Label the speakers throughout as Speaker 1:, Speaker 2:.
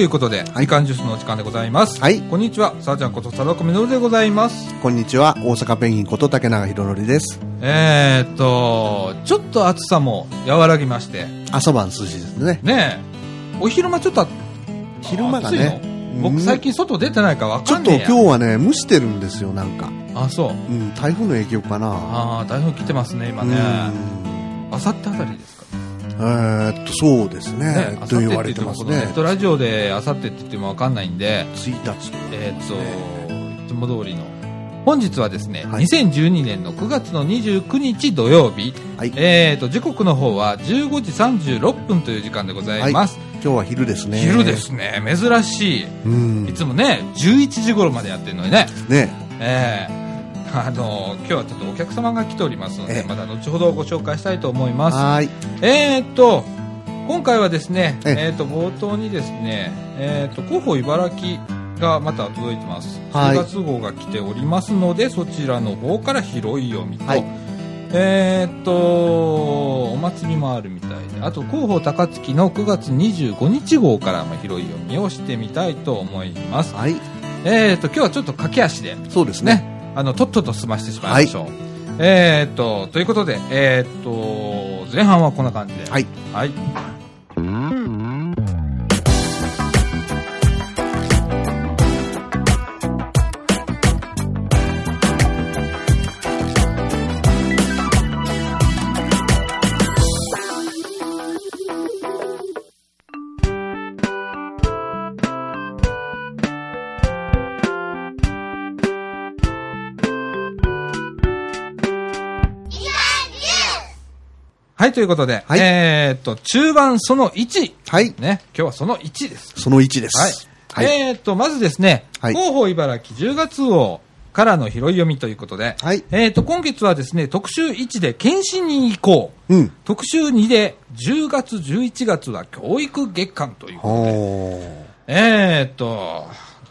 Speaker 1: いうことで、みかんジュースのお時間でございます。
Speaker 2: はい
Speaker 1: こんにちは、さあちゃんこと佐藤みのるでございます。
Speaker 2: こんにちは、大阪ペンギンこと竹永宏典です。
Speaker 1: えーっと、ちょっと暑さも和らぎまして、
Speaker 2: 朝晩涼しいですね。
Speaker 1: ねえ、お昼間ちょっとあ
Speaker 2: 昼間がね
Speaker 1: 暑いの。
Speaker 2: う
Speaker 1: 僕
Speaker 2: ん
Speaker 1: 最近外出てないからわ
Speaker 2: ちょ
Speaker 1: か
Speaker 2: っ
Speaker 1: ん
Speaker 2: と
Speaker 1: ねえ
Speaker 2: 今
Speaker 1: や。
Speaker 2: 日はね、蒸してるんですよ、なんか。
Speaker 1: あ、そう。
Speaker 2: うん、台風の影響かな。
Speaker 1: ああ、台風来てますね、今
Speaker 2: うん
Speaker 1: ね。あさってあたりですか
Speaker 2: えーっと、そうですね。
Speaker 1: あさ
Speaker 2: と
Speaker 1: って
Speaker 2: 言
Speaker 1: って言
Speaker 2: われ
Speaker 1: ってても
Speaker 2: ま
Speaker 1: こ
Speaker 2: す
Speaker 1: のネ
Speaker 2: ね
Speaker 1: ッ。トラジオであさってって言ってもわかんないんで、
Speaker 2: 1日とか
Speaker 1: えーっと、
Speaker 2: ね
Speaker 1: いつも通りの。本日はですね、
Speaker 2: はい
Speaker 1: 2012年の9月の29日土曜日、
Speaker 2: はい。
Speaker 1: えー、と時刻の方は15時36分という時間でございます、
Speaker 2: 今日は昼ですね。
Speaker 1: 昼で。すね珍し
Speaker 2: う
Speaker 1: い
Speaker 2: ん
Speaker 1: い。つもね11時頃までやってるのにね、
Speaker 2: ね。
Speaker 1: えーあの今日はちょっとお客様が来ておりますので、
Speaker 2: ええ
Speaker 1: また後ほどご紹介したいと思います
Speaker 2: はーい。
Speaker 1: えー、と今回はですね、
Speaker 2: ええ
Speaker 1: えー、と冒頭にですね、えー、と広報茨城がまた届いてます、
Speaker 2: はい
Speaker 1: 10月号が来ておりますのでそちらの方から拾い読みと、
Speaker 2: はい
Speaker 1: えー、とお祭りもあるみたいであと広報高槻の9月25日号からも拾い読みをしてみたいと思います、
Speaker 2: はい。
Speaker 1: えー、と今日はちょっと駆け足で
Speaker 2: そうですね。
Speaker 1: ね、あの、とっとと済ましてしまいましょう。えーっと、ということで、えーっと、前半はこんな感じで。
Speaker 2: はい。
Speaker 1: はい。はい、ということで、
Speaker 2: はい
Speaker 1: えーっと、中盤その1。
Speaker 2: はい。
Speaker 1: ね、今日はその1です。
Speaker 2: その1で
Speaker 1: はい
Speaker 2: す。。はい。
Speaker 1: えーっと、まずですね、
Speaker 2: はい
Speaker 1: 広報茨城10月号からの拾い読みということで、
Speaker 2: はい
Speaker 1: えーっと、今月はですね、特集1で検診に行こう。
Speaker 2: うん。
Speaker 1: 特集2で10月11月は教育月間ということで
Speaker 2: ほー。
Speaker 1: えー、っと、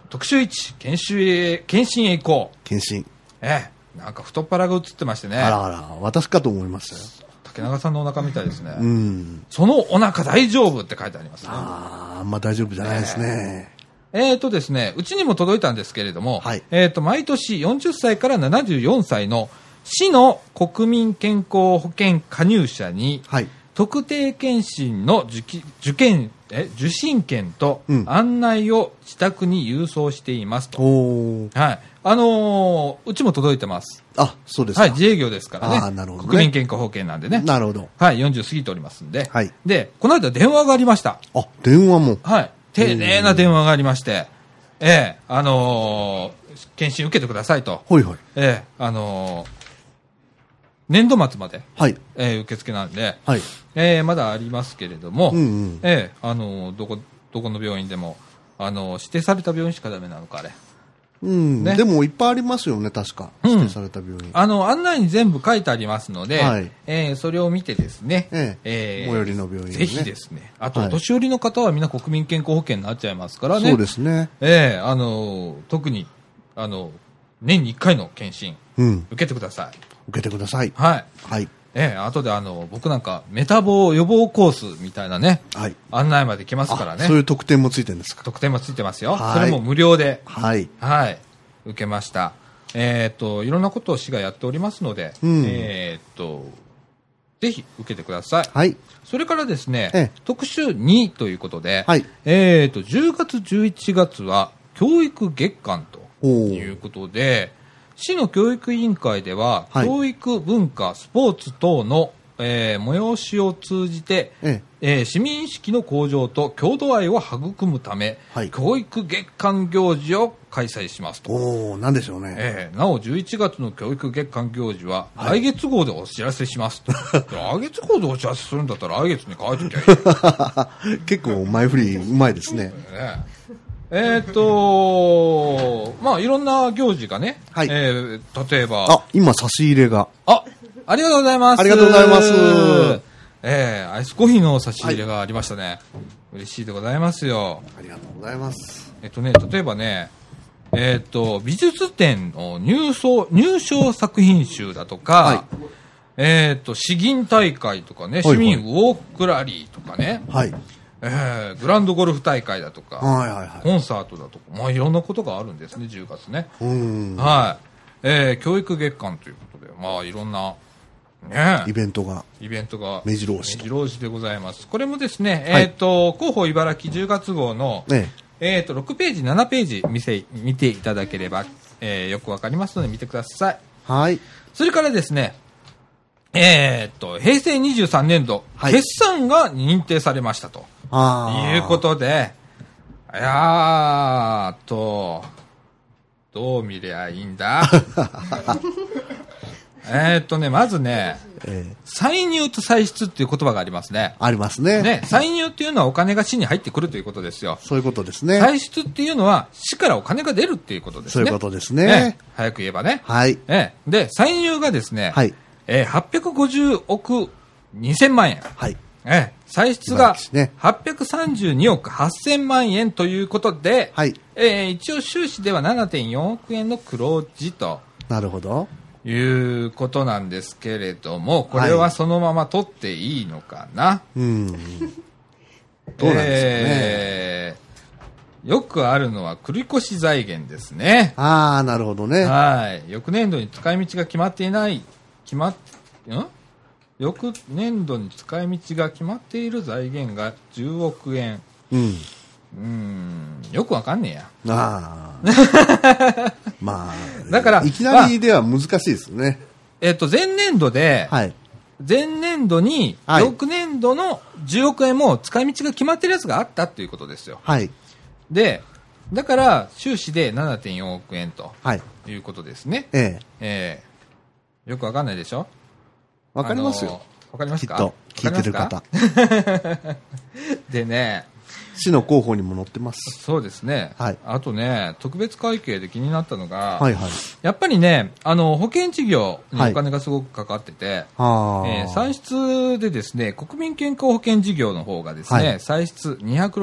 Speaker 1: 特集1、研修へ、検診へ行こう。
Speaker 2: 検診。
Speaker 1: ええ、なんか太っ腹が映ってましてね。
Speaker 2: あらあら、私かと思いましたよ。
Speaker 1: 竹中さんのお腹みたいですね。
Speaker 2: うん。
Speaker 1: そのお腹大丈夫って書いてありますね。
Speaker 2: あー、あんま大丈夫じゃないですね。
Speaker 1: えー、っとですね、うちにも届いたんですけれども、
Speaker 2: はい
Speaker 1: えー、っと、毎年40歳から74歳の市の国民健康保険加入者に、
Speaker 2: はい。
Speaker 1: 特定健診の受き受験、え、受診券と
Speaker 2: うん
Speaker 1: 案内を自宅に郵送していますと。
Speaker 2: おー。
Speaker 1: はい。あのーうちも届いてます。
Speaker 2: あ、そうですか。
Speaker 1: はい、自営業ですからね。
Speaker 2: あーなるほどね
Speaker 1: 国民健康保険なんでね。
Speaker 2: なるほど。
Speaker 1: はい、40過ぎておりますんで。
Speaker 2: はい
Speaker 1: で、この間電話がありました。
Speaker 2: あ、電話も。
Speaker 1: はい。丁寧な電話がありまして、ええあのー検診受けてくださいと。
Speaker 2: ほいほい。
Speaker 1: ええあのー年度末まで、
Speaker 2: はい。
Speaker 1: ええ受付なんで、
Speaker 2: はい。
Speaker 1: ええまだありますけれども、
Speaker 2: うんうん
Speaker 1: ええあのーどこ、どこの病院でも、あのー指定された病院しかダメなのか、あれ。
Speaker 2: うん。
Speaker 1: ね
Speaker 2: でもいっぱいありますよね、確か。
Speaker 1: うん
Speaker 2: 指定された病院。
Speaker 1: あの、案内に全部書いてありますので、
Speaker 2: はい
Speaker 1: えーそれを見てですね、
Speaker 2: ええ最寄りの病院ね
Speaker 1: ぜひですね、あと、
Speaker 2: はい
Speaker 1: お年寄りの方はみんな国民健康保険になっちゃいますからね、
Speaker 2: そうですね。
Speaker 1: ええあのー、特に、あのー、年に1回の検診、
Speaker 2: うん。
Speaker 1: 受けてください。
Speaker 2: 受けてください。
Speaker 1: はい。
Speaker 2: はい。
Speaker 1: ええあとであの、僕なんか、メタボ予防コースみたいなね、
Speaker 2: はい。
Speaker 1: 案内まで来ますから
Speaker 2: あ
Speaker 1: ね
Speaker 2: そうい、う特典もついてるんですか。
Speaker 1: 特典もついてますよ。
Speaker 2: はい
Speaker 1: それも無料で、
Speaker 2: はい。
Speaker 1: はい、受けました。えっ、と、いろんなことを市がやっておりますので、
Speaker 2: うん
Speaker 1: えっ、と、ぜひ受けてください。
Speaker 2: はい。
Speaker 1: それからですね、
Speaker 2: ええ
Speaker 1: 特集2ということで、
Speaker 2: はい
Speaker 1: えっ、と、10月、11月は教育月間と
Speaker 2: おー
Speaker 1: いうことで、市の教育委員会では、
Speaker 2: はい
Speaker 1: 教育、文化、スポーツ等の、えー催しを通じて、
Speaker 2: ええ
Speaker 1: えー市民意識の向上と郷土愛を育むため、
Speaker 2: はい
Speaker 1: 教育月間行事を開催しますと、
Speaker 2: おー、なんでしょうね。
Speaker 1: えーなお11月の教育月間行事は
Speaker 2: は
Speaker 1: 来月号でお知らせします と、来月号でお知らせするんだったら来月に書いときゃいいよ ね
Speaker 2: 結構前振りうまいですね。
Speaker 1: えーっとまあいろんな行事がね、
Speaker 2: はい
Speaker 1: えー例えば
Speaker 2: あ、今差し入れが。
Speaker 1: あ、ありがとうございます。
Speaker 2: ありがとうございます
Speaker 1: えーアイスコーヒーの差し入れがありましたね。嬉しいでございますよ。
Speaker 2: ありがとうございます。
Speaker 1: えっとね、例えばね、えっと、美術展の入賞、入賞作品集だとか、
Speaker 2: はい
Speaker 1: えっと、詩吟大会とかね、
Speaker 2: はい
Speaker 1: 市民ウォークラリーとかね、
Speaker 2: はい。
Speaker 1: えーグランドゴルフ大会だとか、
Speaker 2: はいはいは
Speaker 1: コンサートだとか、まあ、いろんなことがあるんですね、10月ね。
Speaker 2: い。うん。
Speaker 1: はい。えー教育月間ということで、まあ、いろんな、ね
Speaker 2: イベントが。
Speaker 1: イベントが
Speaker 2: 目白押しと
Speaker 1: 目白押しでございます。これもですね、
Speaker 2: はい
Speaker 1: えっ、と、広報茨城10月号の、
Speaker 2: ね
Speaker 1: えっ、と、6ページ、7ページ見せ、見ていただければ、えーよくわかりますので見てください。
Speaker 2: はい。
Speaker 1: それからですね、えっ、と、平成23年度、
Speaker 2: はい
Speaker 1: 決算が認定されましたと。
Speaker 2: ああ。
Speaker 1: いうことで、いやーと、どう見りゃいいん だえっとね、まずね、
Speaker 2: ええ
Speaker 1: 歳入と歳出っていう言葉がありますね。
Speaker 2: ありますね。
Speaker 1: ね、歳入っていうのはお金が市に入ってくるということですよ。
Speaker 2: そういうことですね。
Speaker 1: 歳出っていうのは市からお金が出るっていうことです
Speaker 2: そう
Speaker 1: ね。
Speaker 2: いうことですね。
Speaker 1: 早く言えばね。
Speaker 2: はい。
Speaker 1: ええで、歳入がですね、
Speaker 2: はい
Speaker 1: えー850億2000万円。
Speaker 2: はい。
Speaker 1: ええ歳出が
Speaker 2: 素晴らしいね
Speaker 1: 832億8000万円ということで、
Speaker 2: はい
Speaker 1: えー一応収支では7.4億円の黒字と
Speaker 2: なるほど。
Speaker 1: いうことなんですけれども、これ
Speaker 2: は
Speaker 1: はいそのまま取っていいのかな、
Speaker 2: うん。どうなんですかね。
Speaker 1: えーよくあるのは繰越財源ですね。
Speaker 2: ああ、なるほどね。
Speaker 1: はい。翌年度に使い道が決まっていない、決まっ、ん翌年度に使い道が決まっている財源が10億円。
Speaker 2: うん。
Speaker 1: うーん、よくわかんねえや。
Speaker 2: あ あ。まあ。
Speaker 1: だから
Speaker 2: いきなりでは難しいですね。
Speaker 1: えっ、と、前年度で、
Speaker 2: はい。
Speaker 1: 前年度に、
Speaker 2: はい
Speaker 1: 翌年度の10億円も使い道が決まってるやつがあったっていうことですよ。
Speaker 2: はい。
Speaker 1: で、だから、収支で7.4億円と
Speaker 2: はい。
Speaker 1: いうことですね。
Speaker 2: ええ。
Speaker 1: ええよくわかんないでしょ
Speaker 2: わかりますよ。。
Speaker 1: あのわかりま
Speaker 2: き
Speaker 1: す
Speaker 2: っ
Speaker 1: か
Speaker 2: と。聞いてる。
Speaker 1: わか
Speaker 2: 方
Speaker 1: り。ますかでね、
Speaker 2: 市の広報にも載ってます。
Speaker 1: そうですね。
Speaker 2: はい
Speaker 1: あとね、特別会計で気になったのが、
Speaker 2: はいはい。
Speaker 1: やっぱりね、あの、保険事業にお金がすごくかかってて、
Speaker 2: ああ。
Speaker 1: えー歳出でですね、国民健康保険事業の方がですね、
Speaker 2: はい
Speaker 1: 歳出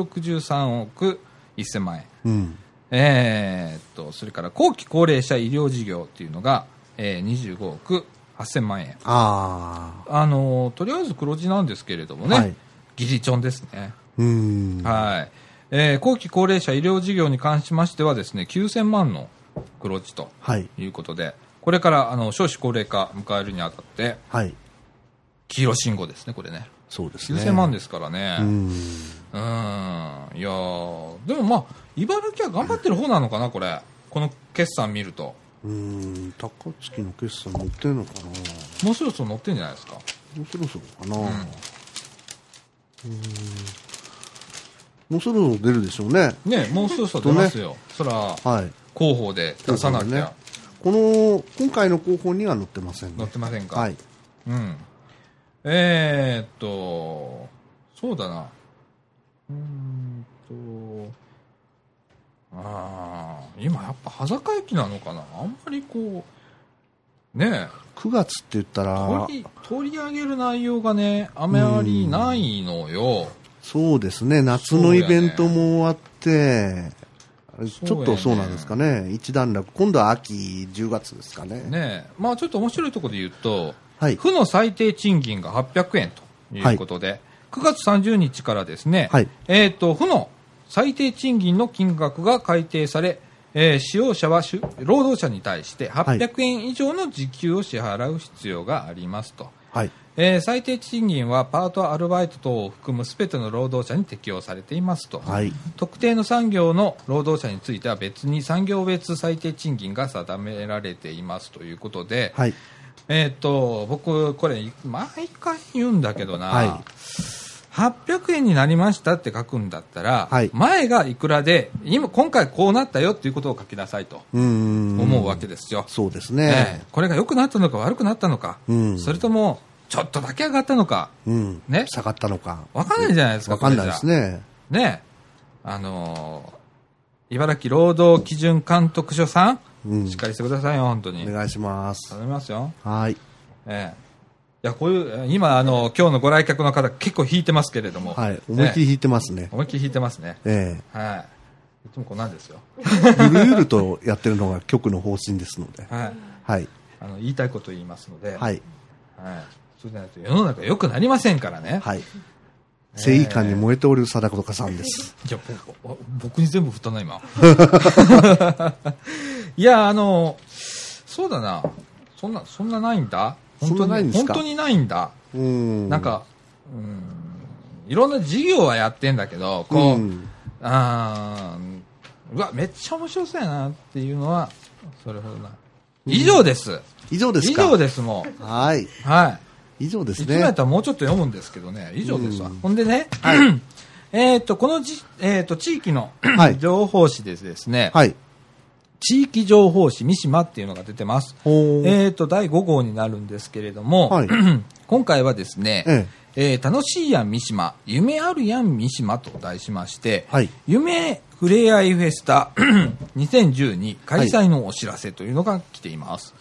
Speaker 1: 263億1000万円。
Speaker 2: うん。
Speaker 1: えーっと、それから後期高齢者医療事業っていうのが、えー25億8000万円。
Speaker 2: あ
Speaker 1: あのーとりあえず黒字なんですけれどもね、
Speaker 2: はい
Speaker 1: ギリチョンですね。
Speaker 2: あ。うん。
Speaker 1: はい。えー後期高齢者医療事業に関しましてはですね、9000万の黒字と
Speaker 2: はい。
Speaker 1: いうことで、これから、あの、少子高齢化迎えるにあたって、
Speaker 2: はい。
Speaker 1: 黄色信号ですね、これね。
Speaker 2: そうですね。
Speaker 1: 9000万ですからね。
Speaker 2: う
Speaker 1: うん。
Speaker 2: ん。
Speaker 1: いやーでもまあ、茨城は頑張ってる方なのかな、これ。この決算見ると。
Speaker 2: うん。高槻の決算載ってんのかな
Speaker 1: もうそろそろ乗ってんじゃないですか。
Speaker 2: もうそろそろかな、うん、もうそろそろ出るでしょうね。
Speaker 1: ね、もうそろそろ出ますよ。そら、
Speaker 2: はい。
Speaker 1: 広報で出さなきゃ
Speaker 2: ね。この、今回の広報には載ってませんね。
Speaker 1: 載ってませんか。
Speaker 2: はい。
Speaker 1: うん。えー、っと、そうだな。うーんと、ああ、今やっぱ裸駅なのかなあんまりこう、ね
Speaker 2: 9月って言った
Speaker 1: え、
Speaker 2: ら
Speaker 1: 取、り、取り上げる内容がね、あまりないのよ。
Speaker 2: そうですね、夏のイベントも終わって、あれちょっとそうなんですかね、一段落。今度は秋、10月ですかね。
Speaker 1: ねえ、まあちょっと面白いところで言うと、
Speaker 2: はい
Speaker 1: 府の最低賃金が800円ということで、9月30日からですね、
Speaker 2: はい
Speaker 1: えー、と府の最低賃金の金額が改定され、えー使用者はしゅ労働者に対して800円以上の時給を支払う必要がありますと。
Speaker 2: はい。
Speaker 1: えー最低賃金はパート、アルバイト等を含むすべての労働者に適用されていますと、
Speaker 2: はい。
Speaker 1: 特定の産業の労働者については別に産業別最低賃金が定められていますということで、
Speaker 2: はい。
Speaker 1: えー、と僕、これ毎回言うんだけどな、
Speaker 2: はい
Speaker 1: 800円になりましたって書くんだったら、
Speaker 2: はい
Speaker 1: 前がいくらで今今回こうなったよっていうことを書きなさいと
Speaker 2: うーん。
Speaker 1: 思うわけですよ。
Speaker 2: そうです
Speaker 1: え
Speaker 2: ね
Speaker 1: え。これが良くなったのか悪くなったのか、
Speaker 2: うん
Speaker 1: それともちょっとだけ上がったのか、
Speaker 2: うん。
Speaker 1: ね
Speaker 2: 下がったのか。
Speaker 1: わかんないじゃないですか、
Speaker 2: わかんないです
Speaker 1: これじゃ
Speaker 2: ね。
Speaker 1: ねあのー茨城労働基準監督署さん、
Speaker 2: うん
Speaker 1: しっかりしてくださいよ、本当
Speaker 2: お
Speaker 1: に。
Speaker 2: 願いします。
Speaker 1: 頼みますよ。
Speaker 2: はい。
Speaker 1: ええいや、こういう、えー今、あの、今日のご来客の方、結構引いてますけれども。
Speaker 2: はい。思いっきり
Speaker 1: え
Speaker 2: 引いてますね
Speaker 1: え。思いっきり引いてますね。
Speaker 2: え
Speaker 1: はい。いつもこうなんですよ。
Speaker 2: え。ゆるゆるとやってるのが局の方針ですので。
Speaker 1: はい。
Speaker 2: はい。
Speaker 1: あの、言いたいこと言いますので。。
Speaker 2: はいい。
Speaker 1: はい。そうじゃないと世の中良くなりませんからね。
Speaker 2: はい。正義感に燃えておる貞子さんです。
Speaker 1: いや、ぼ僕に全部振ったな、 今。いや、あの、そうだな。そんな、そんなないんだ。本当
Speaker 2: そんなないん
Speaker 1: に、
Speaker 2: です
Speaker 1: 本
Speaker 2: か
Speaker 1: 当にないんだ。
Speaker 2: うん。
Speaker 1: なん、か、うん、いろんな事業はやってんだけど、
Speaker 2: う
Speaker 1: こう、
Speaker 2: ん。
Speaker 1: あーうわ、めっちゃ面白そうやなっていうのは、それほどない。以上です。
Speaker 2: 以上です
Speaker 1: 以
Speaker 2: か
Speaker 1: 上です、もう。
Speaker 2: はい。
Speaker 1: はい。
Speaker 2: 以上です
Speaker 1: いつもや
Speaker 2: ね
Speaker 1: っ。たらもうちょっと読むんですけどね、以上ですわ。
Speaker 2: うん
Speaker 1: ほんでね、 えーっと、このじ、えーっと、地域の、
Speaker 2: はい
Speaker 1: 情報誌でですね、
Speaker 2: はい。
Speaker 1: 地域情報誌三島っていうのが出てます。
Speaker 2: ほー
Speaker 1: えーっと、第5号になるんですけれども、
Speaker 2: はい
Speaker 1: 今回はですね、
Speaker 2: え
Speaker 1: えー楽しいやん三島、夢あるやん三島と題しまして、
Speaker 2: はい
Speaker 1: 夢ふれあいフェスタ 2012開催のお知らせというのが来ています。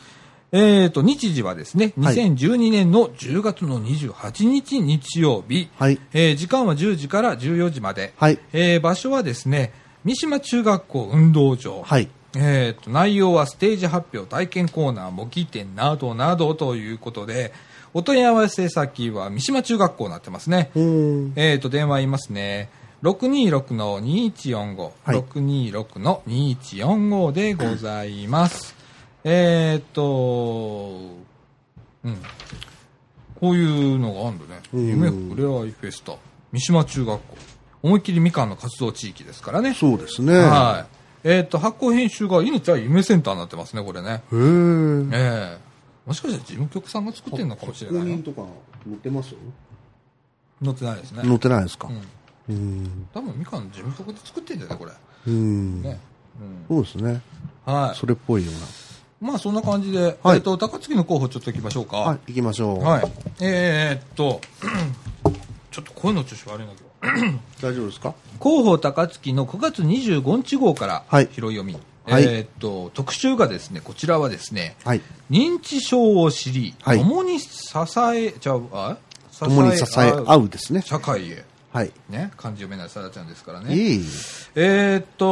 Speaker 1: えー、と、日時はですね、
Speaker 2: はい
Speaker 1: 2012年の10月の28日日曜日、
Speaker 2: はい
Speaker 1: えー時間は10時から14時まで、
Speaker 2: はい
Speaker 1: えー場所はですね、三島中学校運動場、
Speaker 2: はい。
Speaker 1: えー、と内容はステージ発表、体験コーナー、模擬店などなどということで、お問い合わせ先は三島中学校になってますね。
Speaker 2: ほー
Speaker 1: えー、と、電話言いますね。626-2145、
Speaker 2: はい
Speaker 1: 626-2145でございます。えーっと、うん。こういうのがあるんだね。
Speaker 2: うん
Speaker 1: 夢ふれあいフェスタ。三島中学校。思いっきりみかんの活動地域ですからね。
Speaker 2: そうですね。
Speaker 1: はい。えーっと、発行編集が犬ちゃん夢センターになってますね、これね。
Speaker 2: へー
Speaker 1: ええもしかしたら事務局さんが作ってるのかもしれないな。
Speaker 2: とか載ってます
Speaker 1: 載ってないですね。
Speaker 2: 載ってないですか
Speaker 1: うん。
Speaker 2: うん。
Speaker 1: 多分みかん事務局で作ってんじゃないこれ。
Speaker 2: うん。
Speaker 1: ね。うん
Speaker 2: そうですね。
Speaker 1: はい。
Speaker 2: それっぽいよ
Speaker 1: まあそんな感じで、
Speaker 2: はい
Speaker 1: えっと、高槻の候補ちょっと行きましょうか。
Speaker 2: うな。は。
Speaker 1: はい
Speaker 2: 行きましょう。
Speaker 1: い。えー、っと、 ちょっと声の調子悪いんだけど。
Speaker 2: 大丈夫ですか
Speaker 1: 広報高槻の9月25日号から
Speaker 2: はい
Speaker 1: 拾い読み。
Speaker 2: はい
Speaker 1: えーっと、特集がですね、こちらはですね、
Speaker 2: はい。
Speaker 1: 認知症を知り、
Speaker 2: はい
Speaker 1: 共に支え、じゃあ、支
Speaker 2: 共に支え合うですね。
Speaker 1: 社会へ。
Speaker 2: はい。
Speaker 1: ね、漢字読めないさらちゃんですからね。
Speaker 2: いい。
Speaker 1: えーっと、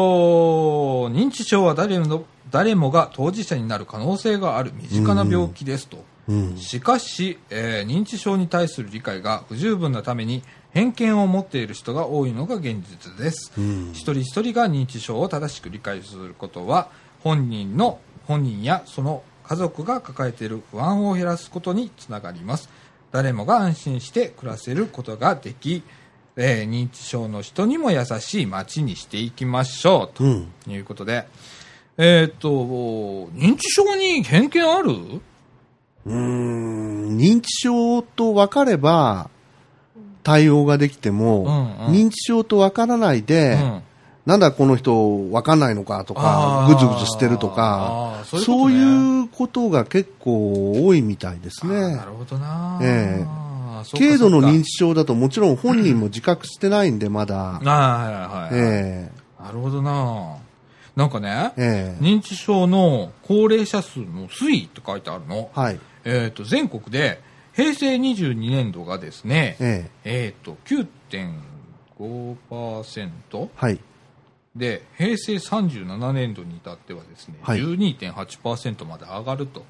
Speaker 1: 認知症は誰の誰もが当事者になる可能性がある身近な病気ですと。
Speaker 2: うん。
Speaker 1: しかし、えー認知症に対する理解が不十分なために偏見を持っている人が多いのが現実です、
Speaker 2: うん
Speaker 1: 一人一人が認知症を正しく理解することは本人の本人やその家族が抱えている不安を減らすことにつながります誰もが安心して暮らせることができ、えー認知症の人にも優しい街にしていきましょうと
Speaker 2: うん。
Speaker 1: いうことで、えーっと認知症に偏見ある
Speaker 2: うーん認知症と分かれば対応ができても、
Speaker 1: うんうん
Speaker 2: 認知症と分からないで、
Speaker 1: うん
Speaker 2: なんだこの人分かんないのかとか
Speaker 1: あ、ー
Speaker 2: ぐずぐずしてると
Speaker 1: あ
Speaker 2: か
Speaker 1: ー、
Speaker 2: そ
Speaker 1: そうういうことね
Speaker 2: いうことが結構多いみたいです
Speaker 1: あー
Speaker 2: ね
Speaker 1: な。るほどな。
Speaker 2: ええ
Speaker 1: そうか
Speaker 2: 軽度の認
Speaker 1: そ
Speaker 2: 知症だともちろん本人 も自覚してないんでまだ
Speaker 1: う、かあーはいはいはい、
Speaker 2: え
Speaker 1: なるほどな。なんかね
Speaker 2: え、ええ
Speaker 1: 認知症の高齢者数の推移って書いてあるの。
Speaker 2: はい、
Speaker 1: えっ、と、全国で平成22年度がですね、
Speaker 2: え
Speaker 1: え
Speaker 2: え
Speaker 1: っ、と、9.5%
Speaker 2: はい、
Speaker 1: で、平成37年度に至ってはですね、
Speaker 2: はい
Speaker 1: 12.8%まで上がると。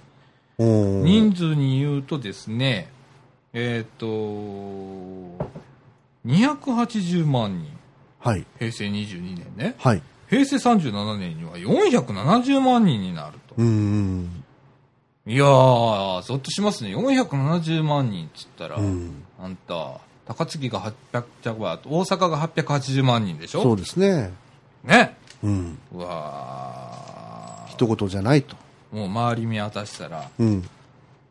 Speaker 2: おー
Speaker 1: 人数に言うとですね、えっ、と、280万人、
Speaker 2: はい、
Speaker 1: 平成22年ね。
Speaker 2: はい、
Speaker 1: 平成37年には470万人になると。
Speaker 2: うーん、
Speaker 1: いやー、ゾッとしますね。470万人っつったら、
Speaker 2: うん
Speaker 1: あんた、高槻が800、じゃあ大阪が880万人でしょ
Speaker 2: そうですね。
Speaker 1: ね。
Speaker 2: うん、
Speaker 1: うわ
Speaker 2: 一言じゃないと。
Speaker 1: ー、もう周り見渡したら、
Speaker 2: うん、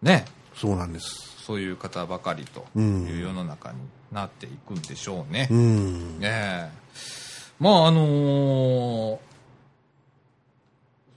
Speaker 1: ね、
Speaker 2: そうなんです。
Speaker 1: そういう方ばかりと
Speaker 2: うん
Speaker 1: いう世の中になっていくんでしょうね。
Speaker 2: う
Speaker 1: ね
Speaker 2: ん。
Speaker 1: え。まあ、あのー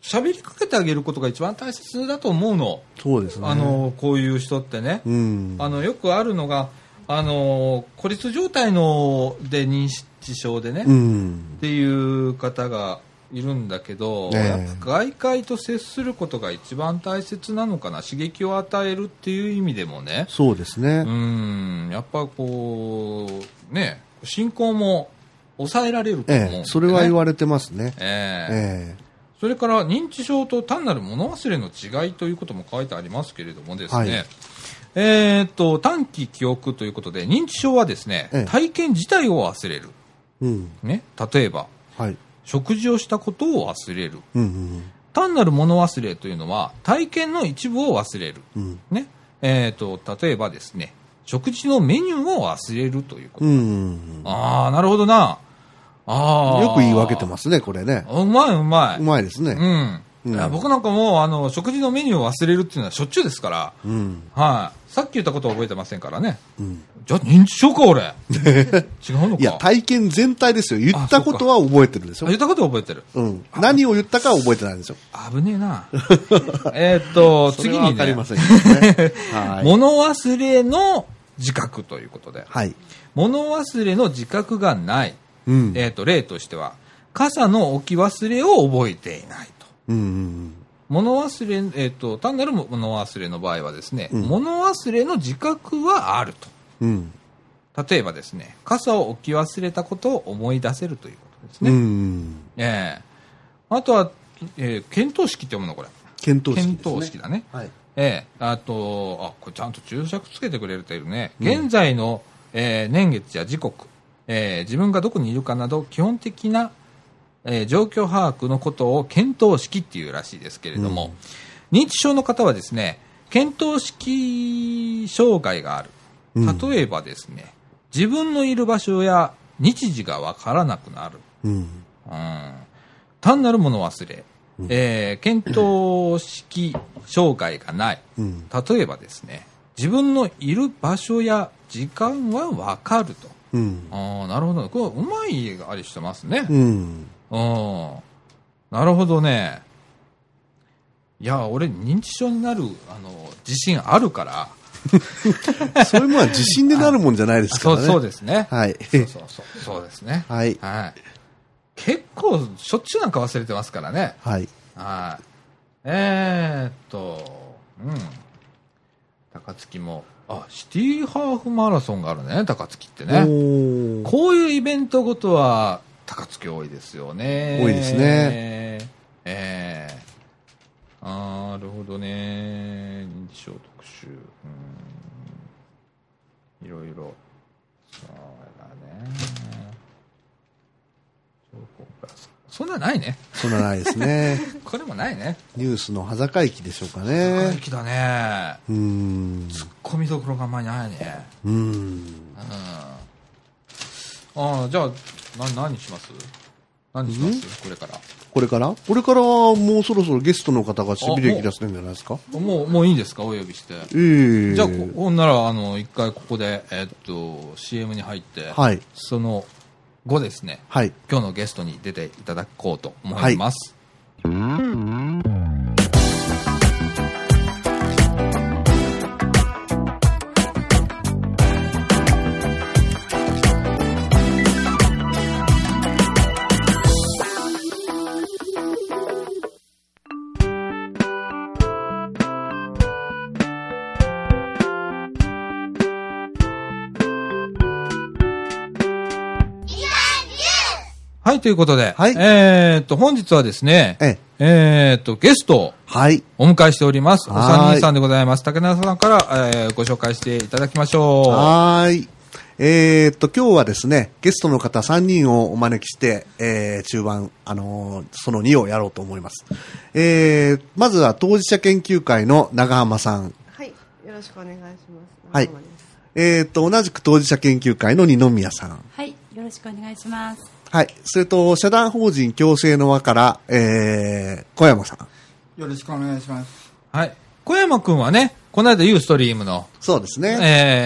Speaker 1: 喋りかけてあげることが一番大切だと思うの。
Speaker 2: そうですね。
Speaker 1: あ、のーこういう人ってね。
Speaker 2: うん。
Speaker 1: あの、よくあるのが、あのー孤立状態の、で認知症でね、
Speaker 2: う
Speaker 1: っ
Speaker 2: ん。
Speaker 1: ていう方がいるんだけど、
Speaker 2: ええ
Speaker 1: やっぱ外界と接することが一番大切なのかな。刺激を与えるっていう意味でもね。
Speaker 2: そうですね
Speaker 1: う。ん、やっぱこう、ね、信仰も抑えられると思うん
Speaker 2: え
Speaker 1: で、ね
Speaker 2: え、それは言われてますね。
Speaker 1: ええ
Speaker 2: え
Speaker 1: それから認知症と単なる物忘れの違いということも書いてありますけれどもですね、
Speaker 2: はい
Speaker 1: えーっと、短期記憶ということで、認知症はですね、
Speaker 2: ええ
Speaker 1: 体験自体を忘れる。
Speaker 2: うん。
Speaker 1: ね。例えば、
Speaker 2: はい。
Speaker 1: 食事をしたことを忘れる。
Speaker 2: うんうん
Speaker 1: 単なる物忘れというのは、体験の一部を忘れる。
Speaker 2: うん。
Speaker 1: ね。えーっと、例えばですね、食事のメニューを忘れるということ。
Speaker 2: うん。うん
Speaker 1: ああ、なるほどな。あ
Speaker 2: うん。
Speaker 1: あ。
Speaker 2: よく言い分けて
Speaker 1: す。
Speaker 2: ますね、これね。。
Speaker 1: うまいうまいう
Speaker 2: まいですね。
Speaker 1: うん。いや
Speaker 2: うん
Speaker 1: 僕なんかもう、あの、食事のメニューを忘れるっていうのはしょっちゅうですから、
Speaker 2: うん。
Speaker 1: はい。さっき言ったことは覚えてませんからね。
Speaker 2: うん。
Speaker 1: じゃあ認知症か、 俺。違うのか。
Speaker 2: いや、体験全体ですよ。言ったことは覚えてるでし
Speaker 1: あ
Speaker 2: ょ
Speaker 1: 言。ったことは覚えてる。
Speaker 2: うん。何を言ったかは覚えてないでしょ。
Speaker 1: 危ねえ な。えーっと、
Speaker 2: それ
Speaker 1: 次
Speaker 2: は
Speaker 1: に
Speaker 2: わかり
Speaker 1: ね、
Speaker 2: ませんけど ね。はい。
Speaker 1: 物忘れの自覚ということで。
Speaker 2: はい。
Speaker 1: 物忘れの自覚がない。
Speaker 2: うん。
Speaker 1: えーっと、例としては、傘の置き忘れを覚えていないと。
Speaker 2: うんうん
Speaker 1: 物忘れ、えーっと、単なる物忘れの場合はですね、
Speaker 2: うん
Speaker 1: 物忘れの自覚はあると。
Speaker 2: うん。うん。
Speaker 1: 例えばですね、傘を置き忘れたことを思い出せるということです
Speaker 2: う
Speaker 1: ね。
Speaker 2: ん。
Speaker 1: ええあとは、ええ検討式って読むのこれ。
Speaker 2: 検討式
Speaker 1: 検
Speaker 2: ですね。
Speaker 1: 討式だね。
Speaker 2: はい。
Speaker 1: ええあと、あ、これちゃんと注釈つけてくれているね。現在の、ええ年月や時刻、ええ自分がどこにいるかなど、基本的な、ええ状況把握のことを検討式っていうらしいですけれども、認知症の方はですね、検討式障害がある。
Speaker 2: うん
Speaker 1: 例えばですね、自分のいる場所や日時がわからなくなる。
Speaker 2: うん。
Speaker 1: うん単なるもの忘れ、えー検討式障害がない、
Speaker 2: うん。
Speaker 1: 例えばですね、自分のいる場所や時間は分かると、
Speaker 2: うん。
Speaker 1: あーなるほど、これうまいありしてますね、
Speaker 2: うん。
Speaker 1: うんなるほどね、いや、俺、認知症になるあの自信あるから、
Speaker 2: そういうものは自信でなるもんじゃないですか
Speaker 1: そ
Speaker 2: ら
Speaker 1: う
Speaker 2: ね。
Speaker 1: そうですね、
Speaker 2: はい。
Speaker 1: そうそうそうそうですね、
Speaker 2: はい。
Speaker 1: はい、結構、しょっちゅうなんか忘れてますからね。
Speaker 2: はい。
Speaker 1: はい。えー、っと、うん。高槻も、あ、シティハーフマラソンがあるね、高槻って
Speaker 2: お
Speaker 1: ね。
Speaker 2: ー
Speaker 1: こういうイベントごとは、高槻多いですよね。
Speaker 2: 多いです
Speaker 1: ね。えーあーなるほどね。認知症特集。うん。いろいろ。そうだね。情報プラスそんなないね。
Speaker 2: そんなないですね。
Speaker 1: これもないね。
Speaker 2: ニュースの裸駅でしょうか
Speaker 1: 雰囲
Speaker 2: ね。
Speaker 1: 気だね。
Speaker 2: うーん。
Speaker 1: 込みどころがあんまりないね。
Speaker 2: うーん
Speaker 1: うん。。ああ、じゃあ、な、何します何しますこれから。
Speaker 2: これからこれからはもうそろそろゲストの方がしびれ切らせてるんじゃないですか
Speaker 1: もう、もういいんですかお呼びして。
Speaker 2: ええ。
Speaker 1: じゃあ、こほんなら、あの、一回ここで、えっと、CM に入って、
Speaker 2: はい。
Speaker 1: その後ですね、
Speaker 2: はい。
Speaker 1: 今日のゲストに出ていただこうと思います。はい、ということで、
Speaker 2: はい
Speaker 1: えーっと、本日はですね、
Speaker 2: ええ。
Speaker 1: えーっと、ゲストを
Speaker 2: はい。
Speaker 1: お迎えしております。お三
Speaker 2: はー
Speaker 1: 人
Speaker 2: い
Speaker 1: さんでございます。竹中さんから、えーご紹介していただきましょう。
Speaker 2: はーい。えーっと、今日はですね、ゲストの方3人をお招きして、えー、中盤、あのーその2をやろうと思います。えー、まずは当事者研究会の長浜さん。
Speaker 3: はい、よろしくお願いします。
Speaker 2: はい
Speaker 3: 長浜です
Speaker 2: えーっと、同じく当事者研究会の二宮さん。
Speaker 4: はい、よろしくお願いします。
Speaker 2: はい。それと、社団法人共生の輪から、えー、小山さん。
Speaker 5: よろしくお願いします。
Speaker 1: はい。小山くんはね、この間ユーストリームの、
Speaker 2: そうですね。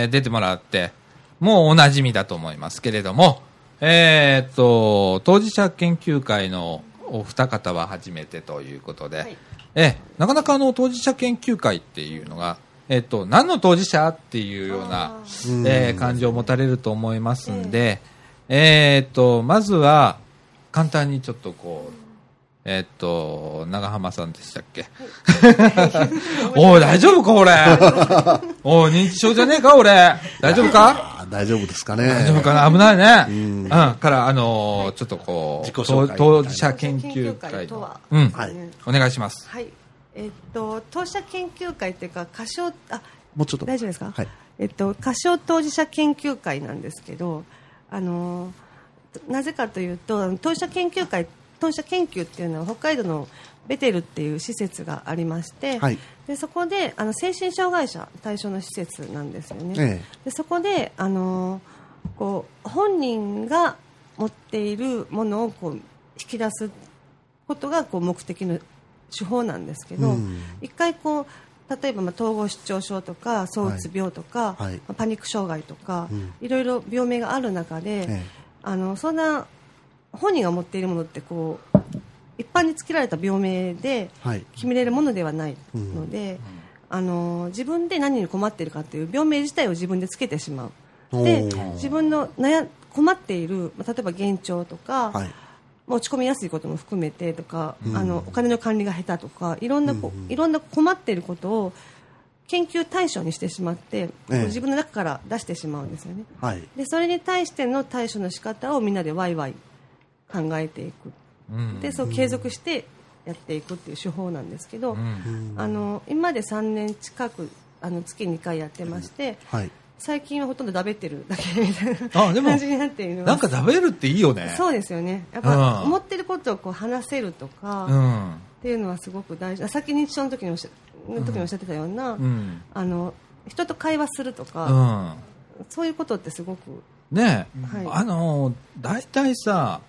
Speaker 1: えー、出てもらって、もうお馴染みだと思いますけれども、えーっと、当事者研究会のお二方は初めてということで、
Speaker 3: はい
Speaker 1: えーなかなかあの当事者研究会っていうのが、えーっと、何の当事者っていうような
Speaker 3: あ、
Speaker 1: えー感じを持たれると思いますんで、えーっと、まずは、簡単にちょっとこう、えーっと、長浜さんでしたっけ、おい、大丈夫か、俺。おい、認知症じゃねえか、俺。大丈夫か
Speaker 2: あー大丈夫ですかね。
Speaker 1: 大丈夫かな危ないね。
Speaker 2: うん
Speaker 1: うん。から、あのー、ちょっとこう、
Speaker 2: 自己紹
Speaker 1: 当
Speaker 2: 介
Speaker 1: 当事者研究会
Speaker 3: とは
Speaker 1: の。うん。
Speaker 2: はい
Speaker 3: ね
Speaker 1: お願いします。
Speaker 3: はい。えっと当社研究会っていうか、過小あ
Speaker 2: もうちょっと。
Speaker 3: 大丈夫ですか、
Speaker 2: はい。
Speaker 3: えっと、過小当事者研究会なんですけど、あのなぜかというとあの当事者研究会当事者研究っていうのは北海道のベテルっていう施設がありまして、
Speaker 2: はい
Speaker 3: でそこであの精神障害者対象の施設なんですよね。
Speaker 2: え
Speaker 3: でそこであのこう本人が持っているものをこう引き出すことがこう目的の手法なんですけど、
Speaker 2: うん
Speaker 3: 一回こう例えばまあ統合失調症とか躁うつ病とか、
Speaker 2: はいはい
Speaker 3: まあパニック障害とか、
Speaker 2: うん
Speaker 3: いろいろ病名がある中で、
Speaker 2: ええ
Speaker 3: あのそんな本人が持っているものってこう一般につけられた病名で
Speaker 2: えはい。
Speaker 3: 決めれるものではないので、あの自分で何に困っているかという病名自体を自分でつけてしまう。
Speaker 2: お
Speaker 3: で
Speaker 2: ー
Speaker 3: 自分の悩困っているまあ例えば幻聴とか、
Speaker 2: はい。
Speaker 3: まあ落ち込みやすいことも含めてとか、
Speaker 2: うん
Speaker 3: あのお金の管理が下手とかいろんなこう、
Speaker 2: うんうん
Speaker 3: いろんな困っていることを研究対象にしてしまって、
Speaker 2: ええ
Speaker 3: 自分の中から出してしまうんですよね
Speaker 2: はい。
Speaker 3: でそれに対しての対処の仕方をみんなでワイワイ考えていく
Speaker 1: うん
Speaker 3: でそう継続してやっていくっていう手法なんですけど、
Speaker 1: うん
Speaker 3: あの今まで3年近くあの月2回やってまして、
Speaker 2: はい。
Speaker 3: 最近はほとんどだべってるだけみたいな
Speaker 1: あでも
Speaker 3: 感じになっている
Speaker 1: なんか食べるっていいよね
Speaker 3: そうですよねやっぱ
Speaker 1: うん
Speaker 3: 思ってることをこう話せるとか、
Speaker 1: う
Speaker 3: っ
Speaker 1: ん
Speaker 3: ていうのはすごく大事さっき認知症の時におっしゃの時におっしゃってたような、
Speaker 1: うん
Speaker 3: あの人と会話すると
Speaker 1: う
Speaker 3: か、
Speaker 1: ん
Speaker 3: そういうことってすごく、
Speaker 1: ねえ
Speaker 3: はい
Speaker 1: あの大体さ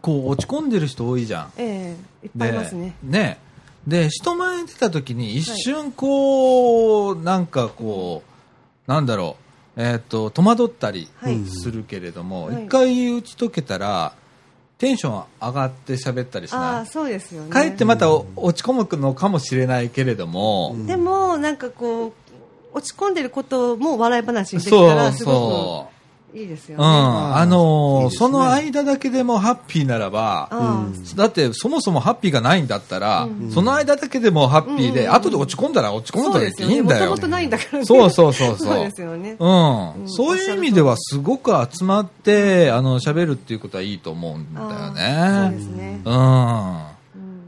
Speaker 1: こう落ち込んでる人多いじゃん
Speaker 3: ええいっぱい
Speaker 1: で
Speaker 3: いますね
Speaker 1: ねで人前に出た時に一瞬こう、なんかこうなんだろう、えー、と戸惑ったり
Speaker 3: はい、
Speaker 2: うん
Speaker 1: するけれども、
Speaker 3: はい
Speaker 1: 一回打ち解けたらテンション上がって喋ったりし
Speaker 3: あ
Speaker 1: な
Speaker 3: あ
Speaker 1: い
Speaker 3: そうですよね
Speaker 1: かえってまたお落ち込むのかもしれないけれども、
Speaker 2: うん
Speaker 3: でもなんかこう落ち込んでることも笑い話にできた
Speaker 1: そう
Speaker 3: らすご
Speaker 1: そ
Speaker 3: くいいです
Speaker 1: う、
Speaker 3: よ
Speaker 1: うん、
Speaker 3: ね、
Speaker 1: あ
Speaker 2: いい
Speaker 1: のー
Speaker 2: ですね
Speaker 1: その間だけでもハッピーならば、
Speaker 3: あ
Speaker 1: だってそもそもハッピーがないんだったら、
Speaker 3: う
Speaker 1: その間だけでもハッピーで、後で落ち込んだら落ち
Speaker 3: あ
Speaker 1: 込ん
Speaker 3: そ
Speaker 1: だ
Speaker 3: う
Speaker 1: らい
Speaker 3: ですよ
Speaker 1: い
Speaker 3: ね
Speaker 1: ん
Speaker 3: も
Speaker 1: だ
Speaker 3: と
Speaker 1: よ
Speaker 3: もとないんだからね
Speaker 1: そうそうそうそう
Speaker 3: そうですよね
Speaker 1: うん
Speaker 3: うん
Speaker 1: そういう意味ではすごく集まってあの喋るっていうことはいいと思うんだよ
Speaker 3: あーそう
Speaker 1: ね
Speaker 3: で。すね
Speaker 1: うん、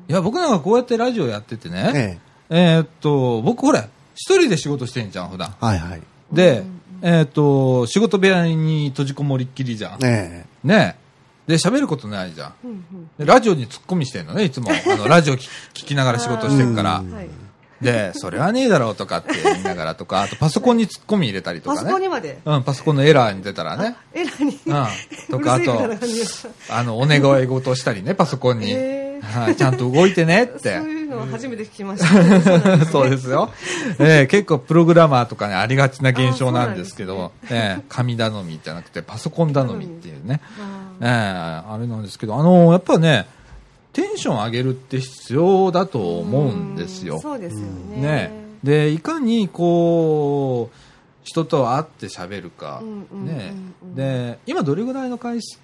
Speaker 1: いや僕なんかこうやってラジオやっててね、
Speaker 2: ええ
Speaker 1: えーっと僕ほら一人で仕事してんじゃん普段
Speaker 2: はいはい。
Speaker 1: で、えーっと仕事部屋に閉じこもりっきりじゃんね
Speaker 2: え
Speaker 1: で喋ることないじゃん
Speaker 3: うんうん
Speaker 1: でラジオに突っ込みしてんのねいつもあ のラジオ聞き聞きながら仕事してるから
Speaker 2: うん
Speaker 3: はい
Speaker 1: でそれはねえだろうとかって言いながらとかあとパソコンに突っ込み入れたりと
Speaker 3: パ
Speaker 1: か
Speaker 3: ソ
Speaker 1: ね
Speaker 3: コンにまで
Speaker 1: うん、パソコンのエラーに出たらね。
Speaker 3: エラに
Speaker 1: うん。とか、あ
Speaker 3: うるせえみたい
Speaker 1: と
Speaker 3: な感じでした、
Speaker 1: あの、お願い事をしたりね、パソコンに。
Speaker 3: へー
Speaker 1: はい、ちゃんと動いてねっ
Speaker 3: そう
Speaker 1: て。
Speaker 3: いうのは初めて聞きました
Speaker 1: そうですよ。えー結構プログラマーとかね、ありがちな現象なんですけど、えー紙頼みじゃなくて、パソコン頼みっていうね。
Speaker 3: あ
Speaker 1: えーあれなんですけど、あのーやっぱね、テンション上げるって必要だと思うんですよ。
Speaker 3: そうですよね
Speaker 1: ね、でいかにこう人と会って喋るか、
Speaker 3: うんうんうんうん
Speaker 1: ね、で今どれぐらいの回数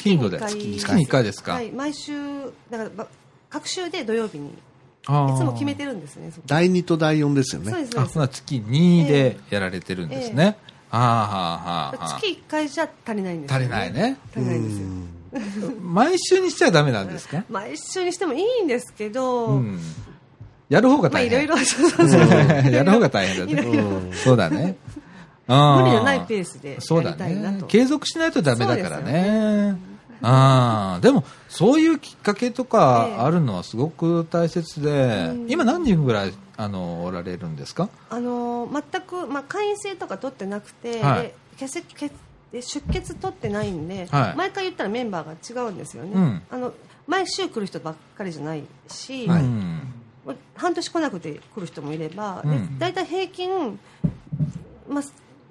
Speaker 1: 頻度で
Speaker 3: 月に一
Speaker 1: 月
Speaker 3: 回
Speaker 1: に1回ですか、
Speaker 3: はい毎週だからば各週で土曜日にい
Speaker 1: あー
Speaker 3: つも決めてるんですねそこ
Speaker 2: 第2と第4ですよ
Speaker 3: そう
Speaker 2: ね。
Speaker 3: ですそう
Speaker 1: あ
Speaker 3: です
Speaker 1: ほな月2でやられてるんですね、ああーはーはーはー
Speaker 3: 月1回じゃ足りないんですよ
Speaker 1: 足りないね
Speaker 3: 足りないんですよ
Speaker 1: 毎週にしちゃダメなんですか、
Speaker 3: 毎週にしてもいいんですけど、
Speaker 1: うん、やる方が
Speaker 3: まあ
Speaker 1: 大
Speaker 3: いろ
Speaker 1: 変、
Speaker 3: いろそうそうそう
Speaker 1: やる方が大変だね
Speaker 3: いろいろ
Speaker 1: うんそうだね
Speaker 3: 無
Speaker 1: 無
Speaker 3: 理のないペースで
Speaker 1: そうだ
Speaker 3: やりたいな
Speaker 1: ね
Speaker 3: と、
Speaker 1: 継続しないとダメだから
Speaker 3: そうです
Speaker 1: ね。ああでもそういうきっかけと
Speaker 3: ええ
Speaker 1: かあるのはすごく大切で、
Speaker 3: うん
Speaker 1: 今何人ぐらいあのおられるんですか
Speaker 3: あのー全く、まあ、会員制とか取ってなくて、
Speaker 1: はい
Speaker 3: で欠席欠で出欠取ってないんで、
Speaker 1: はい
Speaker 3: 毎回言ったらメンバーが違うんですよね、
Speaker 1: うん
Speaker 3: あの毎週来る人ばっかりじゃないし、
Speaker 1: う
Speaker 2: はい
Speaker 1: ん
Speaker 3: まあ半年来なくて来る人もいれば、
Speaker 1: う
Speaker 3: で
Speaker 1: ん
Speaker 3: 大体平均、まあ、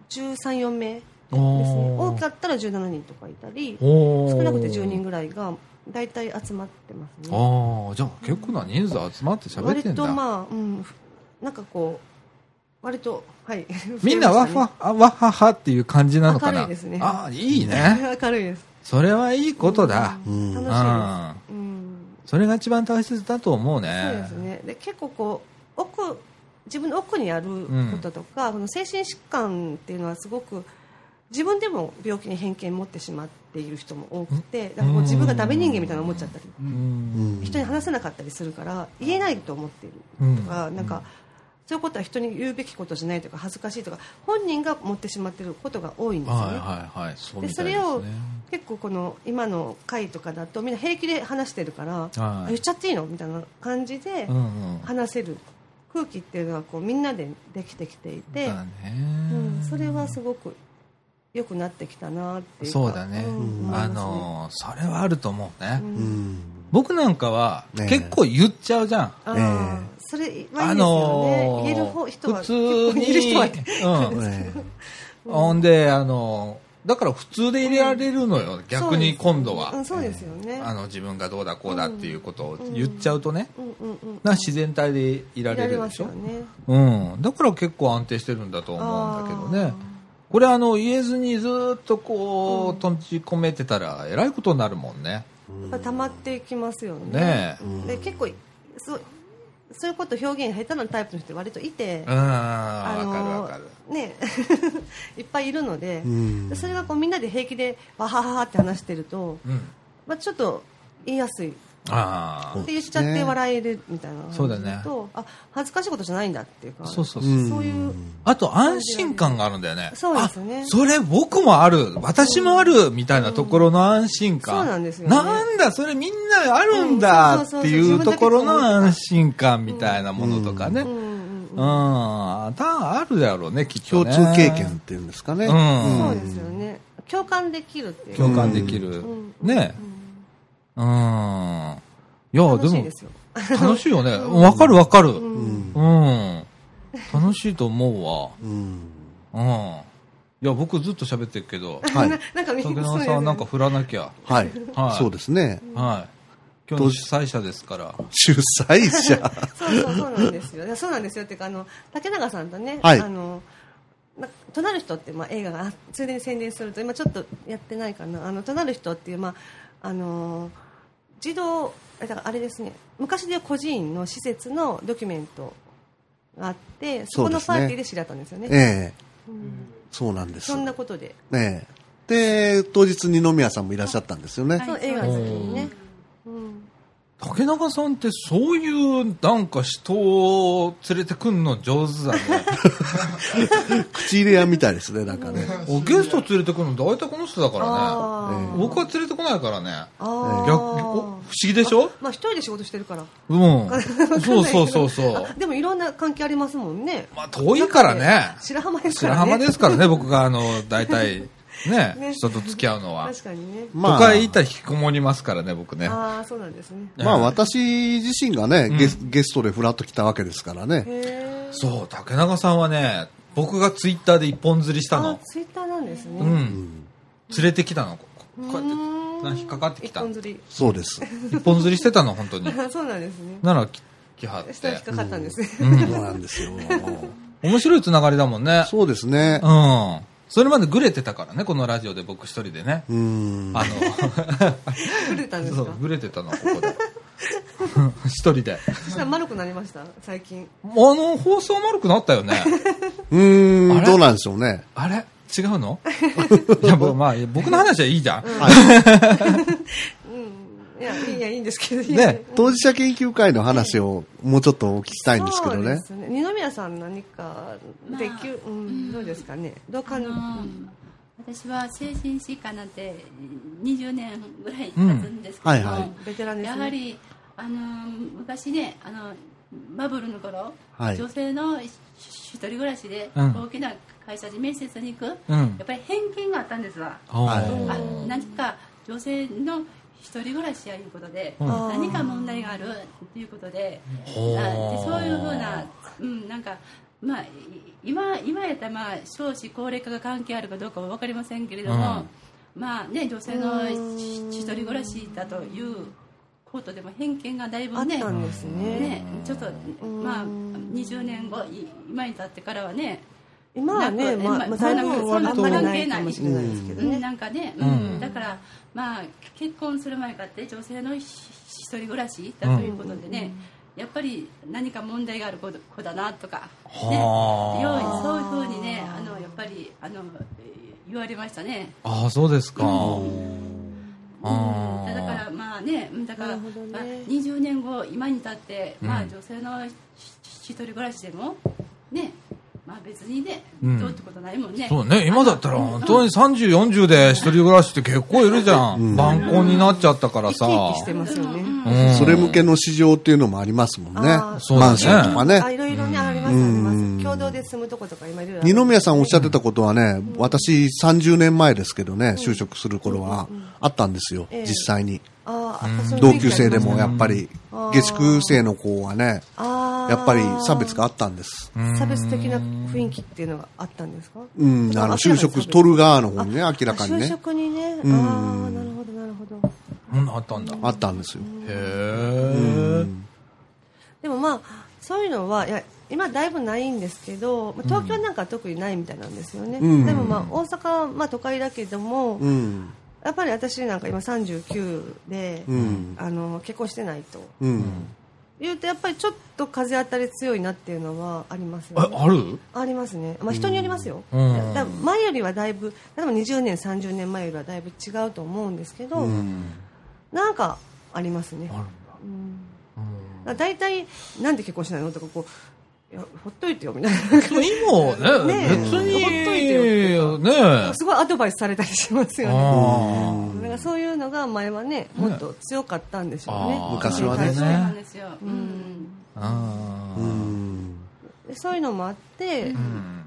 Speaker 3: 13、4名ですね
Speaker 1: お
Speaker 3: 多
Speaker 1: ー
Speaker 3: かったら17人とかいたり
Speaker 1: おー
Speaker 3: 少なくて10人ぐらいが大体集まってますね。
Speaker 1: ああじゃあ結構な人数集まって喋って
Speaker 3: 割
Speaker 1: んだ、
Speaker 3: とまあ、うん、ふなんかこう割とはい
Speaker 1: みんなわっはあわっははっていう感じなのかな
Speaker 3: 明るいですね
Speaker 1: ああいい
Speaker 3: 増えました
Speaker 1: ね
Speaker 3: ね明るいです
Speaker 1: それはいいことだ、
Speaker 3: うん
Speaker 2: うん
Speaker 3: 楽しいで
Speaker 1: あ
Speaker 3: す、うん、
Speaker 1: それが一番大切だと思うね
Speaker 3: そうですねで結構こう奥自分の奥にあることとか、この精神疾患っていうのはすごく自分でも病気に偏見持ってしまっている人も多くてだからこう自分がダメ人間みたいなの思っちゃったり
Speaker 1: う
Speaker 2: うんん
Speaker 3: 人に話せなかったりするから言えないと思っているとか、なんかそういうことは人に言うべきことじゃないとか恥ずかしいとか本人が持ってしまっていることが多いんですよね。
Speaker 6: はいはいはいそう
Speaker 3: で
Speaker 6: みた
Speaker 3: そ
Speaker 6: いで
Speaker 3: れ
Speaker 6: す
Speaker 3: を
Speaker 6: ね
Speaker 3: 結構この今の会とかだとみんな平気で話してるから、あ言っちゃっていいのみたいな感じで
Speaker 1: うんうん
Speaker 3: 話せる空気っていうのはこうみんなでできてきていて、
Speaker 1: だね
Speaker 3: うん、それはすごく良くなってきたなっていうか
Speaker 1: そうだね、
Speaker 3: うん
Speaker 1: あのーそれはあると思うね、
Speaker 3: 思いますね
Speaker 2: う
Speaker 3: うん
Speaker 2: ん。
Speaker 1: 僕なんかは
Speaker 2: ねえ
Speaker 1: 結構言っちゃうじゃん、
Speaker 3: あ
Speaker 2: え
Speaker 3: ー
Speaker 2: え
Speaker 3: それはいいですよね、
Speaker 1: あのー
Speaker 3: 言える方人は
Speaker 1: 普通
Speaker 3: 結構
Speaker 1: に
Speaker 3: いる人はいて
Speaker 1: うん
Speaker 2: ええ
Speaker 1: ほんであのーだから普通で入れられるのよ、逆に今度は、
Speaker 3: うんそうですよね、
Speaker 1: あの自分がどうだこうだっていうことを言っちゃうとね、
Speaker 3: うんうんうん
Speaker 1: な自然体でいら
Speaker 3: いら
Speaker 1: れ
Speaker 3: れ
Speaker 1: る
Speaker 3: ま
Speaker 1: ですしょ
Speaker 3: よ、ね
Speaker 1: うん、だから結構安定してるんだと思うんだけどねこれあの言えずにずーっとこう、閉じ込めてたらえらいことになるもんね
Speaker 3: やっぱ溜まっていきますよね
Speaker 1: ねえ
Speaker 3: で結構そうそういうこと表現下手なタイプの人割といて、
Speaker 1: うんわかるわかる
Speaker 3: ね いっぱいいるので、
Speaker 2: うん
Speaker 3: それがこうみんなで平気でわはははって話してると、
Speaker 1: うん
Speaker 3: まあ、ちょっと言いやすい
Speaker 1: あ
Speaker 3: って言っちゃって笑えるみたいな
Speaker 1: そうだ
Speaker 3: 感じ
Speaker 1: ね
Speaker 3: とあ恥ずかしいことじゃないんだっていうか
Speaker 1: あそうそうそう、
Speaker 2: うん
Speaker 3: そういう
Speaker 1: あと安心感があるんだよね
Speaker 3: そうですね
Speaker 1: あそれ僕もある私もあるみたいなところの安心感、
Speaker 3: そうなんですよね
Speaker 1: なんだそれみんなあるんだ
Speaker 3: うん
Speaker 1: って
Speaker 3: そうそうそう
Speaker 1: い
Speaker 3: 自
Speaker 1: う
Speaker 3: 分だ
Speaker 1: と
Speaker 3: け
Speaker 1: ころの安心感みたいなものとかね、
Speaker 3: うんうん
Speaker 1: うん、ああるだろうね、きっと
Speaker 2: 共
Speaker 1: ね。
Speaker 2: 通経験っていうんですかね。
Speaker 1: うん
Speaker 3: うんんそうですよね共感できるっていう
Speaker 1: 共感できる。
Speaker 3: ん
Speaker 1: ねうん。いや、
Speaker 3: 楽
Speaker 1: で
Speaker 3: しい
Speaker 1: も
Speaker 3: で、すよ
Speaker 1: 楽しいよね。わかるわかる。う。
Speaker 3: うんん
Speaker 1: 楽しいと思
Speaker 2: うん。
Speaker 1: うわ。うん。いや、僕ずっと喋ってるけ ど、
Speaker 2: はい
Speaker 3: ななんかみん
Speaker 1: 竹
Speaker 3: な
Speaker 1: 中さんなんか振らなきゃ。
Speaker 2: はい
Speaker 1: はい。
Speaker 2: そうですね。
Speaker 1: はい。今日
Speaker 2: ど
Speaker 1: の
Speaker 2: う
Speaker 1: 主催者ですから。
Speaker 2: 主催者。
Speaker 3: そうそうそうなんですよ。いやそうなんですよっていうかあの竹永さんとね、
Speaker 2: はい
Speaker 3: あの。なとなる人って、まあ、映画があついでに宣伝すると今ちょっとやってないかな「あのとなる人」っていう、まああのー児童えだからあれですね昔でいう孤児院の施設のドキュメントがあってそこのパーティーで知り合ったんですよねそ
Speaker 2: ええ。そうなんです。
Speaker 3: んなことで、
Speaker 2: ええ。で、当日二宮さんもいらっしゃったんですよね。
Speaker 3: そう映画の時にね、うん、
Speaker 1: 竹中さんってそういう、なんか人を連れてくんの上手 だね。
Speaker 2: 口入れ屋みたいですね、なんかね。
Speaker 1: おゲスト連れてくるの大体この人だからね
Speaker 3: あー、
Speaker 1: 僕は連れてこないからね
Speaker 3: あー
Speaker 1: 逆お不思議でしょ
Speaker 3: まあ、一人で仕事してるから
Speaker 1: うんそうそうそうそう
Speaker 3: あでもいろんな関係ありますもんね。
Speaker 1: まあ遠いからね
Speaker 3: 白浜ですから
Speaker 1: 白
Speaker 3: ね。
Speaker 1: 浜です からね僕があの大体ね
Speaker 3: ね
Speaker 1: 人と付き合うのは
Speaker 3: 確かにね。
Speaker 1: 都会行ったら引きこもりますからね僕ね
Speaker 3: ああ、そうなんですね。
Speaker 2: まあ私自身がね、ゲスゲストでフラッと来たわけですからね。
Speaker 3: へえ。
Speaker 1: そう竹中さんはね僕がツイッターで一本釣りした
Speaker 3: あ
Speaker 1: の、
Speaker 3: ツイッターなんですね。
Speaker 1: う
Speaker 3: うん
Speaker 1: 連れてきたのこここうやって
Speaker 3: ーん
Speaker 1: なんか引っかかってき
Speaker 3: 一
Speaker 1: た
Speaker 3: 本釣り。
Speaker 2: そうです。
Speaker 1: 一本釣りしてたの本 当に
Speaker 3: そうなんですね。
Speaker 1: なら来来はっ
Speaker 3: 下に引
Speaker 1: て
Speaker 3: っかかったんですね。
Speaker 2: そうなんですよ。
Speaker 1: 面白いつながりだもんね
Speaker 2: そうですね。
Speaker 1: うん。それまでグレてたからね、このラジオで僕一人でね。
Speaker 2: うん。
Speaker 1: あ
Speaker 3: 触れたんで
Speaker 1: の、
Speaker 3: す
Speaker 1: そ
Speaker 3: か
Speaker 1: う、。グレてたの、ここで。 一人で。
Speaker 3: そしたら丸くなりました。最近。
Speaker 1: あの、放送丸くなったよね。
Speaker 2: うー
Speaker 1: あ
Speaker 2: ん、
Speaker 1: れ
Speaker 2: どうなんでしょうね。
Speaker 1: あれ違うの いや、僕まあ、僕の話はいいじゃん。
Speaker 3: うん。いや、いいや、いいんですけど。いいや
Speaker 1: ね。
Speaker 2: 当事者研究会の話をもうちょっとお聞きしたいんですけど
Speaker 3: そう
Speaker 2: ね
Speaker 3: で。すね。二宮さん何かで
Speaker 4: まあ
Speaker 3: きゅ、うん、どうですかね。どう
Speaker 4: あ
Speaker 3: か
Speaker 4: の
Speaker 3: な。
Speaker 4: 私は精神疾患なんて20年ぐらい経つんですけど、
Speaker 2: うんはいはい
Speaker 3: ベテランです
Speaker 4: や
Speaker 3: ね
Speaker 4: はりあの昔ねあのバブルの頃、
Speaker 2: はい
Speaker 4: 女性の一一人暮らしで
Speaker 1: うん
Speaker 4: 大きな会社に面接に行く、
Speaker 1: うん
Speaker 4: やっぱり偏見があったんですわ、
Speaker 2: はい
Speaker 1: お
Speaker 4: あ
Speaker 1: ー
Speaker 4: 何か女性の一人暮らしやいうことで、
Speaker 1: うん
Speaker 4: 何か問題があるということで,な、
Speaker 1: ほう
Speaker 4: でそういうふうな,、うんなんかまあ、い今今やったら、まあ、少子高齢化が関係あるかどうかは分かりませんけれども、まあね、女性の一一人暮らしだということでも偏見がだ
Speaker 3: あ
Speaker 4: いぶ
Speaker 3: っ
Speaker 4: ね
Speaker 3: たんですね。
Speaker 4: ね、ちょっと、まあ、20年後い今に至ってからはね
Speaker 3: 今はね、
Speaker 4: なん
Speaker 3: ま
Speaker 4: か
Speaker 3: あ、まあ、
Speaker 4: そ
Speaker 3: だ
Speaker 4: ん
Speaker 3: い
Speaker 4: な
Speaker 3: ぶ
Speaker 4: こと
Speaker 3: あんまりないかもしれないですけど
Speaker 4: うん、
Speaker 3: ね。
Speaker 4: なんかね、
Speaker 1: う
Speaker 4: うんんだから、まあ、結婚する前かって女性のひ一人暮らしだということでね、やっぱり何か問題がある子だ子だなとか、ね、よ
Speaker 1: は
Speaker 4: うそういうふうにねあのやっぱりあのえー言われましたね。
Speaker 1: ああ、そうですか。
Speaker 4: うん、だからまあねだから、
Speaker 3: なるほどね
Speaker 4: まあ、20年後今に至って、まあ、女性のひ一一人暮らしでもねまあ別にね、
Speaker 1: うん
Speaker 4: どうってことないもんね
Speaker 1: そうね、今だったら本当に30、40で一人暮らしって結構いるじゃん。晩婚になっちゃったから
Speaker 3: 生
Speaker 1: さ。
Speaker 3: き生きしてますよね。
Speaker 1: うん
Speaker 2: それ向けの市場っていうのもありますもんね。
Speaker 3: あー
Speaker 1: そうだね
Speaker 2: マンションとか
Speaker 3: あ
Speaker 2: ね。
Speaker 3: いろいろね、あります、あります。共同で住むとことか今いろいろあ
Speaker 2: 二
Speaker 3: る。
Speaker 2: 宮さんおっしゃってたことはね、私30年前ですけどね、就職する頃はあったんですよ、
Speaker 3: ええ
Speaker 2: 実際に。
Speaker 3: あーあそういう雰
Speaker 2: 同
Speaker 3: 囲気
Speaker 2: 級生でもやっぱり
Speaker 3: うん、
Speaker 2: 下宿生の子はね、
Speaker 3: あ
Speaker 2: やっぱり差別があ
Speaker 3: っ
Speaker 2: ったんです。
Speaker 3: た差別的な雰囲気っていうのがあったんですか
Speaker 2: うん、あの、就職取る側の方にね、明らかに
Speaker 3: 就
Speaker 2: ね、
Speaker 3: 職にね、
Speaker 2: ん
Speaker 3: ああ、なるほど、なるほど。
Speaker 1: うん、あったんだ。へ
Speaker 2: あったんですよ。
Speaker 1: え。
Speaker 3: でもまあ、そういうのは、いや今だいぶないんですけど、まあ東京なんかは特にないみたいなんですよね。
Speaker 2: うん
Speaker 3: でもまあ、大阪はまあ都会だけども、
Speaker 2: うん、
Speaker 3: やっぱり私なんか今39で、
Speaker 2: うん、
Speaker 3: あの結婚してないと。
Speaker 2: うん。
Speaker 3: 言うとやっぱりちょっと風当たり強いなっていうのはあります
Speaker 1: え、
Speaker 3: よね。
Speaker 1: ある
Speaker 3: ありますね、まあ、人によりますよ、
Speaker 1: うん
Speaker 3: だだ前よりはだいぶ例えば20年、30年前よりはだいぶ違うと思うんですけど、なんかありますね、だだいたいなんで結婚しないのとかこういやほっといてよみたい
Speaker 1: でも今はね、
Speaker 3: ね
Speaker 1: 別に、
Speaker 3: ほっといて
Speaker 1: ね
Speaker 3: なすごいアドバイスされたりしますよね。
Speaker 1: あ
Speaker 3: だからそういうのが前はねもっと強かったんでしょうね
Speaker 1: あー
Speaker 2: 昔はね
Speaker 4: そうなんですよ、うん
Speaker 1: あ。あ
Speaker 2: う
Speaker 1: ー
Speaker 2: ん
Speaker 3: でそういうのもあって、
Speaker 1: うん。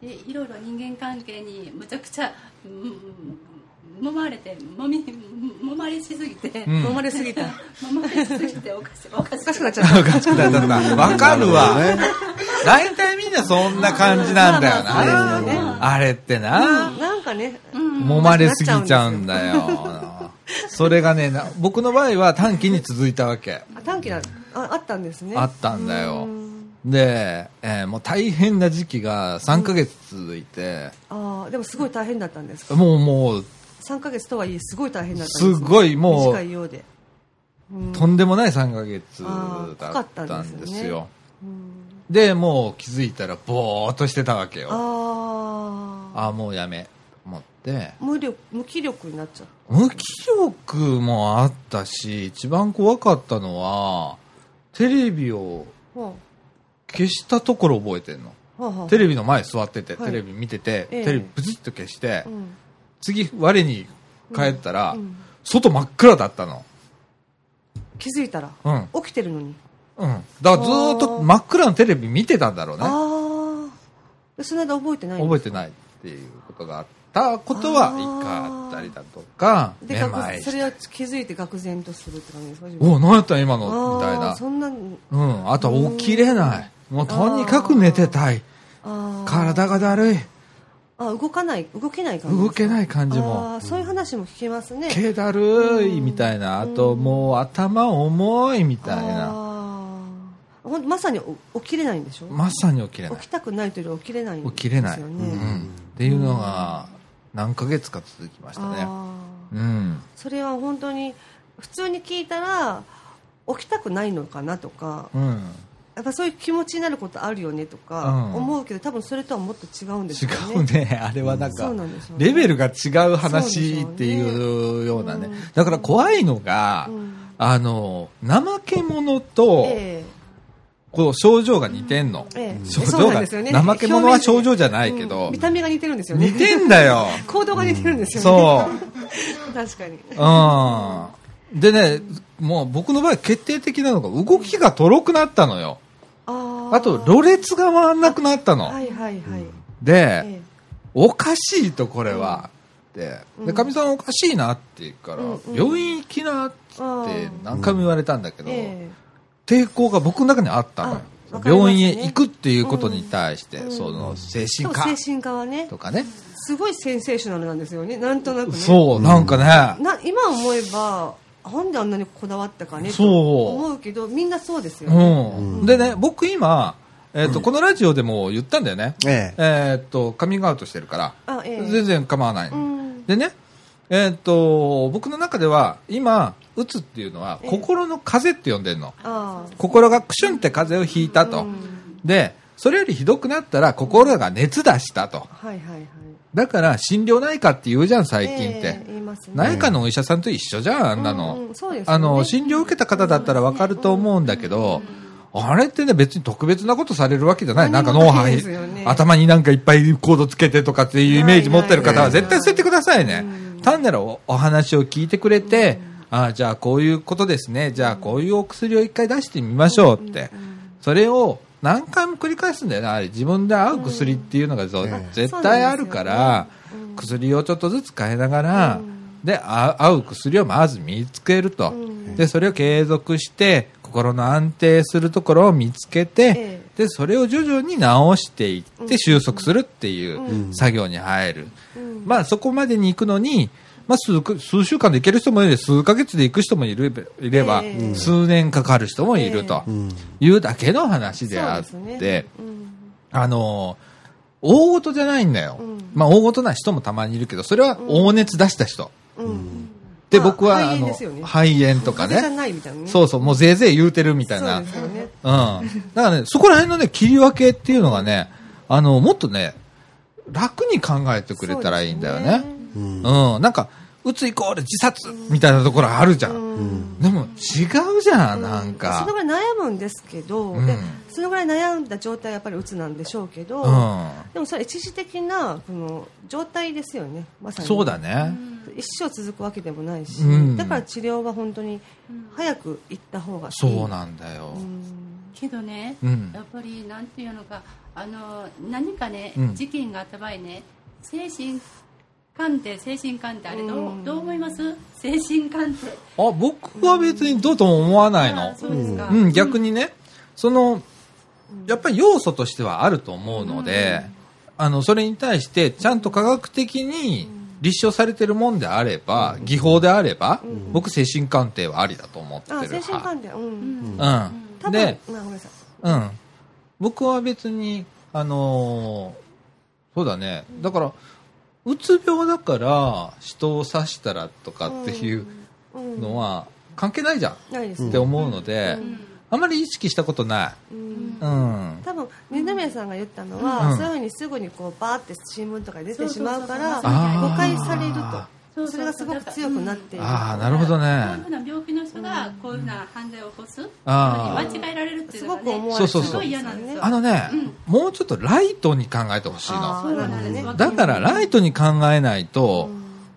Speaker 4: でいろいろ人間関係にむちゃくちゃ、うん、揉まれて揉み揉まれしすぎて、
Speaker 1: ん
Speaker 3: 飲まれすぎた
Speaker 4: 揉まれしすぎておかしいおか
Speaker 3: お
Speaker 4: しい
Speaker 3: かしくなっちゃった
Speaker 1: かしくなっちゃった。わかるわ
Speaker 2: な。る ほどね
Speaker 1: 大体みんなそんな感じなんだよ
Speaker 3: まあまあそうですよね
Speaker 1: な。あれってな。
Speaker 3: なんかね、
Speaker 1: 揉まれすぎちゃうんだよ。それがね、な僕の場合は短期に続いたわけ。
Speaker 3: あ短期なああったんですね
Speaker 1: あったんだよ
Speaker 3: う。ん
Speaker 1: で、えーもう大変な時期が3ヶ月続いて、
Speaker 3: あーでもすごい大変だったんですか
Speaker 1: もうもう、
Speaker 3: 3ヶ月とはいえすごい大変だったんですね
Speaker 1: すごいもう
Speaker 3: 短いようで、うん
Speaker 1: とんでもない3ヶ月
Speaker 3: あ
Speaker 1: だっ
Speaker 3: ー
Speaker 1: た
Speaker 3: 濃
Speaker 1: ん
Speaker 3: かったん
Speaker 1: で
Speaker 3: です
Speaker 1: す
Speaker 3: よ
Speaker 1: よ。で、もう気づいたらぼーっとしてたわけよ。
Speaker 3: ああ
Speaker 1: ああ、もうやめ、と思って。
Speaker 3: 無力無気力になっちゃっ
Speaker 1: 無気力もあったし、一番怖かったのは、テレビを
Speaker 3: た、は
Speaker 1: 消したところ覚えてんの。
Speaker 3: あはあはあ
Speaker 1: テレビの前座ってて、
Speaker 3: はい
Speaker 1: テレビ見てて、
Speaker 3: ええ
Speaker 1: テレビブチッと消して、
Speaker 3: うん
Speaker 1: 次、我に帰ったら、
Speaker 3: うん
Speaker 1: 外真っ暗だったの。
Speaker 3: 気づいたら、
Speaker 1: うん
Speaker 3: 起きてるのに
Speaker 1: うん。だからずーっと真っ暗のテレビ見てたんだろうね。
Speaker 3: ああその間覚えてない
Speaker 1: 覚えてないっていうことがあったことは一回あったりだとか、
Speaker 3: で
Speaker 1: めまい
Speaker 3: 学そ
Speaker 1: し
Speaker 3: れ
Speaker 1: て。
Speaker 3: を気づいて愕然とするって感じですか自分
Speaker 1: お、何やったん今のみたい
Speaker 3: あー
Speaker 1: な。
Speaker 3: そんな
Speaker 1: うん。あとは起きれない。もうとにかく寝てたい。
Speaker 3: あー
Speaker 1: 体がだるい。
Speaker 3: あ動かない動けない感じですか
Speaker 1: 動けない感じ
Speaker 3: あ
Speaker 1: も
Speaker 3: ー。そういう話も聞けますね
Speaker 1: 毛だるいみたいな。あともう頭重いみたいな。
Speaker 3: あーほんまさにお起きれないんでしょ、
Speaker 1: まさに起きれない
Speaker 3: 起き。たくないというより起きれないんですよ
Speaker 1: 起
Speaker 3: ね
Speaker 1: きれない。うん。っていうのが何ヶ月か続きましたね。
Speaker 3: あー
Speaker 1: うん。
Speaker 3: それは本当に普通に聞いたら起きたくないのかなとか
Speaker 1: うん。
Speaker 3: やっぱそういう気持ちになることあるよねと
Speaker 1: う
Speaker 3: か
Speaker 1: ん
Speaker 3: 思うけど、多分それとはもっと違うんですよね
Speaker 1: 違うね、 あれはなん
Speaker 3: そ
Speaker 1: か
Speaker 3: うなんでしょ、うね
Speaker 1: レベルが違う話っていうようなね
Speaker 3: そうでしょうねうん、
Speaker 1: だから怖いのが
Speaker 3: う、ん
Speaker 1: あの、怠け者と、
Speaker 3: え
Speaker 1: こう症状が似てんの。
Speaker 3: えええ
Speaker 1: 症状
Speaker 3: そうなん
Speaker 1: が、
Speaker 3: ですよね
Speaker 1: 怠け者は症状じゃないけ
Speaker 3: う
Speaker 1: ど
Speaker 3: ん見、た目が似てるんですよね
Speaker 1: 似てんだよ。
Speaker 3: 行動が似てるんですよね、
Speaker 1: そう。
Speaker 3: 確かに
Speaker 1: うん。でね、もう僕の場合決定的なのが動きがとろくなったのよ。
Speaker 3: あー
Speaker 1: あと、ろれつが回んなくなったの
Speaker 3: は。いはいはい、
Speaker 1: で、
Speaker 3: え
Speaker 1: おかしいとこれは、って
Speaker 3: うん
Speaker 1: でかみさんおかしいなって言うから、
Speaker 3: うんうん
Speaker 1: 病院行きなっ
Speaker 3: あー
Speaker 1: て何回も言われたんだけ
Speaker 3: え
Speaker 1: ど、
Speaker 3: え
Speaker 1: 抵抗が僕の中にあったのよ、
Speaker 3: あわかります
Speaker 1: 病
Speaker 3: ね
Speaker 1: 院へ行くっていうことに対して、
Speaker 3: うん
Speaker 1: その精
Speaker 3: えで
Speaker 1: 神
Speaker 3: も
Speaker 1: 科
Speaker 3: 精神科はね
Speaker 1: とかね、
Speaker 3: すごいセンセーショナルなんですよねなんとなくね
Speaker 1: そうなんかね、
Speaker 3: な今思えばなんであんなにこだわったかね
Speaker 1: そう
Speaker 3: と思うけどみんなそうですよ
Speaker 1: う
Speaker 3: ね、
Speaker 1: んでね僕今、えっとこのラジオでも言ったんだよね、
Speaker 2: ええ。
Speaker 1: えっとカミングアウトしてるから、
Speaker 3: あええ
Speaker 1: 全然構わない、
Speaker 3: うん
Speaker 1: でね、えーっと僕の中では今うつっていうのは
Speaker 3: ええ
Speaker 1: 心の風邪って呼んでるの
Speaker 3: あ
Speaker 1: 心がクシュンって風邪をひいた
Speaker 3: あ
Speaker 1: と、
Speaker 3: うん
Speaker 1: でそれよりひどくなったら心が熱出したと
Speaker 3: はいはいはい
Speaker 1: だから心療内科って言うじゃん最近って、
Speaker 3: ええ言いますね
Speaker 1: 内科のお医者さんと一緒じゃんあんなの、
Speaker 3: うんうんそうですよね
Speaker 1: あの診療を受けた方だったらわかると思うんだけど、あれってね、別に特別なことされるわけじゃない。なん
Speaker 3: 何
Speaker 1: か
Speaker 3: も
Speaker 1: 脳
Speaker 3: な
Speaker 1: 波
Speaker 3: いですよね、
Speaker 1: 頭になんかいっぱいコードつけてとかっていうイメージ持ってる方
Speaker 3: な
Speaker 1: はい
Speaker 3: ない
Speaker 1: 絶対捨ててくださいね
Speaker 3: うん。
Speaker 1: 単なるおお話を聞いてくれて、ああ、じゃあこういうことですね。じゃあこういうお薬を一回出してみましょうって。それを何回も繰り返すんだよな。あれ自分で合う薬っていうのがぞ
Speaker 2: うん
Speaker 1: 絶対あるから、薬をちょっとずつ変えながら、で、あ合う薬をまず見つけると。
Speaker 3: うん
Speaker 1: で、それを継続して、心の安定するところを見つけて、
Speaker 3: え
Speaker 1: で、それを徐々に直していって収束するってい
Speaker 2: ん
Speaker 1: う
Speaker 2: うん
Speaker 1: 作業に入る。
Speaker 3: うん
Speaker 1: まあ、そこまでに行くのに、まあ、数く数週間で行ける人もいるし数ヶ月で行く人もいるいれば、
Speaker 3: ええ
Speaker 1: 数年かかる人もいると
Speaker 2: うん。
Speaker 1: いうだけの話であっ
Speaker 3: そ
Speaker 1: て、
Speaker 3: うですねうん
Speaker 1: あのー大事じゃないんだよ。
Speaker 3: うん
Speaker 1: まあ、大事な人もたまにいるけど、それは大熱出した人。
Speaker 3: うん
Speaker 1: で、
Speaker 3: まあ
Speaker 1: 僕は、
Speaker 3: 肺炎
Speaker 1: あの
Speaker 3: ですよね
Speaker 1: 肺炎とか
Speaker 3: 風邪じゃ
Speaker 1: ね。
Speaker 3: ないみたいなね
Speaker 1: そううそう、もうぜいぜい言うてるみたいな。
Speaker 3: ですよ
Speaker 1: う
Speaker 3: ね
Speaker 1: ん。だからね、そこら辺のね、切り分けっていうのがね、あの、もっとね、楽に考えてくれたらいいんだよね。
Speaker 2: うん。
Speaker 1: うん。なんか、うつイコール自殺みたいなところあるじゃ。
Speaker 3: うんん
Speaker 1: でも、違うじゃん、なん
Speaker 3: その
Speaker 1: か。
Speaker 3: ぐらい悩むんですけど、
Speaker 1: うん
Speaker 3: でそのぐらい悩んだ状態はやっぱり鬱なんでしょうけど、
Speaker 1: う
Speaker 3: でもそれは一時的なこの状態ですよね、まさ
Speaker 1: ん。
Speaker 3: に
Speaker 1: そうだね。
Speaker 3: 一生続くわけでもないし、
Speaker 1: うん
Speaker 3: だから治療は本当に早く行った方がいい
Speaker 1: そうなんだよ
Speaker 3: う。ん
Speaker 4: けどね、
Speaker 1: うん
Speaker 4: やっぱりなんていうのかあの何かね、
Speaker 1: うん
Speaker 4: 事件があった場合ね精神鑑定精神鑑定あれどう,、
Speaker 3: うん
Speaker 4: どう思います精神鑑定
Speaker 1: あ、僕は別にどうとも思わない
Speaker 4: あ
Speaker 1: の
Speaker 4: ー。そうですか、
Speaker 1: うん、逆にね、その、やっぱり要素としてはあると思うので、あの、それに対して、ちゃんと科学的に立証されてるもんであれば、技法であれば、僕、精神鑑定はありだと思ってる
Speaker 3: あ
Speaker 1: 派。
Speaker 3: 精神鑑定、うん
Speaker 4: う
Speaker 1: う
Speaker 4: ん
Speaker 3: 多
Speaker 1: ん。
Speaker 3: 分、
Speaker 1: で、
Speaker 3: まあ、ごめんなさい
Speaker 1: うん。僕は別に、あのーそうだね。だから、うつ病だから、人を刺したらとかっていう
Speaker 3: うん
Speaker 1: のは、関係ないじゃん
Speaker 3: ないです
Speaker 1: っ
Speaker 3: ね
Speaker 1: て、思うので
Speaker 4: う、ん
Speaker 1: あまり意識したことない。
Speaker 3: うん
Speaker 1: うん。
Speaker 3: 多分二宮さんが言ったのは、
Speaker 1: うん
Speaker 3: そういうふうにすぐにこうバーって新聞とかに出てしまうから
Speaker 4: そうそうそうそう
Speaker 3: 誤解されると
Speaker 4: そうそう
Speaker 3: それがすごく強くなっている
Speaker 1: ああ、なるほど
Speaker 4: こういう
Speaker 1: ね
Speaker 4: ふ。うな病気の人がこういうふうな犯罪を起こす、
Speaker 1: あー
Speaker 4: 間違えられるってい
Speaker 3: す
Speaker 4: うの
Speaker 3: ご
Speaker 4: が
Speaker 3: く思
Speaker 4: ね
Speaker 3: わ
Speaker 1: そう
Speaker 3: れ
Speaker 1: そうそう
Speaker 3: ちゃんですよね
Speaker 1: あのね、もうちょっとライトに考えてほしい
Speaker 3: あ
Speaker 1: の。
Speaker 4: そうなんです
Speaker 3: うん
Speaker 4: わ
Speaker 1: だからライトに考えないと、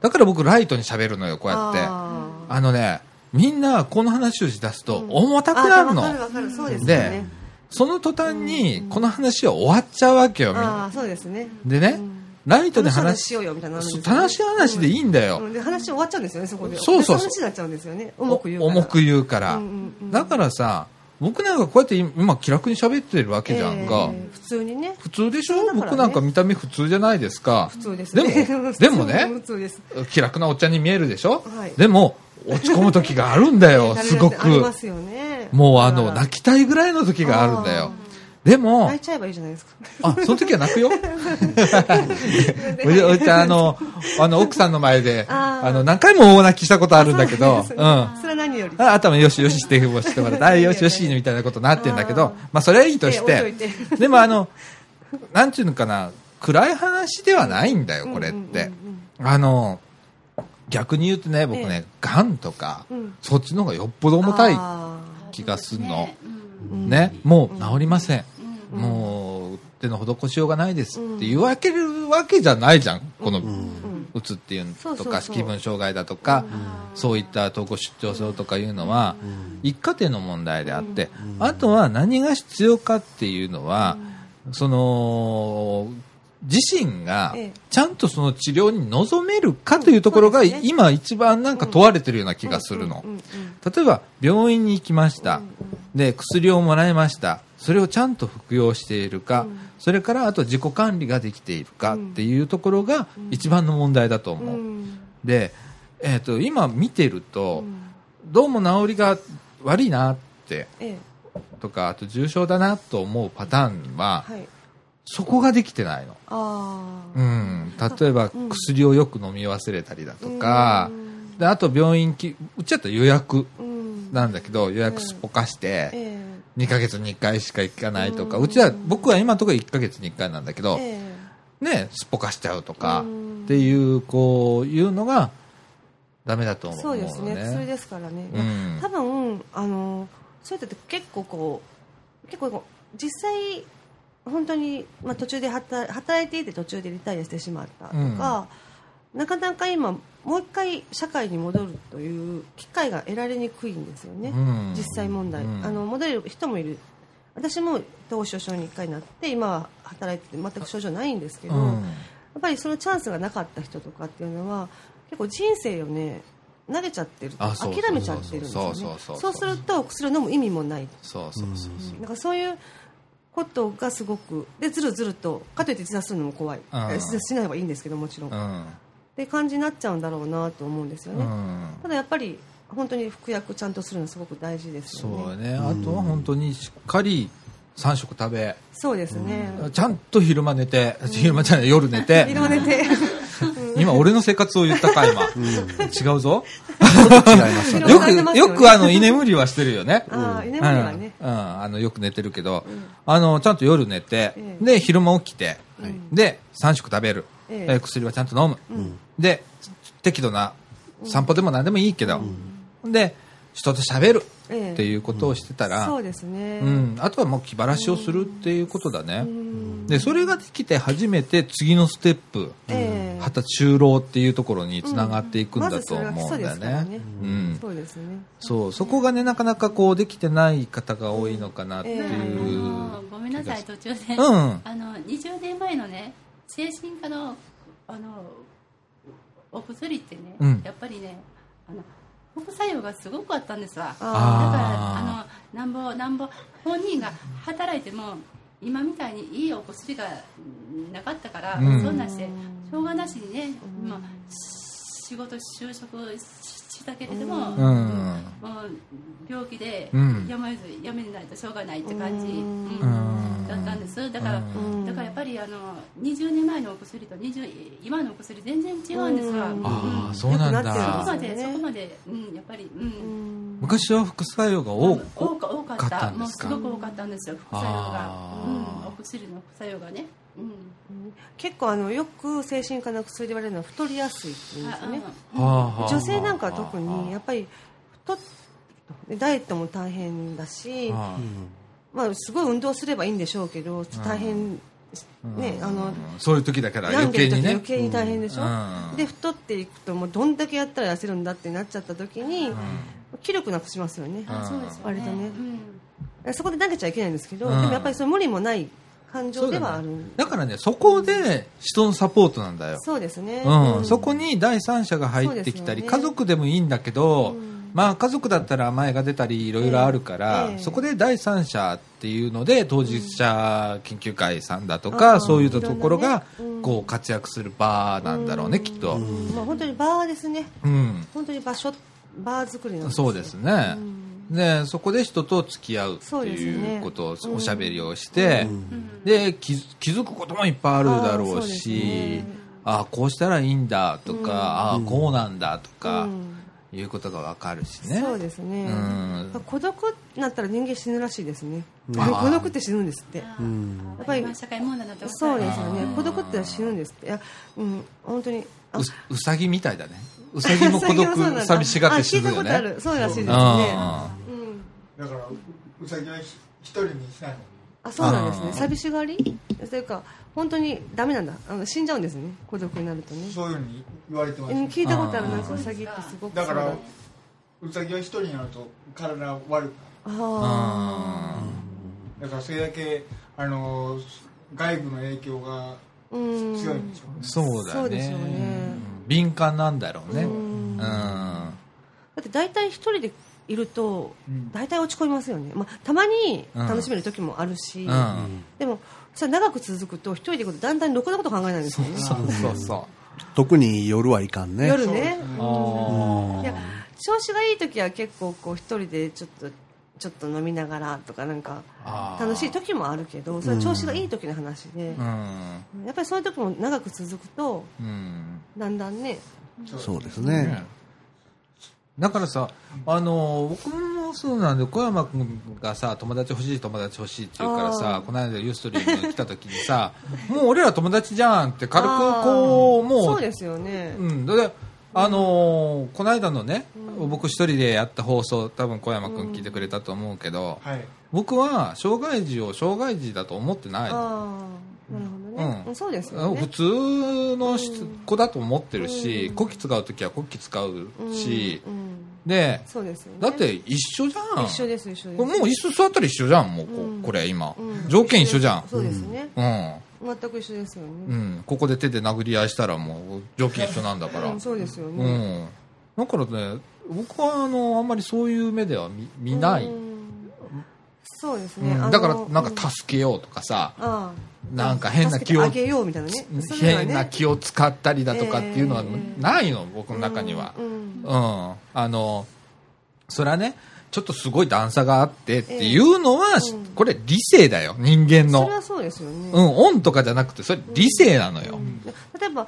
Speaker 1: だから僕ライトに喋るのよ、こうやって。あ
Speaker 3: あ
Speaker 1: のね、みんなこの話をし出すと
Speaker 3: うん
Speaker 1: 重
Speaker 3: ー
Speaker 1: たくなる
Speaker 3: あわかる
Speaker 1: の。
Speaker 3: わかるそうですよ
Speaker 1: で
Speaker 3: ね、
Speaker 1: その途端にこの話は終わっちゃうわけよ、みん
Speaker 3: あ
Speaker 1: な
Speaker 3: あそうですね
Speaker 1: でね
Speaker 3: うん、
Speaker 1: ライトで
Speaker 3: 楽
Speaker 1: 話
Speaker 3: しい話しようよみたいになるんですよね
Speaker 1: 楽しい話でいいんだ
Speaker 3: う
Speaker 1: よ。
Speaker 3: んで話終わっちゃうんですよねそこで
Speaker 1: そうそうそう
Speaker 3: で話になっちゃうんですよね重く言うから
Speaker 1: 重く言うから
Speaker 3: うんうんうん。
Speaker 1: だからさ、僕なんかこうやって今気楽に喋ってるわけじゃんか。
Speaker 3: えー普通にね
Speaker 1: 普通でし
Speaker 3: 普
Speaker 1: ょ、
Speaker 3: 通だからね
Speaker 1: 僕なんか見た目普通じゃないですか
Speaker 3: 普通ですね
Speaker 1: でも
Speaker 3: 普通
Speaker 1: でもね
Speaker 3: 普通です
Speaker 1: 気楽なおっちゃんに見えるでしょ、
Speaker 3: はい
Speaker 1: で も落ち込む時があるんだよすご
Speaker 3: ありま
Speaker 1: く
Speaker 3: すよね
Speaker 1: もうあの
Speaker 3: ら
Speaker 1: 泣きたいぐらいの時があるんだよでも
Speaker 3: 泣いちゃえばいいじゃないですか
Speaker 1: あその時は泣くよおじおじちゃんあのあの奥さんの前で
Speaker 3: あ
Speaker 1: あ
Speaker 3: ー
Speaker 1: の何回も大泣きしたことあるんだけ ど
Speaker 3: そううんなんですねそれは何より。
Speaker 1: あ頭よしよししてもしてもらって、あよしよしみたいなことになってるんだけど、まあそれはいいとし
Speaker 3: ええ置
Speaker 1: て
Speaker 3: いとい、
Speaker 1: でもあの、なんていうのかな、暗い話ではないんだよ、これっ
Speaker 3: うんうん
Speaker 1: て。あの、逆に言うとね、僕ね、がんとか
Speaker 3: うん、
Speaker 1: そっちの方がよっぽど重たい
Speaker 3: あ
Speaker 1: 気がすんの
Speaker 4: ね。うん
Speaker 3: ーうん
Speaker 1: ね、もう治りません。
Speaker 4: うん
Speaker 1: もう、手の施しようがないですって言わけるわけじゃないじゃん、この、
Speaker 3: ん
Speaker 1: うつっていうの
Speaker 3: そう
Speaker 1: と
Speaker 3: そう
Speaker 1: か、
Speaker 3: そう
Speaker 1: 気分障害だとか、そういった統合失調症とかいうのは、一過程の問題であって、あとは何が必要かっていうのは、その、自身が
Speaker 3: ええ
Speaker 1: ちゃんとその治療に臨めるかというところが、
Speaker 3: うんそうですね
Speaker 1: 今一番なんか問われてるような気がするの。
Speaker 3: うんうん
Speaker 1: 例えば病院に行きました、で薬をもらいましたそれをちゃんと服用しているか、それからあと自己管理ができているかっていうところが一番の問題だと
Speaker 3: う
Speaker 1: 思う、
Speaker 3: ん
Speaker 1: で、えー、と今見てる
Speaker 3: う
Speaker 1: と、
Speaker 3: ん
Speaker 1: どうも治りが悪いなって
Speaker 3: ええ
Speaker 1: とかあと重症だなと思うパターンは、
Speaker 3: はい。
Speaker 1: そこができてないの、
Speaker 3: あ
Speaker 1: う
Speaker 3: あ。
Speaker 1: ん、例えば
Speaker 3: うん
Speaker 1: 薬をよく飲み忘れたりだとか、
Speaker 3: うん
Speaker 1: であと病院きうちだと予約
Speaker 3: うん
Speaker 1: なんだけど予約すっぽかして、
Speaker 3: ええ
Speaker 1: 2ヶ月に1回しか行かないとか、
Speaker 3: うん
Speaker 1: うちは僕は今のところ1ヶ月に1回なんだけど、
Speaker 3: ええ
Speaker 1: ねすっぽかしちゃうとか、
Speaker 3: うん
Speaker 1: っていうこういうのがダメだと思う
Speaker 3: そうですね。
Speaker 1: の
Speaker 3: 薬ですからね
Speaker 1: うん。
Speaker 3: 多分あのそういうのって結構こう。結構実際本当に、まあ、途中で働働いていて途中でリタイアしてしまったとか、なかなか今もう一回社会に戻るという機会が得られにくいんですよね、
Speaker 1: うん
Speaker 3: 実際問題、
Speaker 1: うん
Speaker 3: あの戻れる人もいる私も当初症に1回なって今は働いてて全く症状ないんですけど、
Speaker 1: うん
Speaker 3: やっぱりそのチャンスがなかった人とかっていうのは結構人生をね慣れちゃってる
Speaker 6: あそう
Speaker 3: 諦めちゃってるんですよ
Speaker 6: そうそう
Speaker 3: ね
Speaker 6: そうそう
Speaker 3: そうすると薬を飲む意味もない
Speaker 6: そうそうそうそう
Speaker 3: なんかそういうことがすごくでずるずるとかといって自殺するのも怖い
Speaker 1: あー
Speaker 3: え自殺しない方がいいんですけどもちろん
Speaker 1: う
Speaker 3: っ
Speaker 1: ん
Speaker 3: て感じになっちゃうんだろうなと思うんですよ
Speaker 1: う
Speaker 3: ね、
Speaker 1: ん
Speaker 3: ただやっぱり本当に服薬ちゃんとするのすごく大事ですよね
Speaker 1: そうだねあとは本当にしっかり3食食べ
Speaker 3: そうですね、
Speaker 1: ちゃんと昼間寝て昼間じゃない夜寝て
Speaker 3: 色々寝て
Speaker 1: 今俺の生活を言ったか今違うぞ
Speaker 2: 違います
Speaker 3: 色
Speaker 1: よ
Speaker 3: 々寝てま
Speaker 1: く
Speaker 3: すよ
Speaker 1: よ
Speaker 3: ね
Speaker 1: くあの居眠りはしてるよね
Speaker 3: ああ居眠りはね、
Speaker 1: うん、うんあのよく寝てるけど、あのちゃんと夜寝て、
Speaker 3: ええ
Speaker 1: で昼間起きて、
Speaker 3: はい
Speaker 1: で3食食べる、
Speaker 3: え
Speaker 1: え
Speaker 3: え
Speaker 1: ー薬はちゃんと飲む、で適度な散歩でも何でもいいけど、で人と喋る
Speaker 3: ええ
Speaker 1: っていうことをしてたら、
Speaker 3: そうですね、
Speaker 1: うん、あとはもう気晴らしをするっていうことだね、
Speaker 3: ん
Speaker 1: でそれができて初めて次のステップ
Speaker 3: ええ
Speaker 1: 二十歳中老っていうところにつながっていくん
Speaker 3: ま
Speaker 1: だ
Speaker 3: ず
Speaker 1: と
Speaker 3: それが
Speaker 1: 思
Speaker 3: 基
Speaker 1: うんだ
Speaker 3: 礎で
Speaker 1: よ
Speaker 3: すから
Speaker 1: ね
Speaker 3: ね、
Speaker 1: うん
Speaker 3: そうですね
Speaker 1: そうそこがねなかなかこうできてない方が多いのかなっていう、
Speaker 3: ええ
Speaker 4: あのごめんなさい途中
Speaker 1: う
Speaker 4: で、
Speaker 1: ん
Speaker 4: あの20年前のね精神科のあのお薬ってね、
Speaker 1: うん
Speaker 4: やっぱりねあの副作用がすごくあったんですわだから
Speaker 1: あ
Speaker 4: あのなんぼなんぼ本人が働いても今みたいにいいお薬がなかったから、
Speaker 1: うん
Speaker 4: そんなんしてしょうがなしにね、まあ、し仕事就職ししたけれども、
Speaker 1: うん
Speaker 4: もう病気で
Speaker 1: うん
Speaker 4: やむを得ずやめないとしょうがないって感じ、うん
Speaker 1: うん
Speaker 4: だったんですだから、
Speaker 3: ん
Speaker 4: だからやっぱりあの20年前のお薬と20今のお薬全然違うんですわ、
Speaker 3: う
Speaker 4: うんん
Speaker 1: ああ
Speaker 4: そ
Speaker 1: そうなん
Speaker 3: よく
Speaker 4: こ
Speaker 3: な
Speaker 1: だ
Speaker 3: っ
Speaker 4: ま
Speaker 3: てる
Speaker 4: でそこまで、うん、やっぱり、うん、
Speaker 1: 昔は副作用が多く
Speaker 4: 多か多かった
Speaker 1: 多かったん
Speaker 4: も
Speaker 1: で
Speaker 4: う
Speaker 1: す
Speaker 4: す
Speaker 1: か
Speaker 4: ごく多かったんですよ副作用が
Speaker 1: あ、
Speaker 4: う
Speaker 1: ー
Speaker 4: ん、お薬の副作用がね、うん
Speaker 3: 結構あのよく精神科の薬で言われるのは太りやすいって言うんですよね
Speaker 4: あうん
Speaker 1: 女
Speaker 3: 女性なんかは特にやっぱり太っでダイエットも大変だし、まあ、すごい運動すればいいんでしょうけど大変、ねあの
Speaker 1: そういう時だから
Speaker 3: 病ん
Speaker 1: 余
Speaker 3: で
Speaker 1: 計
Speaker 3: る時
Speaker 1: にね
Speaker 3: 余計に大変でしょ、
Speaker 1: うん
Speaker 3: で太っていくともうどんだけやったら痩せるんだってなっちゃった時に、気力なくしますよね、
Speaker 4: あそうですよ
Speaker 3: 割とね
Speaker 4: うん
Speaker 3: そこで投げちゃいけないんですけど、
Speaker 1: うん
Speaker 3: でもやっぱりその無理もない感
Speaker 1: そ
Speaker 3: 情
Speaker 1: うだ
Speaker 3: で
Speaker 1: ね
Speaker 3: はあるそう,、
Speaker 1: だからねそこで人のサポートなんだよ
Speaker 3: ですね、
Speaker 1: うん
Speaker 3: うん
Speaker 1: そこに第三者が入ってきたり、
Speaker 3: そうですよ
Speaker 1: 家
Speaker 3: ね
Speaker 1: 族でもいいんだけど、
Speaker 3: うん
Speaker 1: まあ、家族だったら甘えが出たりいろいろあるから、
Speaker 3: ええ
Speaker 1: そこで第三者っていうので当事者研究会さんだとか、
Speaker 3: あー
Speaker 1: そういうところが
Speaker 3: いろんなねうん
Speaker 1: こう活躍する場なんだろうね、きっと、うん
Speaker 3: まあ、本当にバーですね本当に場所バー作りなんですよ
Speaker 1: そうですね、でそこで人と付き合うって
Speaker 3: そうです
Speaker 1: い
Speaker 3: ね
Speaker 1: うことをおしゃべりをして、
Speaker 4: うん
Speaker 1: で気づ気づくこともいっぱいあるだろうしああこうしたらいいんだとか、ああこうなんだとか、いうことがわかるしね
Speaker 3: そうですね、
Speaker 1: うん
Speaker 3: 孤独になったら人間死ぬらしいですね、
Speaker 1: あー
Speaker 3: 孤独って死ぬんですって
Speaker 4: やっぱり今社会問題になってますか
Speaker 3: そ
Speaker 4: ら
Speaker 3: う
Speaker 4: ね
Speaker 3: ですよ
Speaker 1: あー
Speaker 3: ね孤独って死ぬんですっていや、うん、本当にあ
Speaker 1: ううさぎみたいだねうさぎも孤
Speaker 3: 最近はそうなん
Speaker 1: 独
Speaker 3: だ
Speaker 1: 寂しがって死ぬ
Speaker 3: あ聞いた
Speaker 1: よ
Speaker 3: ことあ
Speaker 1: ね
Speaker 3: るそうらしいですね
Speaker 1: あ
Speaker 3: うん
Speaker 5: だからううさぎはひ一人にしないの
Speaker 3: あそうなんです
Speaker 1: あー
Speaker 3: ね寂しがりというか本当にダメなんだあの死んじゃうんですね孤独になるとね
Speaker 5: そういうふうに言われてま
Speaker 3: う
Speaker 5: す、
Speaker 3: ん聞いたことある
Speaker 1: あー
Speaker 3: なんかウサギってすごく
Speaker 5: だか
Speaker 3: そう
Speaker 5: ら
Speaker 3: だ
Speaker 5: うさぎは一人になると体が悪く
Speaker 3: あ
Speaker 1: あ
Speaker 5: なるだからそれだけあの外部の影響が
Speaker 3: ーうん
Speaker 5: 強いんでしょうね、
Speaker 1: そうだ
Speaker 3: そうでし
Speaker 1: ね
Speaker 3: ょうね
Speaker 1: 敏感なんだろうねうん
Speaker 3: だって大体一人でいると
Speaker 5: ん
Speaker 3: 大体落ち込みますよね、まあ、たまに楽しめる時もあるし、
Speaker 1: うん
Speaker 3: でもそれ長く続くと一人でいるとだんだんろくなこと考えないんですよね
Speaker 1: そうそうそ
Speaker 2: 特に夜はいかんね。
Speaker 3: 夜ね
Speaker 1: うあ
Speaker 3: いや調子がいい時は結構こう一人でちょっとちょっと飲みながらとかなんか
Speaker 1: あー
Speaker 3: 楽しい時もあるけどそれは調子がいい時の話で
Speaker 1: ー、うん
Speaker 3: やっぱりそういう時も長く続くと
Speaker 1: うん
Speaker 3: だんだんね
Speaker 2: そうですね。
Speaker 1: だからさ、あの僕もそうなんで小山君がさ友達欲しい友達欲しいって言うから
Speaker 3: あ
Speaker 1: さ
Speaker 3: ー
Speaker 1: この間ユーストリームに来た時にさ もう俺ら友達じゃんって軽く
Speaker 3: あー
Speaker 1: こうも
Speaker 3: そううですよね、
Speaker 1: うん、だってあのーこの間のね、僕一人でやった放送多分小山君聞いてくれたと思うけど、
Speaker 5: はい
Speaker 1: 僕は障害児を障害児だと思ってないの
Speaker 3: ああなるほどね、
Speaker 1: う
Speaker 3: うんん、そうです
Speaker 1: あ
Speaker 3: よ
Speaker 1: の
Speaker 3: ね
Speaker 1: 普通のし
Speaker 3: うん
Speaker 1: 子だと思ってるし、
Speaker 3: うん
Speaker 1: 国旗使う時は国旗使うし、
Speaker 3: うんうん
Speaker 1: で
Speaker 3: そうですよね
Speaker 1: だって一緒じゃん
Speaker 3: 一緒です一緒です
Speaker 1: これもう椅子座ったら一緒じゃんもうこ,、
Speaker 3: うん
Speaker 1: これ今、
Speaker 3: うん
Speaker 1: 条件一緒じゃん
Speaker 3: そうですね、
Speaker 1: うん、
Speaker 3: 全く一緒ですよ
Speaker 1: う
Speaker 3: ね、
Speaker 1: ん、ここで手で殴り合いしたらもう条件一緒なんだか
Speaker 3: う
Speaker 1: ら、
Speaker 3: ん
Speaker 1: う
Speaker 3: そうですよね、
Speaker 1: ん、だからね僕はあのあんまりそういう目では見見ない、
Speaker 3: う
Speaker 1: うん
Speaker 3: んそうですね、あの
Speaker 1: だからなん
Speaker 3: う
Speaker 1: か助けようとかさ、
Speaker 3: ああ
Speaker 1: なんか変な気を
Speaker 3: 助けてあげようみたいなねそれはね
Speaker 1: 変な気を使ったりだとかっていうのは
Speaker 3: ええ
Speaker 1: ないの、僕の中には。
Speaker 3: うんうん
Speaker 1: うん、あのそれはねちょっとすごい段差があってっていうのは、
Speaker 3: えうん
Speaker 1: これ理性だよ人間
Speaker 3: それ
Speaker 1: の
Speaker 3: はそうですよね、
Speaker 1: うんオンとかじゃなくてそれ理性なのよ、
Speaker 3: 例えば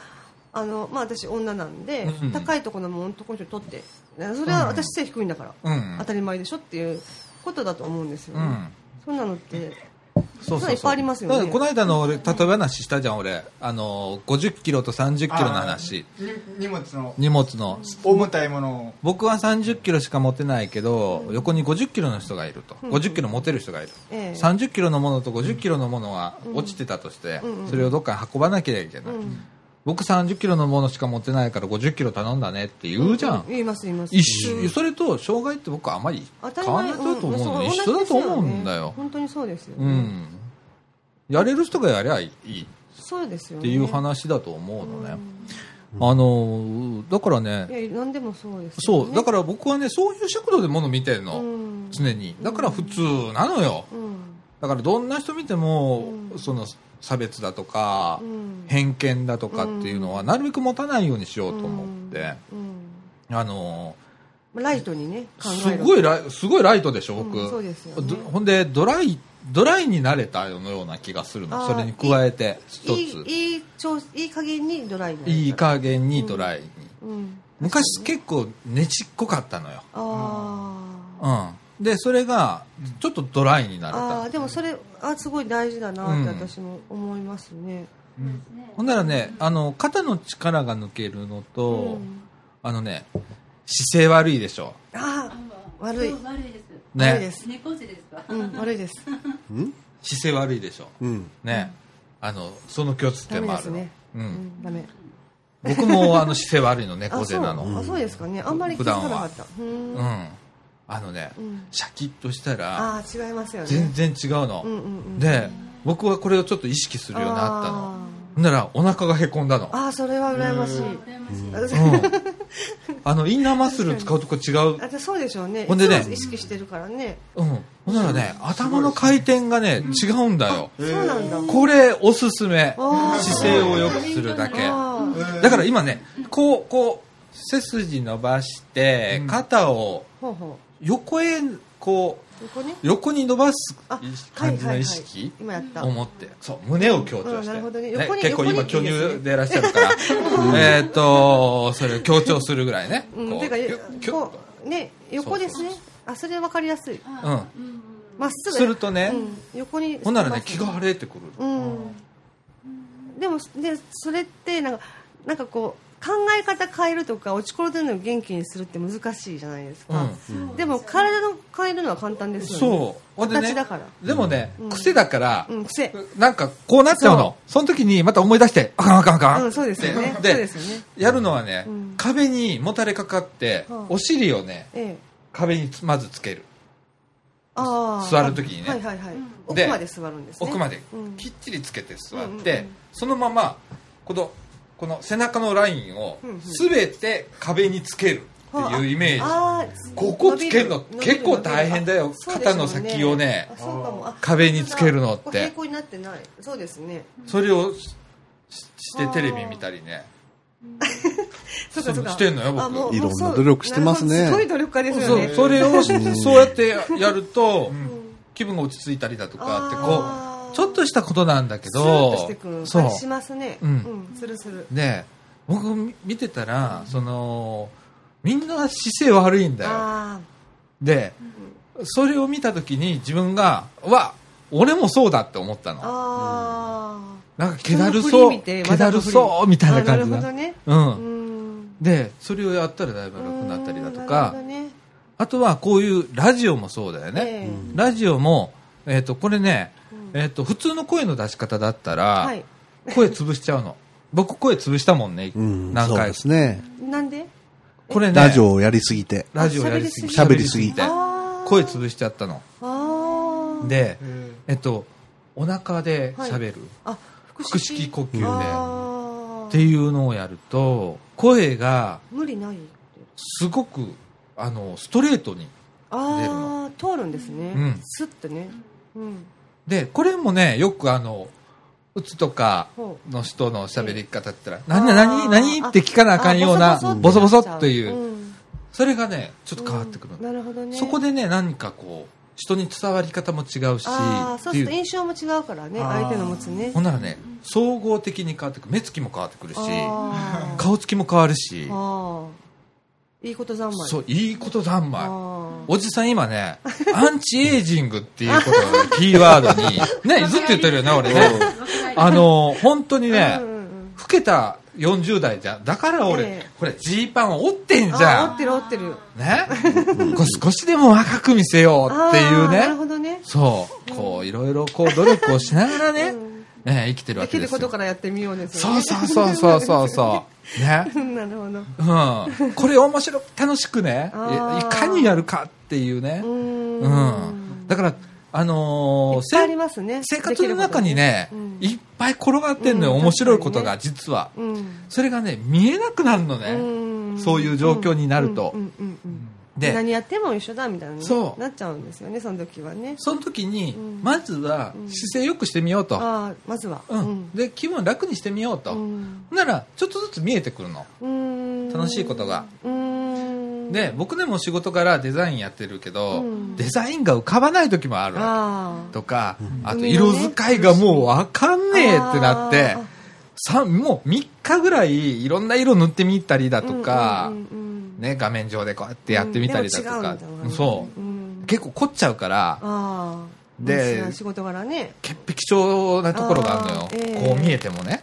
Speaker 3: あの、まあ、私女なんで、
Speaker 1: うん
Speaker 3: 高いところの男の人取ってそれは私背低いんだから、
Speaker 1: うん
Speaker 3: 当たり前でしょっていうことだと思うんですよ
Speaker 1: う
Speaker 3: ね、
Speaker 1: ん
Speaker 3: そんなのって
Speaker 1: そう
Speaker 3: そ
Speaker 1: そうう
Speaker 3: いっぱいありますよね
Speaker 1: だからこの間の俺例え話したじゃん俺あの50キロと30キロの話
Speaker 5: あーに荷物の
Speaker 1: 荷物の
Speaker 5: 重たいものを
Speaker 1: 僕は30キロしか持てないけど、横に50キロの人がいると、50キロ持てる人がいる、
Speaker 3: ええ
Speaker 1: 30キロのものと50キロのものが落ちてたとして、それをどっかに運ばなきゃいけない、僕30キロのものしか持てないから50キロ頼んだねって言うじゃん、
Speaker 3: 言います言います
Speaker 1: 一緒
Speaker 3: うん
Speaker 1: それと障害って僕はあまり
Speaker 3: 当たり
Speaker 1: 変わら
Speaker 3: 前
Speaker 1: ないと思うの、
Speaker 3: ん
Speaker 1: 一
Speaker 3: そ
Speaker 1: 緒
Speaker 3: 同
Speaker 1: だ
Speaker 3: じです
Speaker 1: と
Speaker 3: よね
Speaker 1: 思うんだよ、
Speaker 3: 本当にそうですよ、
Speaker 1: う
Speaker 3: ね
Speaker 1: ん、やれる人がやりゃいい
Speaker 3: そうですよ
Speaker 1: っ
Speaker 3: ね
Speaker 1: ていう話だと思うのね、あのだからね
Speaker 3: いや何でもそうですよ
Speaker 1: そ
Speaker 3: ね、
Speaker 1: うだから僕はねそういう尺度でもの見てるの、
Speaker 3: うん
Speaker 1: 常にだから普通なのよ
Speaker 3: うん
Speaker 1: だからどんな人見ても、
Speaker 3: うん
Speaker 1: その差別だとか、
Speaker 3: うん
Speaker 1: 偏見だとかっていうのはなるべく持たないようにしようと思って、
Speaker 3: うん
Speaker 1: あの
Speaker 3: まあライトにね考え
Speaker 1: す
Speaker 3: る
Speaker 1: ごいライすごいライトでしょ僕、
Speaker 3: うんそうですよね
Speaker 1: どほんでドライドライになれたようなような気がするの
Speaker 3: あー
Speaker 1: それに加えて一
Speaker 3: い
Speaker 1: つ
Speaker 3: いいい調子いい加減にドライになる
Speaker 1: いい加減にドライに、
Speaker 3: うん
Speaker 1: 昔結構ねちっこかったのよ、
Speaker 3: あー
Speaker 1: うん、でそれがちょっとドライになれたの
Speaker 3: あーでもそれあすごい大事だなって
Speaker 1: うん
Speaker 3: 私も思いますね、
Speaker 1: ほんならね、あの、肩の力が抜けるのと、
Speaker 3: うん
Speaker 1: あのね、姿勢悪いでしょ。
Speaker 3: あ
Speaker 4: あ
Speaker 3: あ悪
Speaker 4: 悪
Speaker 3: い
Speaker 4: い悪いです
Speaker 1: ね。
Speaker 3: 悪いです
Speaker 4: 猫背ですか、
Speaker 3: うん悪いです
Speaker 1: 姿勢悪いでしょ。
Speaker 2: うん。
Speaker 1: ね。あの、その共通
Speaker 3: ダ
Speaker 1: 点
Speaker 3: メ
Speaker 1: も
Speaker 3: で
Speaker 1: あ
Speaker 3: す
Speaker 1: るの。
Speaker 3: ね
Speaker 1: う。
Speaker 3: うんんダメ
Speaker 1: 僕も、あの、姿勢悪いの、
Speaker 3: あ
Speaker 1: 猫
Speaker 3: そ
Speaker 1: 背
Speaker 3: う
Speaker 1: なの。
Speaker 3: あそうですかねあんまり気づかなかったう
Speaker 1: うんん。あのね、
Speaker 3: うん
Speaker 1: シャキッとしたら、
Speaker 3: ああ違いますよね
Speaker 1: 全然違うの。
Speaker 3: うんうんうん
Speaker 1: で、僕はこれをちょっと意識するようになったの。
Speaker 3: あ
Speaker 1: ほんなら、お腹がへこんだの。
Speaker 3: ーあーそれは羨ましい
Speaker 4: 羨ま
Speaker 3: 私
Speaker 4: しい、
Speaker 1: うん。あの、インナーマッスル使うとこ違う
Speaker 3: あそうでしょうね
Speaker 1: ほんでね
Speaker 3: いつも意識してるからね
Speaker 1: うん。ほんならね、頭の回転がね、違うんだよ。
Speaker 3: そうなんだ
Speaker 1: これ、おすすめ。
Speaker 3: あー
Speaker 1: 姿勢を良くするだけ。
Speaker 3: あー
Speaker 1: だから今ね、こう、こう、背筋伸ばして、肩を
Speaker 3: ほうほ
Speaker 1: 横へ、こう、
Speaker 3: うここね
Speaker 1: 横に伸ばす
Speaker 3: あ
Speaker 1: 感じの意識
Speaker 3: 今やった
Speaker 1: を持って、そう、胸を強調
Speaker 3: うん
Speaker 1: し
Speaker 3: なるほ
Speaker 1: て。
Speaker 3: どね
Speaker 1: ね
Speaker 3: 横に
Speaker 1: 結構今、
Speaker 3: 横
Speaker 1: 巨
Speaker 3: にっていいですね
Speaker 1: 乳でいらっしゃるから、 えーっと、それを強調するぐらいね。
Speaker 3: うん
Speaker 1: こ
Speaker 3: て
Speaker 1: う
Speaker 3: か
Speaker 1: きゅきゅっ
Speaker 3: ことうね横ですねあそれ分かりやすい
Speaker 4: あうん
Speaker 3: まっすぐ
Speaker 1: するとね
Speaker 3: うん横に
Speaker 1: ほんならね、気が晴れてくる。
Speaker 3: うんでもでそれってなんかなんかこう考え方変えるとか落ちころでるのを元気にするって難しいじゃないですか、
Speaker 4: うん
Speaker 3: でも体の変えるのは簡単ですよね
Speaker 1: そう。ほんでね
Speaker 3: 形だから
Speaker 1: でもね、
Speaker 3: うん
Speaker 1: 癖だから、
Speaker 3: うん癖
Speaker 1: なんかこうなっちゃうの。その時にまた思い出して、あかんあかんあかん。
Speaker 3: うんそうですよね
Speaker 1: っ
Speaker 3: そう
Speaker 1: て
Speaker 3: ですよね
Speaker 1: やるのはね、
Speaker 3: うん
Speaker 1: 壁にもたれかかって、
Speaker 3: はあ
Speaker 1: お尻をね、
Speaker 3: ええ
Speaker 1: 壁につまずつける。
Speaker 3: あー
Speaker 1: 座る時にね
Speaker 3: はいはいはい
Speaker 4: うん
Speaker 1: で
Speaker 3: 奥まで座るんですね
Speaker 1: 奥まで
Speaker 3: うん
Speaker 1: きっちりつけて座っ
Speaker 3: うんうんう
Speaker 1: て
Speaker 3: ん、
Speaker 1: そのまま、この、この背中のラインを
Speaker 3: うんうん
Speaker 1: すべて壁につけるっていうイメージ。
Speaker 3: あー
Speaker 1: ここつけるの
Speaker 3: 伸び
Speaker 1: 結構大変だよ
Speaker 3: 伸びる伸びるあ
Speaker 1: 肩の先をね
Speaker 3: そうでしょうあそうかもあ
Speaker 1: 壁につけるのっ
Speaker 3: これ
Speaker 1: て
Speaker 3: 平。行になってないそうですね
Speaker 1: それをししして
Speaker 3: はあ
Speaker 1: テレビ見たりね。
Speaker 3: そうかそうか
Speaker 1: してんのよ僕
Speaker 3: あもう
Speaker 2: いろんな
Speaker 3: そう
Speaker 2: 努力してますね
Speaker 3: なるほどすごい努力家ですよ
Speaker 1: そ
Speaker 3: ね
Speaker 1: う、それを、そうやってやると、気分が落ち着いたりだとかって、こ
Speaker 3: あ
Speaker 1: う、
Speaker 3: ー
Speaker 1: ちょっとしたことなんだけ
Speaker 3: スルッとし
Speaker 1: ど
Speaker 3: てくる、
Speaker 1: そ
Speaker 3: 感
Speaker 1: う
Speaker 3: じ。しますね
Speaker 1: う
Speaker 3: うんんするする
Speaker 1: で、僕み見てたら、その、みんな姿勢悪いんだよ。
Speaker 3: あ
Speaker 1: で、それを見たときに自分が、うわ、俺もそうだって思った
Speaker 3: ー
Speaker 1: の。
Speaker 3: あ
Speaker 1: なんか、
Speaker 3: ー
Speaker 1: 気だる
Speaker 3: 人の
Speaker 1: そ
Speaker 3: 振り
Speaker 1: う、
Speaker 3: 見て
Speaker 1: 気
Speaker 3: わざ
Speaker 1: だ
Speaker 3: と
Speaker 1: る
Speaker 3: 振り
Speaker 1: そう、みたいな
Speaker 3: あー
Speaker 1: 感じ
Speaker 3: なるほど
Speaker 1: が。
Speaker 3: ね
Speaker 1: う。
Speaker 3: うんん
Speaker 1: で、それをやったらだいぶ楽になったりだと
Speaker 3: う
Speaker 1: か
Speaker 3: ーんなるほど、ね
Speaker 1: あとはこういうラジオもそうだよね。
Speaker 3: ええ
Speaker 1: ラジオも、えっ、と、これね、えっ、と、普通の声の出し方だったら、
Speaker 3: はい
Speaker 1: 声潰しちゃうの。僕声潰したもんね、
Speaker 2: うん、
Speaker 1: 何
Speaker 2: そう
Speaker 1: 回
Speaker 2: で
Speaker 1: か
Speaker 2: すね。
Speaker 3: なんで
Speaker 1: これね、
Speaker 2: ラジオをやりすぎて。
Speaker 1: ラジオやりすぎ
Speaker 2: 喋りすぎ
Speaker 1: 喋り
Speaker 3: あー
Speaker 1: 声潰しちゃったの。
Speaker 3: あー
Speaker 1: で、
Speaker 5: え
Speaker 1: えっと、お腹で喋る、
Speaker 3: あ腹
Speaker 1: 腹式呼吸で、
Speaker 3: あー
Speaker 1: っていうのをやると、声が
Speaker 3: 無理ない
Speaker 1: すごく、あの、ストレートに。出る
Speaker 3: あ
Speaker 1: の
Speaker 3: あ通るんですね、
Speaker 1: うん
Speaker 3: スッとね、うん、
Speaker 1: で、これもね、よくあの、うつとか
Speaker 3: ほう
Speaker 1: の人の喋り方って言った
Speaker 3: あ
Speaker 1: ら、
Speaker 3: ー
Speaker 1: 何、何、何って聞かなあかんような、ボソボソっていう、
Speaker 3: ん
Speaker 1: それがね、ちょっと変わってくる
Speaker 3: うん。なるほどね
Speaker 1: そこでね、何かこう、人に伝わり方も違うし、
Speaker 3: ああ
Speaker 1: っ
Speaker 3: そ
Speaker 1: てい
Speaker 3: うすると
Speaker 1: う。
Speaker 3: 印象も違うからね
Speaker 5: あー
Speaker 3: 相手の持つね
Speaker 1: ほんならね、総合的に変わってくる。目つきも変わってくるし、
Speaker 3: あー
Speaker 1: 顔つきも変わるし、
Speaker 3: あーいいこと三昧
Speaker 1: そう、いいこと三昧。
Speaker 3: あー
Speaker 1: おじさん今ね、アンチエイジングっていうことをねキーワード に、ね、ずっと言ってるよね、俺ね。あの、本当にね
Speaker 3: うん、うん
Speaker 1: 老けた40代じゃん。だから俺、
Speaker 3: ええ
Speaker 1: これ、ジーパンを折ってん
Speaker 3: うん
Speaker 1: じ
Speaker 3: あー
Speaker 1: ゃ
Speaker 3: 折
Speaker 1: ん
Speaker 3: っ。てる折ってる
Speaker 1: ね、こう少しでも若く見せようっていう
Speaker 3: あーなる
Speaker 1: ね。
Speaker 3: ほどね
Speaker 1: そう。こう、いろいろこう、努力をしながらね、ね生きてるわ
Speaker 3: で
Speaker 1: け
Speaker 3: き
Speaker 1: で
Speaker 3: る
Speaker 1: す
Speaker 3: こと
Speaker 1: よ
Speaker 3: か。らやってみようね
Speaker 1: そうそうそうそうそうそう。ね。
Speaker 3: う なるほど
Speaker 1: うん。これ面白く、楽しくね、い
Speaker 3: あ
Speaker 1: い
Speaker 3: ー
Speaker 1: かにやるかっていうね。
Speaker 3: うーん
Speaker 1: うん、だから、あ
Speaker 3: い
Speaker 1: のー
Speaker 3: っぱいありますね
Speaker 1: せ生活の中にね
Speaker 3: できることねうん
Speaker 1: いっぱい転がってんのよ、
Speaker 3: うん
Speaker 1: 面白いことが、
Speaker 3: 確
Speaker 1: 実は、
Speaker 3: うん
Speaker 1: それがね見えなくなるのね、
Speaker 3: うん
Speaker 1: そういう状況になると、
Speaker 3: うんうんうんうん
Speaker 1: で
Speaker 3: 何やっても一緒だみたいなね
Speaker 1: そう
Speaker 3: なっちゃうんですよねその時はね
Speaker 1: その時に、
Speaker 3: うん
Speaker 1: まずは
Speaker 3: うん
Speaker 1: 姿勢よくしてみようと、
Speaker 3: ああまずは
Speaker 1: うんで気分楽にしてみようと、
Speaker 3: うん
Speaker 1: ならちょっとずつ見えてくるの、
Speaker 3: うん
Speaker 1: 楽しいことが
Speaker 3: うん
Speaker 1: で僕でも仕事からデザインやってるけど、
Speaker 3: うん
Speaker 1: デザインが浮かばない時もあるわけ
Speaker 3: あ
Speaker 1: とか、あと
Speaker 3: 海
Speaker 1: 色
Speaker 3: のね
Speaker 1: 使いがもうわかんねえってなって
Speaker 3: あー
Speaker 1: さもう3日ぐらいいろんな色塗ってみたりだ
Speaker 3: あ
Speaker 1: とか、
Speaker 3: うんうんうん
Speaker 1: ね、画面上でこうやってやってみたりだとか、
Speaker 3: でも違うんだな
Speaker 1: そう
Speaker 3: うん
Speaker 1: 結構凝っちゃうから
Speaker 3: ああ
Speaker 1: で
Speaker 3: 仕事柄ね
Speaker 1: 潔癖症なところがあるのよ
Speaker 3: あ、ーええ
Speaker 1: こう見えても ね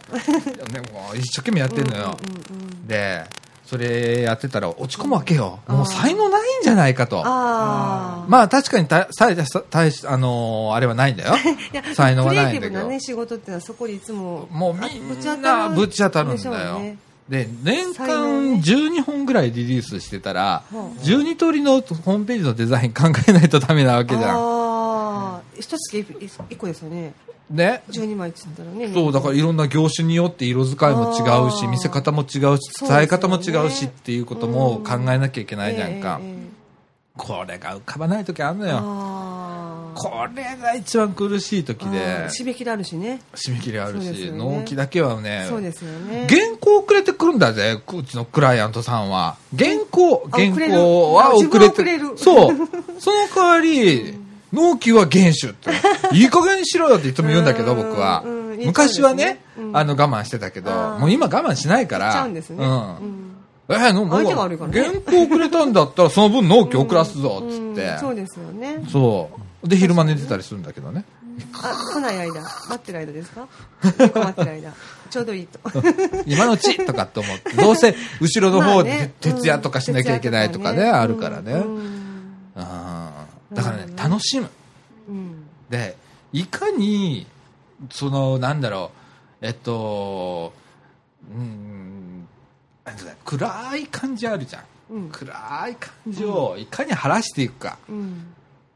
Speaker 1: でも一生懸命やってるのよ、
Speaker 3: うんうんうん
Speaker 1: でそれやってたら落ち込むわけよ
Speaker 3: うん
Speaker 1: もう才能ないんじゃないかと
Speaker 3: ああ
Speaker 1: まあ確かにた大した大したあのーあれはないんだ よ才能はないんだ
Speaker 3: クリエイテ
Speaker 1: け
Speaker 3: ィブな
Speaker 1: ど
Speaker 3: ね仕事ってのはそこにいつも
Speaker 1: もうみんな
Speaker 3: あ
Speaker 1: ぶち当たるん
Speaker 3: でしょう
Speaker 1: だよ。
Speaker 3: ね
Speaker 1: で、年
Speaker 3: 才能
Speaker 1: 間
Speaker 3: ね
Speaker 1: 12本ぐらいリリースしてたら、
Speaker 3: はあ
Speaker 1: 12通りのホームページのデザイン考えないとダメなわけじゃん。
Speaker 3: ああ一つ一個ですよね
Speaker 1: ね。
Speaker 3: 12枚っつったらね
Speaker 1: そう、だからいろんな業種によって色使いも違うし、
Speaker 3: あー
Speaker 1: 見せ方も違うし、
Speaker 3: そうですよね
Speaker 1: 伝え方も違うしっていうことも考えなきゃいけないじゃんか
Speaker 3: ええ。ええ
Speaker 1: これが浮かばない時あるのよ。
Speaker 3: ああ
Speaker 1: これが一番苦しい時
Speaker 3: あ
Speaker 1: で
Speaker 3: あ、締め切りあるしね
Speaker 1: 締め切りある
Speaker 3: そうです
Speaker 1: し、
Speaker 3: よね
Speaker 1: 納期だけはね、
Speaker 3: そうですよね
Speaker 1: 原稿遅れてくるんだぜ、うちのクライアントさんは。原稿、
Speaker 3: あ
Speaker 1: 原稿は
Speaker 3: 遅
Speaker 1: 遅
Speaker 3: れ
Speaker 1: れ
Speaker 3: る
Speaker 1: て
Speaker 3: あ自分は遅れる
Speaker 1: そう。その代わり、納期は厳守って。いい加減にしろよっていつも言うんだけど、
Speaker 3: うん
Speaker 1: 僕は
Speaker 3: うん言っちゃうんです。
Speaker 1: 昔
Speaker 3: ね
Speaker 1: はね
Speaker 3: う、ん
Speaker 1: あの我慢してたけど、
Speaker 3: あー
Speaker 1: もう今我慢しないか
Speaker 3: 行っちゃ
Speaker 1: ら。
Speaker 3: うんですね、
Speaker 1: うん
Speaker 3: ん
Speaker 1: えーのもう
Speaker 3: 相手が
Speaker 1: 原
Speaker 3: 悪いからね
Speaker 1: 稿遅れたんだったらその分納期遅らすぞ、つっ
Speaker 3: うんそう
Speaker 1: て。
Speaker 3: ですよね
Speaker 1: そう。で、昼間寝てたりするんだけどね。
Speaker 3: あ来ない間待ってる間で すか結構待ってる間ちょうどいいと
Speaker 1: 今のうちとかって思って、どうせ後ろの
Speaker 3: まあ
Speaker 1: 方で
Speaker 3: ね
Speaker 1: 徹夜とかしなきゃいけないとかね、
Speaker 3: 徹夜
Speaker 1: あるからね。
Speaker 3: うん
Speaker 1: あーだからね、
Speaker 3: うん
Speaker 1: 楽しむ。
Speaker 3: うん
Speaker 1: で、いかに、その、なんだろう、えっと、うん、なんだろう暗い感じあるじゃん。
Speaker 3: うん
Speaker 1: 暗い感じをいかに晴らしていくか、
Speaker 3: うん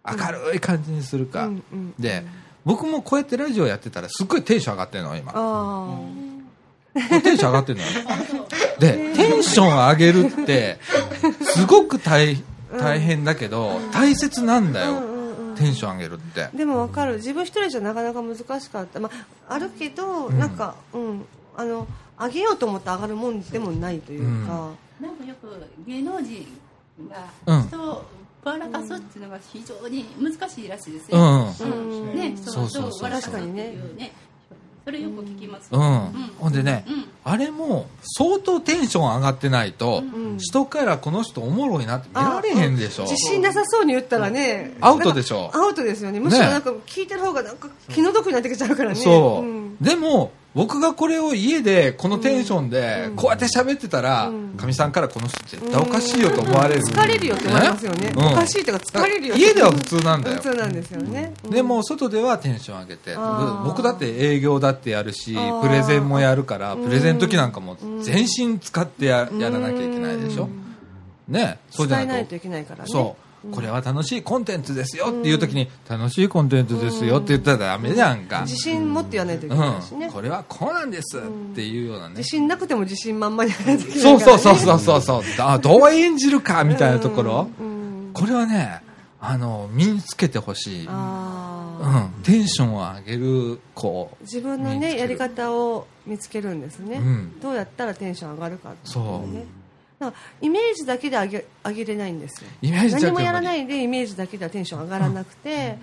Speaker 1: 明るい感じにするか。
Speaker 3: うんうん
Speaker 1: で、僕もこうやってラジオやってたらすっごいテンション上がってるの、今。
Speaker 3: あ
Speaker 1: テンション上がってるのよ。で、テンション上げるって、すごく大大変だけど、大切なんだ
Speaker 3: あ、う
Speaker 1: よ
Speaker 3: ん。うんうん
Speaker 1: テンション上げるって。
Speaker 3: でもわかる自分一人じゃなかなか難しかった、まあ、あるけど、なんか、うん、あの上げようと思って上がるもんでもないというか、
Speaker 4: なんかよく芸能人
Speaker 1: うん
Speaker 4: が人を笑かすっていうのが非常に難しいらしいです
Speaker 1: う
Speaker 4: よ、
Speaker 1: ん。うん。
Speaker 3: うん
Speaker 4: ね、
Speaker 1: そうそうそう
Speaker 4: 人を笑かすっていう
Speaker 3: 確
Speaker 4: ねそれよく聞きます、
Speaker 1: ほんでね、
Speaker 4: うん
Speaker 1: あれも相当テンション上がってないと、
Speaker 3: うん
Speaker 1: 人からこの人おもろいなって見られへんでしょ。
Speaker 3: 自信なさそうに言ったらね、
Speaker 1: アウトでしょ
Speaker 3: なんかアウトですよねむしろ
Speaker 1: ね
Speaker 3: なんか聞いてる方がなんか気の毒になってきちゃうからね
Speaker 1: そう、
Speaker 3: ん
Speaker 1: でも、僕がこれを家でこのテンションでこうやって喋ってたらかみ、さんからこの人絶対おかしいよと思われる、
Speaker 3: 疲れるよって思いますよね。
Speaker 1: うん
Speaker 3: おかしいとか疲れるよって。
Speaker 1: 家では普通なんだよ
Speaker 3: 普通なんですよね。うん
Speaker 1: でも外ではテンション上げて
Speaker 3: あー
Speaker 1: 僕だって営業だってやるし
Speaker 3: あー
Speaker 1: プレゼンもやるからプレゼンの時なんかも全身使ってややらなきゃいけないでしょねそうじ
Speaker 3: 伝
Speaker 1: ゃ
Speaker 3: えな
Speaker 1: ないい
Speaker 3: と
Speaker 1: と
Speaker 3: いけないからね。
Speaker 1: そうこれは楽しいコンテンツですよっていう時に楽しいコンテンツですよって言ったらダメじゃんか
Speaker 3: 自信持ってやらないといけないし
Speaker 1: う
Speaker 3: ね
Speaker 1: ん。これはこうなんですっていうようなね
Speaker 3: 自信なくても自信満々でやらないといけないから
Speaker 1: そう
Speaker 3: ね。
Speaker 1: そうそうそうそうそうあどう演じるかみたいなところ
Speaker 3: うん。
Speaker 1: これはねあの身につけてほしい
Speaker 3: ああ。
Speaker 1: うん、テンションを上げるこう
Speaker 3: 自分の
Speaker 1: 身につけ
Speaker 3: ね
Speaker 1: る
Speaker 3: やり方を見つけるんですね、
Speaker 1: うん
Speaker 3: どうやったらテンション上がるかってい
Speaker 1: そ
Speaker 3: ねだからイメージだけで上げ上げれないんですよ
Speaker 1: イメージだけ
Speaker 3: 何もやらないいでイメージだけではテンション上がらなくて、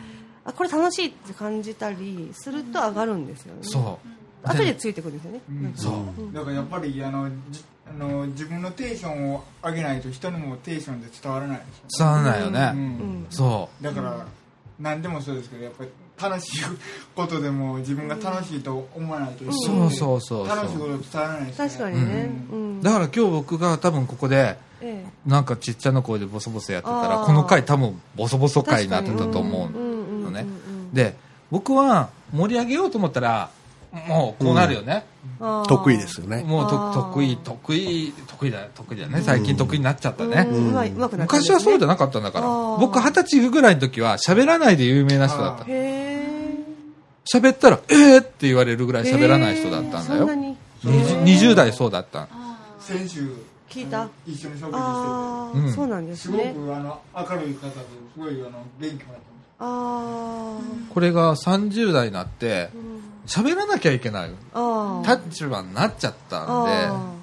Speaker 3: あこれ楽しいって感じたりすると上がるんですよね
Speaker 1: そう
Speaker 3: 後でついてくるんですよね、
Speaker 5: うん
Speaker 1: そう
Speaker 5: だからやっぱりあのじあの自分のテンションを上げないと人にもテンションで伝わらないでし
Speaker 1: 伝わらないよ
Speaker 5: ょ、う
Speaker 1: ね、
Speaker 5: ん
Speaker 3: うん
Speaker 1: そう
Speaker 5: だから何でもそうですけどやっぱり楽しいことでも自分が楽しいと思わないといけないんで
Speaker 1: そうそうそうそう
Speaker 5: 楽しいこと伝わらないですね
Speaker 3: 確かにね、うん
Speaker 1: だから今日僕が多分ここで
Speaker 3: ええ
Speaker 1: なんかちっちゃな声でボソボソやってたら
Speaker 3: あー
Speaker 1: この回多分ボソボソ回になってたと思うのねで僕は盛り上げようと思ったらもうこうなるよね、
Speaker 3: あー
Speaker 2: 得意ですよね。
Speaker 1: もう
Speaker 3: あ
Speaker 1: と
Speaker 3: ー
Speaker 1: 得意得意得意だ得意だね最近得意になっちゃったね、
Speaker 3: うんうまいうまくなったんで
Speaker 1: 昔
Speaker 3: すね
Speaker 1: はそうじゃなかったんだから
Speaker 3: あー
Speaker 1: 僕二十歳ぐらいの時は喋らないで有名な人だった
Speaker 5: あ
Speaker 3: へえ
Speaker 1: 喋ったら「えー!」って言われるぐらい喋らない人だったんだ
Speaker 3: そん
Speaker 1: よ、
Speaker 3: なに
Speaker 1: 二十20代そうだった
Speaker 5: 先週
Speaker 3: 聞いた
Speaker 5: 一緒に食事し
Speaker 3: ああ、
Speaker 1: うん
Speaker 3: そうなんで
Speaker 5: ててす
Speaker 3: す
Speaker 5: ごく
Speaker 3: ね
Speaker 5: あの明るい方ですごいあの元気もらって
Speaker 3: あ
Speaker 1: これが30代になって
Speaker 3: ーうん
Speaker 1: 喋らなきゃいけない
Speaker 3: あー
Speaker 1: 立場になっちゃった
Speaker 3: あ
Speaker 1: ん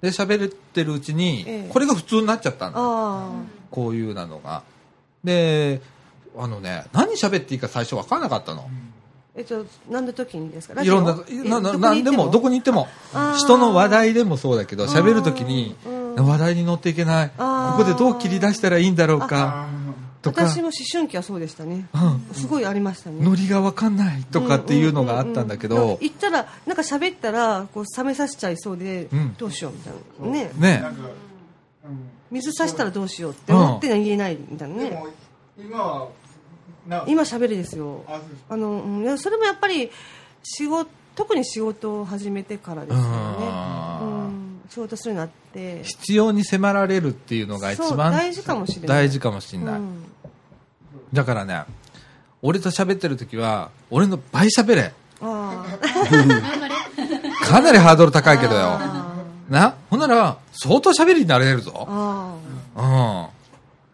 Speaker 1: でで喋ってるうち
Speaker 3: え
Speaker 1: に
Speaker 3: え
Speaker 1: これが普通になっちゃったん
Speaker 3: ー
Speaker 1: だ
Speaker 3: あ
Speaker 1: こういうなのがであのね何喋っていいか最初分からなかったの
Speaker 3: ーえっと何の時にですか
Speaker 1: いろんな
Speaker 3: え
Speaker 1: なな
Speaker 3: どこに行って
Speaker 1: 何でもどこに行っても
Speaker 3: あー
Speaker 1: 人の話題でもそうだけど喋る時に
Speaker 3: うん
Speaker 1: 話題に乗っていけない
Speaker 3: あー
Speaker 1: ここでどう切り出したらいいんだろうか
Speaker 5: あの
Speaker 1: とか
Speaker 3: 私も思春期はそうでしたね
Speaker 1: うん
Speaker 3: すごいありましたね
Speaker 1: ノリが分かんないとかっていうのがあったんだけ
Speaker 3: うんうんうんう
Speaker 1: ど
Speaker 3: ん行ったらなんか喋ったらこう冷めさせちゃいそうで
Speaker 1: うん
Speaker 3: どうしようみたいなね
Speaker 1: ね
Speaker 5: なんか、うん
Speaker 3: 水さしたらどうしようって思って言えないみたいなね
Speaker 5: でも今はな
Speaker 3: 今喋りですよ
Speaker 5: あそうです
Speaker 3: あのうんいやそれもやっぱり仕事特に仕事を始めてからですよね
Speaker 1: う
Speaker 3: うんん仕事するようになって
Speaker 1: 必要に迫られるっていうのが一
Speaker 3: そう
Speaker 1: 番
Speaker 3: 大事かもしれない
Speaker 1: 大事かもしれない
Speaker 3: うん
Speaker 1: だからね俺と喋ってる時は俺の倍喋れ
Speaker 3: あー
Speaker 4: 頑張れ
Speaker 1: かなりハードル高いけどよ
Speaker 3: あ
Speaker 1: なほんなら相当喋りになれるぞ
Speaker 3: あ
Speaker 1: うん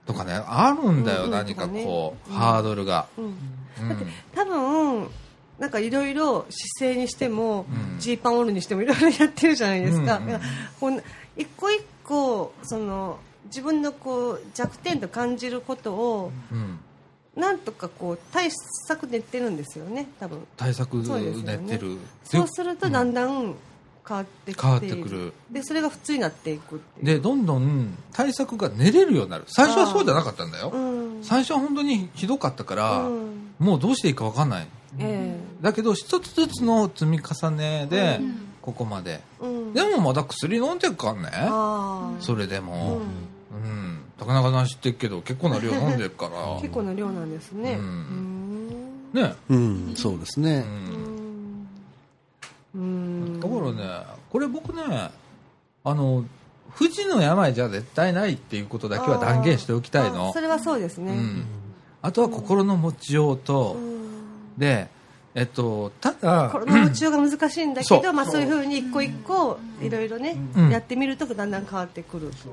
Speaker 1: とかねあるんだよ、
Speaker 3: うんうん
Speaker 1: 何か
Speaker 3: とかね
Speaker 1: こう、ハードルが、
Speaker 3: ーうん
Speaker 1: うん
Speaker 3: 多分なんかいろいろ姿勢にしてもジー、パンオールにしてもいろいろやってるじゃないですか,、
Speaker 1: うんうん
Speaker 3: だからこう一個一個その自分のこう弱点と感じることを
Speaker 1: うん
Speaker 3: なんとかこう対策練ってるんですよね多分
Speaker 1: 対策
Speaker 3: そうですよ
Speaker 1: 練
Speaker 3: ね
Speaker 1: ってる
Speaker 3: そうするとだん
Speaker 1: だ
Speaker 3: だん変わってきて
Speaker 1: 変わってくる
Speaker 3: でそれが普通になっていくっていう
Speaker 1: でどんどん対策が練れるようになる最初はそうじゃなかったんだよ、
Speaker 3: うん
Speaker 1: 最初は本当にひどかったから、
Speaker 3: うん
Speaker 1: もうどうしていいか分かんない
Speaker 3: え
Speaker 1: だけど一つずつの積み重ねで
Speaker 4: うん
Speaker 1: ここまで、
Speaker 3: えうん
Speaker 1: でもまだ薬飲んでっかんね
Speaker 3: あー
Speaker 1: それで
Speaker 3: う
Speaker 1: も
Speaker 3: ん、
Speaker 1: うん高中さん知ってるけど結構な量飲んでるから
Speaker 3: 結構な量なんですね
Speaker 1: うん
Speaker 3: うん
Speaker 1: ね
Speaker 2: うん、そうです
Speaker 1: う
Speaker 2: ね。
Speaker 1: ん
Speaker 3: うん
Speaker 1: だからね、これ僕ね、あの、不治の病じゃ絶対ないっていうことだけは断言しておきたい
Speaker 3: あ
Speaker 1: の
Speaker 3: そ。れはそうですね、
Speaker 1: うん。あとは心の持ちようと
Speaker 3: う、ん
Speaker 1: で、えっと、ただ
Speaker 3: こ、れの中が難しいんだけ
Speaker 1: そ
Speaker 3: ど、
Speaker 1: う
Speaker 3: まあ、そういうふうに一個一個いろいろね、
Speaker 1: うん
Speaker 3: やってみるとだんだん変わってくる、
Speaker 5: そう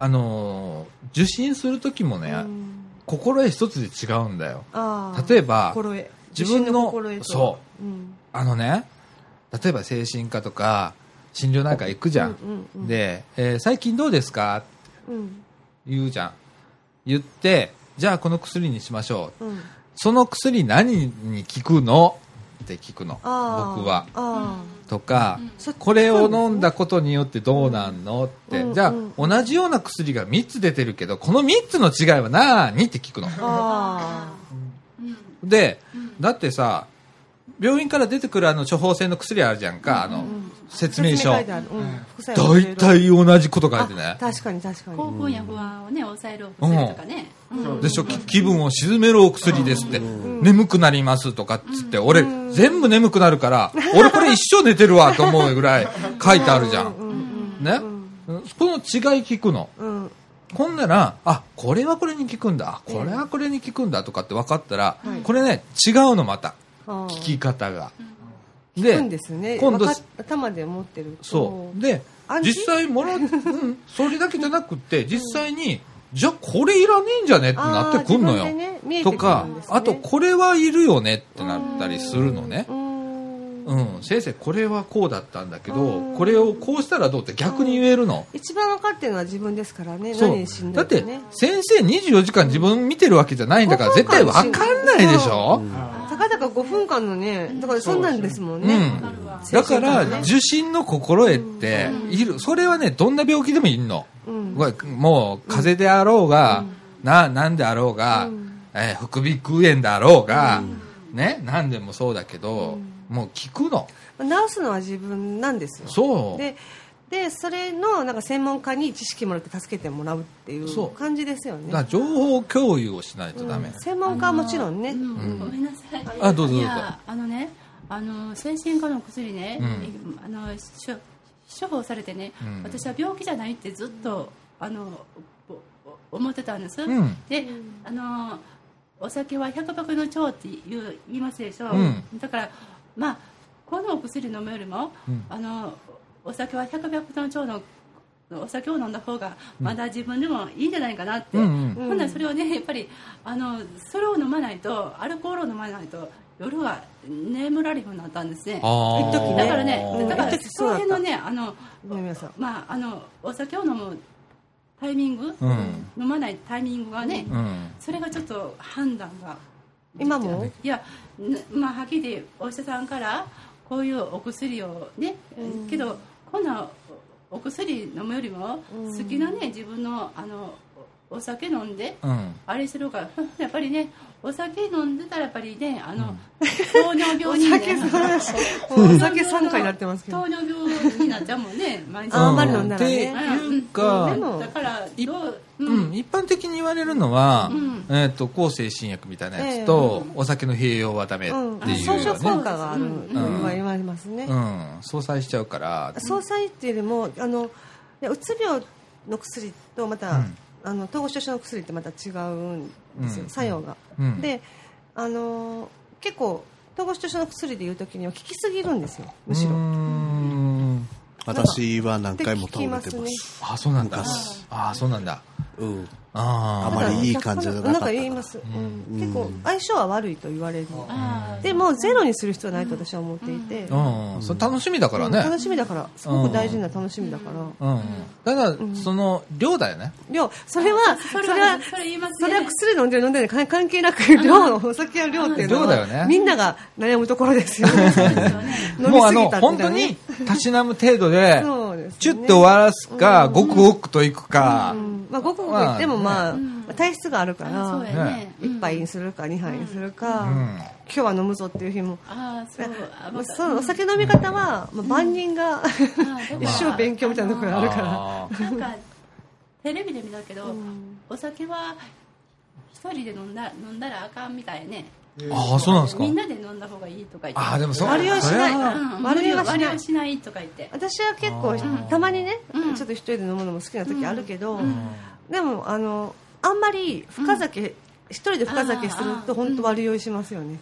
Speaker 1: あの、受診する時もね、
Speaker 3: うん
Speaker 1: 心得一つで違うんだよ。
Speaker 3: あー
Speaker 1: 例えば、
Speaker 3: 心得
Speaker 1: 自分の
Speaker 3: 自信心得と
Speaker 1: そ
Speaker 3: うん
Speaker 1: あのね、例えば精神科とか、診療なんか行くじゃん。
Speaker 3: うんうんうん
Speaker 1: で、えー最近どうですか
Speaker 3: うん
Speaker 1: 言うじゃん。言って、じゃあこの薬にしましょう。
Speaker 3: うん、
Speaker 1: その薬何に効くのって聞くの僕
Speaker 3: あー
Speaker 1: は
Speaker 3: あ
Speaker 1: とか、
Speaker 3: そ
Speaker 1: これを飲んだことによってどうなんのって、
Speaker 3: うん
Speaker 1: じゃあ、
Speaker 3: うん
Speaker 1: 同じような薬が3つ出てるけどこの3つの違いは何って聞くの
Speaker 3: ーあ
Speaker 4: うん
Speaker 1: でだってさ病院から出てくるあの処方箋の薬あるじゃんか、あの、説明書
Speaker 3: 書い。てあるうん副作用
Speaker 1: 大体同じこと書いて
Speaker 3: あ
Speaker 1: ね。
Speaker 3: 確かに確かに
Speaker 4: 興奮や不安をね抑えるお薬とかね、うん
Speaker 1: でしょ、き気分を沈めるお薬ですって、眠くなりますとかっつって、俺、全部眠くなるから、俺これ一生寝てるわと思うぐらい書いてあるじゃん。ね。この違い聞くの。
Speaker 3: うん
Speaker 1: こんなら、あ、これはこれに効くんだ、あこれはこれに効くんだとかって分かったら、これね、違うのまた、
Speaker 3: あ
Speaker 1: 聞
Speaker 3: ー
Speaker 1: き方が。
Speaker 3: 聞くんですね
Speaker 1: 今度
Speaker 3: わか頭で持ってると
Speaker 1: そう。で
Speaker 3: 暗、示
Speaker 1: 実際もらう、うん、それだけじゃなくて、実際に、じゃあこれいらねえんじゃねってなってくんの
Speaker 3: あー自分で
Speaker 1: よ。
Speaker 3: ね見えて
Speaker 1: と
Speaker 3: くるん
Speaker 1: か
Speaker 3: です、ね
Speaker 1: あとこれはいるよねってなったりするのね
Speaker 3: う。ん
Speaker 1: うん、先生、これはこうだったんだけ
Speaker 3: う
Speaker 1: ど
Speaker 3: ん、
Speaker 1: これをこうしたらどうって逆に言えるの。
Speaker 3: 一番分かってるのは自分ですからね
Speaker 1: そ
Speaker 3: 何
Speaker 1: う
Speaker 3: にしん。
Speaker 1: だ
Speaker 3: どい
Speaker 1: っ
Speaker 3: か
Speaker 1: て
Speaker 3: ね、
Speaker 1: 先生24時間自分見てるわけじゃないんだから、
Speaker 3: うん
Speaker 1: 絶対わかんないでしょ
Speaker 5: あ
Speaker 3: たかだか5分間のねだからそんなんですもん
Speaker 1: う
Speaker 3: ね
Speaker 1: ん。
Speaker 4: うわ
Speaker 1: だから、受診の心得って、いる、それはね、どんな病気でもいるの。
Speaker 3: うん
Speaker 1: これもう、風邪であろうが、な、なんであろうが、えー副鼻腔炎であろうが、ね、なんでもそうだけど、もう聞くの。
Speaker 3: 治すのは自分なんですよ
Speaker 1: そう。
Speaker 3: ででそれのなんか専門家に知識もらって助けてもらうってい
Speaker 1: そう
Speaker 3: う感じですよね
Speaker 1: だから情報共有をしないとダメ。
Speaker 3: 専門家はもちろんね、
Speaker 4: うんごめんなさい
Speaker 1: あどうぞどうぞ
Speaker 4: いやあのねあの精神科の薬ね、あのしょ処方されてね、
Speaker 1: うん
Speaker 4: 私は病気じゃないってずっとあのおお思ってたんです、
Speaker 1: うん
Speaker 4: であのお酒は百泊の長って言う言いますでしょ、
Speaker 1: うん
Speaker 4: だからまあこのお薬飲むよりも、
Speaker 1: うん
Speaker 4: あのお酒は百泊の長のお酒を飲んだ方がまだ自分でもいいんじゃないかなって、
Speaker 1: うんうん
Speaker 4: ほんならそれをねやっぱりあのそれを飲まないとアルコールを飲まないと夜は眠られるようになったんですね
Speaker 1: あ
Speaker 3: 一時ね
Speaker 4: だからね
Speaker 3: ん
Speaker 4: だから
Speaker 3: 一時
Speaker 4: そ
Speaker 3: そう
Speaker 4: の
Speaker 3: だった
Speaker 4: 辺のねあの
Speaker 3: ごめんなさい
Speaker 4: まああのお酒を飲むタイミング、
Speaker 1: うん
Speaker 4: 飲まないタイミングがね、
Speaker 1: うん。
Speaker 4: それがちょっと判断が
Speaker 3: 今も
Speaker 4: いや、なまあ、はっきりお医者さんからこういうお薬をね、けどこんなお薬飲むよりも好きなね自分のあのおお酒飲んで
Speaker 1: うん。
Speaker 4: あれするから ふんやっぱりねお酒飲んでたらやっぱりねあの、糖尿病に、ね、
Speaker 3: お酒参加になってますけど
Speaker 4: 糖尿病になっちゃうもんね毎日
Speaker 3: あんまり飲んだら
Speaker 1: って
Speaker 3: ね
Speaker 1: いうか
Speaker 3: で、も
Speaker 4: だから
Speaker 1: い
Speaker 4: どう、
Speaker 1: うん、一般的に言われるのは、
Speaker 4: ん
Speaker 1: えっ、と、抗精神薬みたいなやつと、お酒の併用はダメっていううんよね。
Speaker 3: 相乗効果があると
Speaker 1: ん
Speaker 3: 言われますね、
Speaker 1: うん、相殺しちゃうから、
Speaker 3: 総裁っていうよりもあのねうつ病の薬とまた、
Speaker 1: うん
Speaker 3: あの統合失調症の薬ってまた違うんですよ、
Speaker 1: うん
Speaker 3: 作用が、
Speaker 1: うん
Speaker 3: であの結構統合失調症の薬でいう時には効きすぎるんですよむし
Speaker 1: うー
Speaker 3: ろ
Speaker 1: ん
Speaker 2: 私は何回も倒れてます。
Speaker 3: で聞きま
Speaker 1: あ、そうなんだ
Speaker 2: 昔。
Speaker 1: あー、そうなんだ。
Speaker 2: うん。
Speaker 1: あ
Speaker 2: あ
Speaker 1: ー
Speaker 2: まりいい感じじゃなかった
Speaker 3: んか言います、うん結構相性は悪いと言われる
Speaker 4: あー
Speaker 3: でもゼロにする必要はないと私は思っていて、
Speaker 1: うん、それ楽しみだからね。
Speaker 3: 楽しみだからすごく大事な楽しみだから、
Speaker 1: うん。ただ、その、量だよね。
Speaker 3: 量それはそ
Speaker 4: それ
Speaker 3: れは
Speaker 4: はそれ言います
Speaker 3: そ
Speaker 4: ね
Speaker 3: れは薬飲んでる飲んでるか関係なく量お酒は量っていうの
Speaker 1: 量だよね
Speaker 3: はみんなが悩むところですよ飲み
Speaker 1: もうあ
Speaker 3: すぎ
Speaker 1: の、
Speaker 3: たって
Speaker 1: 本
Speaker 3: いうの
Speaker 1: 当
Speaker 3: はね
Speaker 1: に、たしなむ程度で、
Speaker 3: そうですね
Speaker 1: チュッて終わらすか、ごくごくといくか
Speaker 3: う、んまあごくごく言っても
Speaker 1: ま
Speaker 3: まあ体質があるか
Speaker 4: あそう
Speaker 3: ら
Speaker 4: やね
Speaker 1: ね
Speaker 4: うん
Speaker 3: 一杯にするか二杯にする
Speaker 1: う
Speaker 3: か
Speaker 1: ん。
Speaker 3: 今日は飲むぞっていう日も
Speaker 4: ああそうあ
Speaker 3: ま
Speaker 4: ま
Speaker 3: あ
Speaker 4: た
Speaker 3: そのお酒飲み方はまあ万人が 一生勉強みたいなところがあるから
Speaker 1: あー
Speaker 4: なんかテレビで見たけど、お酒は一人で飲んだ飲んだらあかんみたいね
Speaker 1: あー、そうなんですか
Speaker 4: みん。なで飲んだ方がいいとか言って
Speaker 1: あー、でもそう。
Speaker 3: 割りはしない
Speaker 1: それは
Speaker 4: うん、
Speaker 3: 割
Speaker 4: 割
Speaker 3: り
Speaker 4: り
Speaker 3: はしない
Speaker 4: を割りをしないとか言って
Speaker 3: 私は結構たまにねちょっと一人で飲むのも好きな時あるけどでもあのあんまり深酒一人で深酒すると本当悪酔いしますよね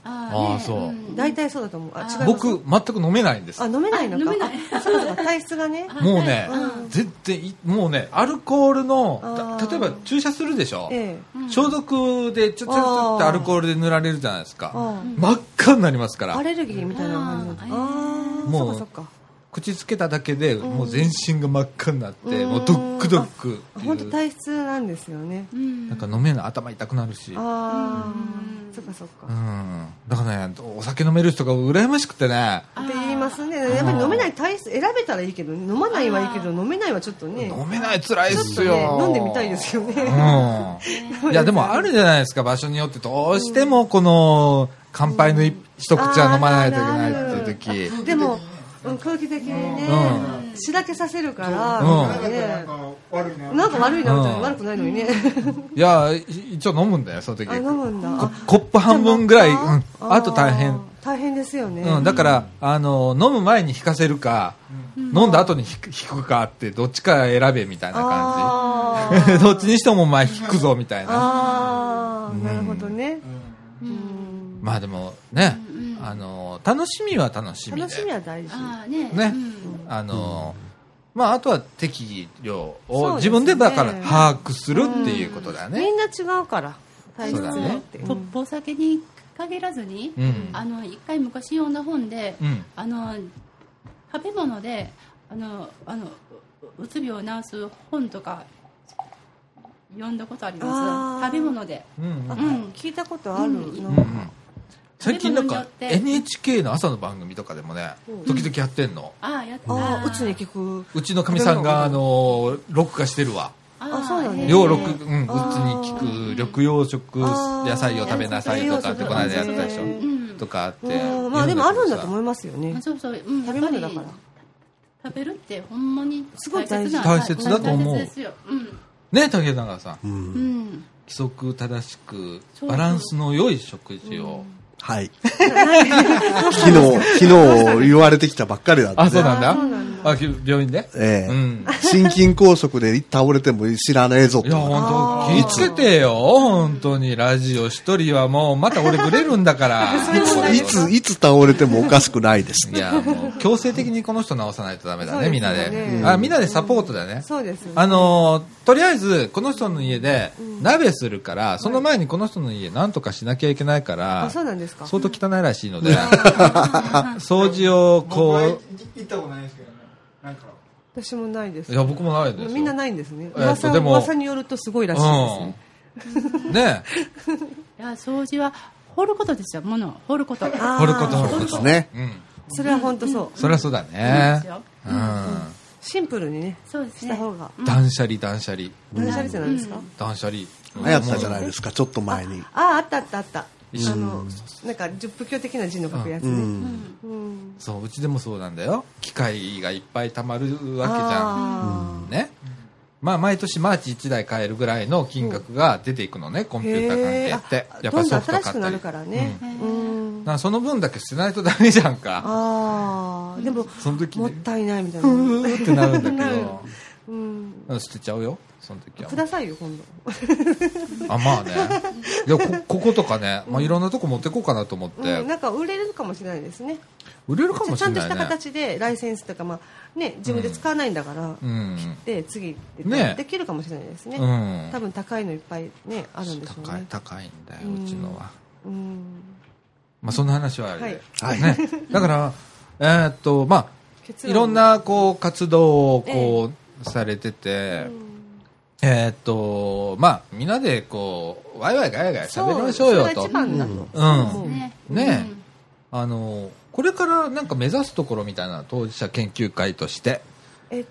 Speaker 1: あ
Speaker 4: あ
Speaker 1: ーそう
Speaker 3: 大体そうだと思うあ違います
Speaker 1: 僕、全く飲めないんです
Speaker 3: あ。飲めないのか
Speaker 4: あ飲めない
Speaker 3: あそうだ体質が ね
Speaker 1: もうね、全然い、もうね、アルコールの
Speaker 3: あ、
Speaker 1: た
Speaker 3: ー
Speaker 1: 例えば注射するでしょ
Speaker 3: ええ
Speaker 1: 消毒でちょちょちょってアルコールで塗られるじゃないですか。
Speaker 3: あ
Speaker 1: 真っ赤になりますか
Speaker 3: あア
Speaker 1: ら、
Speaker 3: レルギーみたいな感じ
Speaker 4: あー
Speaker 3: ああ
Speaker 1: も
Speaker 3: そうっかそっか
Speaker 1: 口つけただけでもう全身が真っ赤になって、もうドックドックって
Speaker 3: 本当
Speaker 1: いう。
Speaker 3: 体質なんですよね
Speaker 1: なんか飲めない、頭痛くなるし。うん。
Speaker 3: ああそっかそっか
Speaker 1: だからね、お酒飲める人が羨ましくてね、
Speaker 3: って言いますねやっぱり飲めない体質選べたらいいけど飲まないはいいけど飲めないはちょっとね
Speaker 1: 飲めない辛いっ
Speaker 3: ち
Speaker 1: す
Speaker 3: ょっと
Speaker 1: よ。
Speaker 3: ね飲んでみたいですよね
Speaker 1: うん。いや、でもあるじゃないですか、場所によって。どうしても、この、乾杯の一一口は飲まないといけないっていう時
Speaker 3: でも、うん、空気的にね、しだけさせるから、なんか
Speaker 5: なん
Speaker 3: ね
Speaker 5: か悪いな
Speaker 3: なんか悪いなみたいな、
Speaker 1: うん
Speaker 3: 悪くないのにね、
Speaker 1: いやい一応飲むんだよその時
Speaker 3: あ飲むんだ
Speaker 1: ココップ半分ぐらい、
Speaker 3: じ
Speaker 1: う
Speaker 3: ゃあ
Speaker 1: ん、あと大変
Speaker 3: ー大変ですよね、
Speaker 1: うん、だから、あの飲む前に引かせるか、飲んだ後に引く引くかってどっちか選べみたいな感
Speaker 3: あ
Speaker 1: じ
Speaker 3: ー
Speaker 1: どっちにしてもお前引くぞみたいな
Speaker 3: あーなるほどね、
Speaker 5: う
Speaker 3: うん
Speaker 1: まあでもね、
Speaker 4: うんうん
Speaker 1: あの楽しみは楽しみで
Speaker 3: 楽しみは大事
Speaker 4: ああね
Speaker 1: ね
Speaker 4: うん
Speaker 1: あの、まあ、あとは適量
Speaker 3: そうです
Speaker 1: を
Speaker 3: ね
Speaker 1: 自分でだから把握するっていうことだ
Speaker 3: み
Speaker 1: ね
Speaker 3: んな違うから体質
Speaker 1: そうだ
Speaker 3: は
Speaker 1: ね
Speaker 3: って、
Speaker 4: ぼお酒に限らずに、
Speaker 1: うん
Speaker 4: あの一回昔読んだ本で、
Speaker 1: うん
Speaker 4: あの食べ物であのあのううつ病を治す本とか読んだことありま
Speaker 3: あー
Speaker 4: す食べ物で
Speaker 1: うんうん
Speaker 3: あ
Speaker 4: うん
Speaker 3: 聞いたことあるの、
Speaker 4: うん
Speaker 1: うんうん最近なん
Speaker 4: 食
Speaker 1: か
Speaker 4: べ物によって
Speaker 1: NHK の朝の番組とかでもね
Speaker 3: うん
Speaker 1: 時々やってんの
Speaker 4: ああやった
Speaker 3: ああうちに聞く
Speaker 1: うちのかみさんがあ
Speaker 3: 食べ
Speaker 1: の録画してるわ
Speaker 3: あそうなんだ
Speaker 1: ようろく
Speaker 4: く
Speaker 1: うん、うつに聞く緑養殖
Speaker 3: あー
Speaker 1: 野菜を食べなさいとかってこの間やったでし
Speaker 3: う
Speaker 1: ょ
Speaker 4: うん
Speaker 1: とかあって
Speaker 3: うんまあでもあるんだと思
Speaker 1: う
Speaker 3: いますよね
Speaker 4: そうそう、うん、
Speaker 3: 食べ物だから
Speaker 4: やっぱり食べるってほんまに
Speaker 3: すごい大事
Speaker 4: な
Speaker 1: 大切だと思う
Speaker 4: 大切ですよ
Speaker 1: ね竹永さん
Speaker 2: う。
Speaker 4: うん、うんん、
Speaker 1: 規則正しく
Speaker 4: そう
Speaker 1: バランスの良い食事を
Speaker 2: はい。昨日、昨日言われてきたばっかりだった、
Speaker 1: あそうなんだ
Speaker 3: あそうなん
Speaker 1: あき病院で
Speaker 2: ええ
Speaker 1: うん
Speaker 2: 心筋梗塞で倒れても知らねえぞ
Speaker 1: いや、本当気
Speaker 3: あー
Speaker 1: ぃつけてよ。本当に、ラジオ一人はもう、また俺ブレるんだから。
Speaker 2: いつ、いつ倒れてもおかしくないです
Speaker 1: いや、もう、強制的にこの人直さないとダメだ
Speaker 3: そう
Speaker 1: ね、
Speaker 3: です
Speaker 1: みんな
Speaker 3: よね
Speaker 1: で。
Speaker 3: うん
Speaker 1: あ、みんなでサポートだね。
Speaker 3: そうですよね
Speaker 1: あのーとりあえず、この人の家で、鍋するから、その前にこの人の家、なんとかしなきゃいけないから、
Speaker 3: あそうなんですか
Speaker 1: 相当汚いらしいので、 掃除を
Speaker 5: 僕は
Speaker 1: こ
Speaker 5: い行ったことないですけどねなんか
Speaker 3: 私もないで
Speaker 1: う、
Speaker 3: す
Speaker 1: いや、僕もないですよ。
Speaker 3: みんなないんですね
Speaker 1: っと
Speaker 3: 噂,、
Speaker 1: でも
Speaker 3: 噂によるとすごいらしいですね、
Speaker 1: うん。ね
Speaker 4: いや掃除は掘ることですよ物を掘ること
Speaker 3: あー
Speaker 1: 掘ること掘る
Speaker 2: そう
Speaker 1: こ
Speaker 2: で
Speaker 1: と。
Speaker 2: すね。
Speaker 1: うん。
Speaker 3: それは本当そう、
Speaker 1: そりゃそうだね
Speaker 4: す。よ
Speaker 1: うん。
Speaker 3: シンプルにね
Speaker 4: そうです
Speaker 3: し
Speaker 4: ね
Speaker 3: た方が
Speaker 1: 断捨離断捨離
Speaker 3: 断捨離じゃないですか、
Speaker 4: うん
Speaker 1: 断捨離
Speaker 2: 流行ったじゃない
Speaker 1: い
Speaker 2: ですか、ちょっと前に。
Speaker 3: あああったあったあったあ
Speaker 1: うん
Speaker 3: のなんか十布教的な字の書くやつ
Speaker 2: う
Speaker 3: ね、
Speaker 2: ん。
Speaker 3: うん、
Speaker 1: そううちでもそうなんだよ機械がいっぱいたまるわけじゃ
Speaker 3: あ
Speaker 1: んねまあ毎年マーチ1台買えるぐらいの金額が出ていくのねコンピューター関係っ
Speaker 3: へ
Speaker 1: て
Speaker 3: ーあ
Speaker 1: やっぱソフト
Speaker 3: ど
Speaker 1: 買
Speaker 3: んどん新しく
Speaker 1: った
Speaker 3: な
Speaker 1: り
Speaker 3: るからね
Speaker 1: う
Speaker 4: へ
Speaker 1: ん
Speaker 4: ー
Speaker 3: うん
Speaker 1: だからその分だけ捨てないとダメじゃんか
Speaker 3: ああでも
Speaker 1: その時
Speaker 3: も
Speaker 1: ね
Speaker 3: ったいないみたいな、
Speaker 1: ふーってなるんだ
Speaker 3: な
Speaker 1: け
Speaker 3: る
Speaker 1: ど
Speaker 3: うん、
Speaker 1: うん捨てちゃうよその時は
Speaker 3: くださいよ今度
Speaker 1: あまあねいやこ こことかねまあいろんなとこ持ってこうかなと思って
Speaker 3: うん、なんか売れるかもしれないですね
Speaker 1: 売れるかも
Speaker 3: ち
Speaker 1: し
Speaker 3: ゃ
Speaker 1: れ
Speaker 3: んとし
Speaker 1: な
Speaker 3: た
Speaker 1: いね
Speaker 3: 形でライセンスとか、まあね、自分で使わないんだから、
Speaker 1: うん
Speaker 3: で次って
Speaker 1: ね
Speaker 3: できるかもしれないですね、
Speaker 1: うん
Speaker 3: 多分高いのいっぱい、ね、あるんでしょう
Speaker 1: 高い
Speaker 3: ね
Speaker 1: 高いんだよ
Speaker 3: うん
Speaker 1: うちのは
Speaker 3: うん
Speaker 1: まあ、そんな話はあれで、
Speaker 2: はい
Speaker 1: ね、だから、えーっとま
Speaker 3: 結
Speaker 1: あ、
Speaker 3: 論
Speaker 1: いろんなこう活動をこうされてて、えーっとまあ、みんなでこうワイワイガヤガヤしゃべりましょうよと
Speaker 3: それが一番だと、
Speaker 1: うん
Speaker 4: ね
Speaker 1: ねあのこれからなんか目指すところみたいな当事者研究会として、
Speaker 3: えっと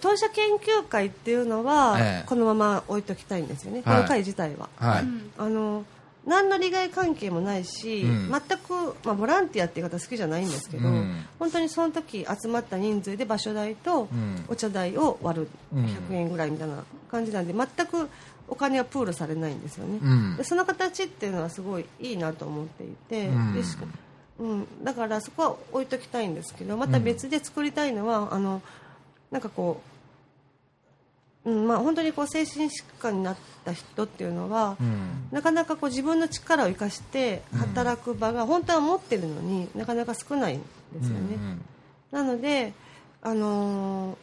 Speaker 3: 当社研究会っていうのは、
Speaker 1: ええ
Speaker 3: このまま置いときたいんですよね、
Speaker 1: はい
Speaker 3: この会自体は
Speaker 1: はい
Speaker 4: うん
Speaker 3: あの何の利害関係もないし、
Speaker 1: うん
Speaker 3: 全く、まあ、ボランティアっていう方好きじゃないんですけど、
Speaker 1: うん
Speaker 3: 本当にその時集まった人数で場所代と
Speaker 1: うん
Speaker 3: お茶代を割る
Speaker 1: うん
Speaker 3: 100円ぐらいみたいな感じなんで全くお金はプールされないんですよね、
Speaker 1: うん
Speaker 3: でその形っていうのはすごいいいなと思っていて、
Speaker 1: うん
Speaker 3: でしうん、だからそこは置いときたいんですけどまた別で作りたいのは、あのなんかこう、うんまあ、本当にこう精神疾患になった人っていうのは、
Speaker 1: うん
Speaker 3: なかなかこう自分の力を生かして働く場が本当は持ってるのになかなか少ないんですよね。
Speaker 1: うん
Speaker 3: なので、あの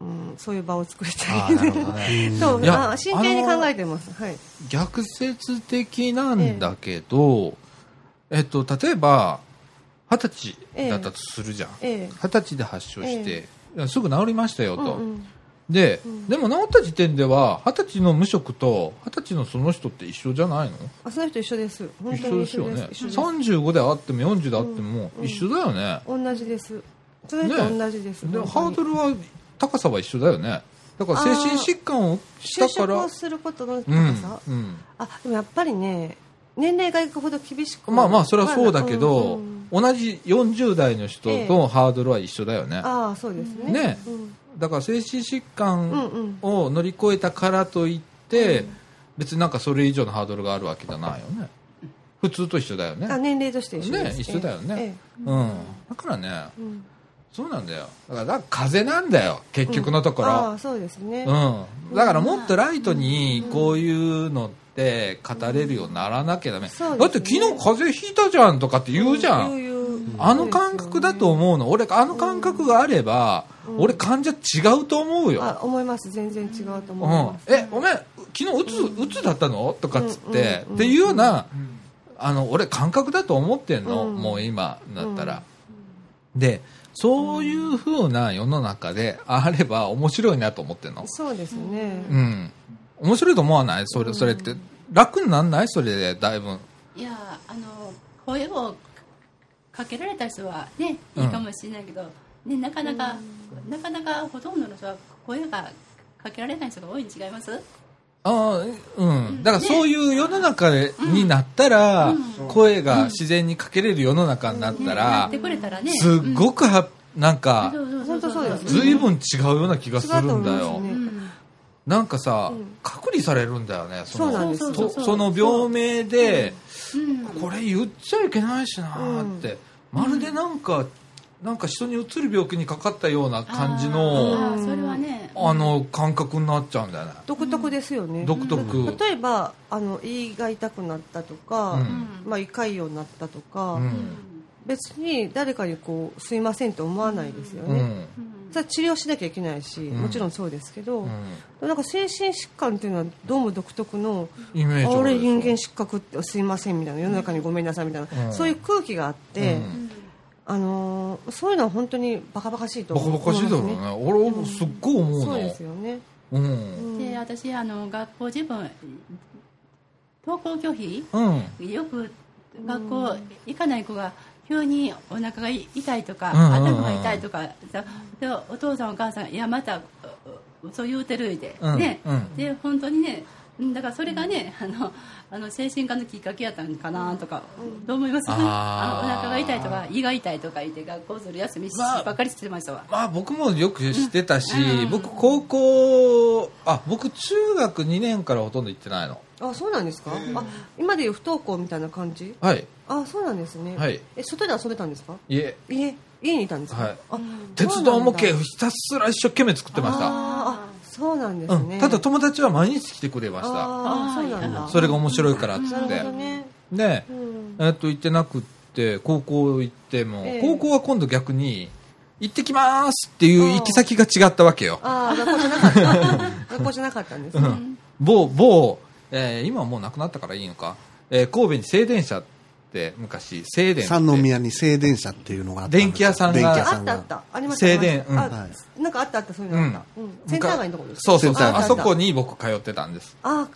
Speaker 3: ーうん、そういう場を作り
Speaker 1: あー
Speaker 3: たい
Speaker 1: なるほどね
Speaker 3: そう
Speaker 1: いや
Speaker 3: あ真剣に考えてます、はい、
Speaker 1: 逆説的なんだけど、えっと、例えば二十歳だったとするじゃん、
Speaker 3: ええ
Speaker 1: 二十歳で発症して、すぐ治りましたよと、
Speaker 3: うんうん
Speaker 1: で、
Speaker 3: ん
Speaker 1: でも治った時点では二十歳の無職と二十歳のその人って一緒じゃないの
Speaker 3: あその人一緒です本
Speaker 1: 一
Speaker 3: 当
Speaker 1: 緒
Speaker 3: に
Speaker 1: です
Speaker 3: 一緒
Speaker 1: よ
Speaker 3: です
Speaker 1: ね
Speaker 3: 一緒
Speaker 1: 35であっても40であっても
Speaker 3: うん
Speaker 1: 一緒だよね、
Speaker 3: です同じですその人
Speaker 1: ね
Speaker 3: 同じです、
Speaker 1: でハー
Speaker 3: 本当
Speaker 1: ド
Speaker 3: に
Speaker 1: ルは高さは一緒だよねだから精神疾患をし
Speaker 3: 就
Speaker 1: たか
Speaker 3: 職
Speaker 1: ら
Speaker 3: をすることの
Speaker 1: うん
Speaker 3: 高さ、
Speaker 1: うん
Speaker 3: あでもやっぱりね年齢がいくほど厳しく
Speaker 1: まあまあ、それはそうだけど、
Speaker 3: うんうん
Speaker 1: 同じ40代の人のハードルは一緒だよね。
Speaker 3: ああそうですね
Speaker 1: ね
Speaker 3: うん
Speaker 1: だから精神疾
Speaker 3: うん
Speaker 1: 患
Speaker 3: うん
Speaker 1: を乗り越えたからといって、別になんかそれ以上のハードルがあるわけじゃないよね。普通と一緒だよね。
Speaker 3: あ年齢として一緒です
Speaker 1: ね一緒だよね
Speaker 3: えええ
Speaker 1: うん。だからね、
Speaker 3: えうん
Speaker 1: そうなんだよ。だから、だから風邪なんだよ、結局のところ。
Speaker 3: ああそうですね
Speaker 1: うん、だからもっとライトにこういうのって語れるようにならなきゃダメ、
Speaker 3: そうですね
Speaker 1: だって昨日風邪ひいたじゃんとかって言うじゃん、
Speaker 3: 言う言う
Speaker 1: あの感覚だと思うの俺あの感覚があれば、
Speaker 3: うん
Speaker 1: 俺患者違うと思うよ、
Speaker 3: あ思います全然違う
Speaker 1: う
Speaker 3: と思い
Speaker 1: ん
Speaker 3: ます、
Speaker 1: えお前昨日うつ、うつだったのとかっつって、
Speaker 3: うんうんうん
Speaker 1: っていうような
Speaker 5: うん
Speaker 1: あの俺感覚だと思ってんの、
Speaker 3: うん
Speaker 1: もう今だったら、でそういう風な世の中であれば面白いなと思ってんの
Speaker 3: そうですね、
Speaker 1: うん。面白いと思わないそれ、
Speaker 3: うん
Speaker 1: それって。楽になんないそれで、だいぶ。
Speaker 4: いやあの声をかけられた人はねいいかもしれないけど、ね、なかなか、なかなかほとんどの人は声がかけられない人が多いに違います
Speaker 1: ああ、うん。だから
Speaker 4: ね
Speaker 1: そういう世の中でになったら、
Speaker 5: うん
Speaker 1: 声が自然にかけれる世の中になった
Speaker 4: ねや
Speaker 1: ら
Speaker 4: って、くれたらね
Speaker 1: すっごくは、なんか、
Speaker 4: うん
Speaker 3: 本当そうですね
Speaker 1: ずいぶん違うような気がするんだ
Speaker 3: 違うと思
Speaker 1: よ
Speaker 3: います。ね
Speaker 4: うん
Speaker 1: なんかさ
Speaker 3: うん、
Speaker 1: 隔離されるんだよね、
Speaker 3: そうなん
Speaker 1: の、
Speaker 3: ですよ
Speaker 1: とその病名で、
Speaker 4: うん
Speaker 1: これ言っちゃいけないしなーって、まるでなんか、なんか人にうつる病気にかかったような感じの、
Speaker 4: あーそれはね
Speaker 1: あの感覚になっちゃうんだよね、
Speaker 3: 独特ですよね、
Speaker 1: 独特、うん
Speaker 3: 例えばあの胃が痛くなったとか、
Speaker 4: うん
Speaker 3: まあ、胃潰瘍になったとか、
Speaker 1: うん
Speaker 3: 別に誰かにこうすいませんと思わないですよ
Speaker 1: う
Speaker 3: ね、
Speaker 1: ん
Speaker 4: うん
Speaker 3: それは治療しなきゃいけないし、
Speaker 1: ん
Speaker 3: もちろんそうですけど、
Speaker 1: うん
Speaker 3: なんか精神疾患っていうのはどうも独特の
Speaker 1: イメージ
Speaker 3: あ俺
Speaker 1: るでしょ
Speaker 3: 人間失格ってすいませんみたいな世の中にごめんなさいみたいな、
Speaker 1: うん
Speaker 3: そういう空気があって、
Speaker 1: うん
Speaker 3: あのーそういうのは本当にバカバカしいと
Speaker 1: バカ
Speaker 3: 思う
Speaker 1: バカしいだろうね、俺はすっごい思うの、
Speaker 3: そうですよね、
Speaker 1: うん
Speaker 3: うん
Speaker 4: で私あの学校自分登校拒否
Speaker 1: うん
Speaker 4: よく学校行かない子が急にお腹が痛いとか、
Speaker 1: うんうんうん
Speaker 4: 頭が痛いとかさでお父さんお母さんいやまたうそう言うてるいで、
Speaker 1: うん
Speaker 4: ね、
Speaker 1: うん
Speaker 4: で本当にねうんだからそれがねあのあの精神科のきっかけやったんかなとか、どう思います
Speaker 1: あー
Speaker 4: あのお腹が痛いとか胃が痛いとか言って学校ずる休みし、
Speaker 1: まあ
Speaker 4: ばっかりしてましたわ
Speaker 1: まあ僕もよく知ってたし、
Speaker 4: うん
Speaker 1: 僕高校あ僕中学2年からほとんど行ってないの
Speaker 3: あそうなんですか、あ今でいう不登校みたいな感じ
Speaker 1: はい
Speaker 3: あそうなんですね、
Speaker 1: はい
Speaker 3: え外で遊べたんですか
Speaker 1: いえ
Speaker 3: 家家にいたんですか、
Speaker 1: はい
Speaker 3: あ
Speaker 1: 鉄道模
Speaker 3: そう
Speaker 1: 型
Speaker 3: なんだ
Speaker 1: ひたすら一生懸命作ってました
Speaker 3: あーあそうなんです
Speaker 1: う
Speaker 3: ね、
Speaker 1: ん、ただ友達は毎日来てくれました
Speaker 3: ああそうなん
Speaker 4: あ
Speaker 3: だ
Speaker 4: ー
Speaker 1: それが面白いからっつ
Speaker 3: な
Speaker 1: っ
Speaker 3: る
Speaker 1: て
Speaker 3: ほどね、
Speaker 1: ね
Speaker 3: うん、
Speaker 1: えっと、行ってなくって、高校行っても、
Speaker 3: ええ
Speaker 1: 高校は今度逆に、行ってきますっていう行き先が違ったわけよ。
Speaker 3: ああ学校じゃなか った学校じゃなかったんですね、
Speaker 1: 某、某、えー今はもうなくなったからいいのか、えー神戸に静電車って、昔、静電って
Speaker 2: 三宮に静電車っていうのがあった
Speaker 1: 電気屋さんが
Speaker 2: 電気屋
Speaker 3: あ
Speaker 2: さ
Speaker 3: っ
Speaker 2: ん
Speaker 3: たあ
Speaker 2: が
Speaker 3: ったありました
Speaker 1: 静電
Speaker 3: ありました
Speaker 1: うん
Speaker 3: あ
Speaker 2: はい
Speaker 3: なんかあったあったそういうのあった、うんセンター街のところですか
Speaker 1: そうそうそう。あ
Speaker 3: ああった
Speaker 1: そ
Speaker 3: あった
Speaker 1: こに僕通ってたんです。
Speaker 3: あ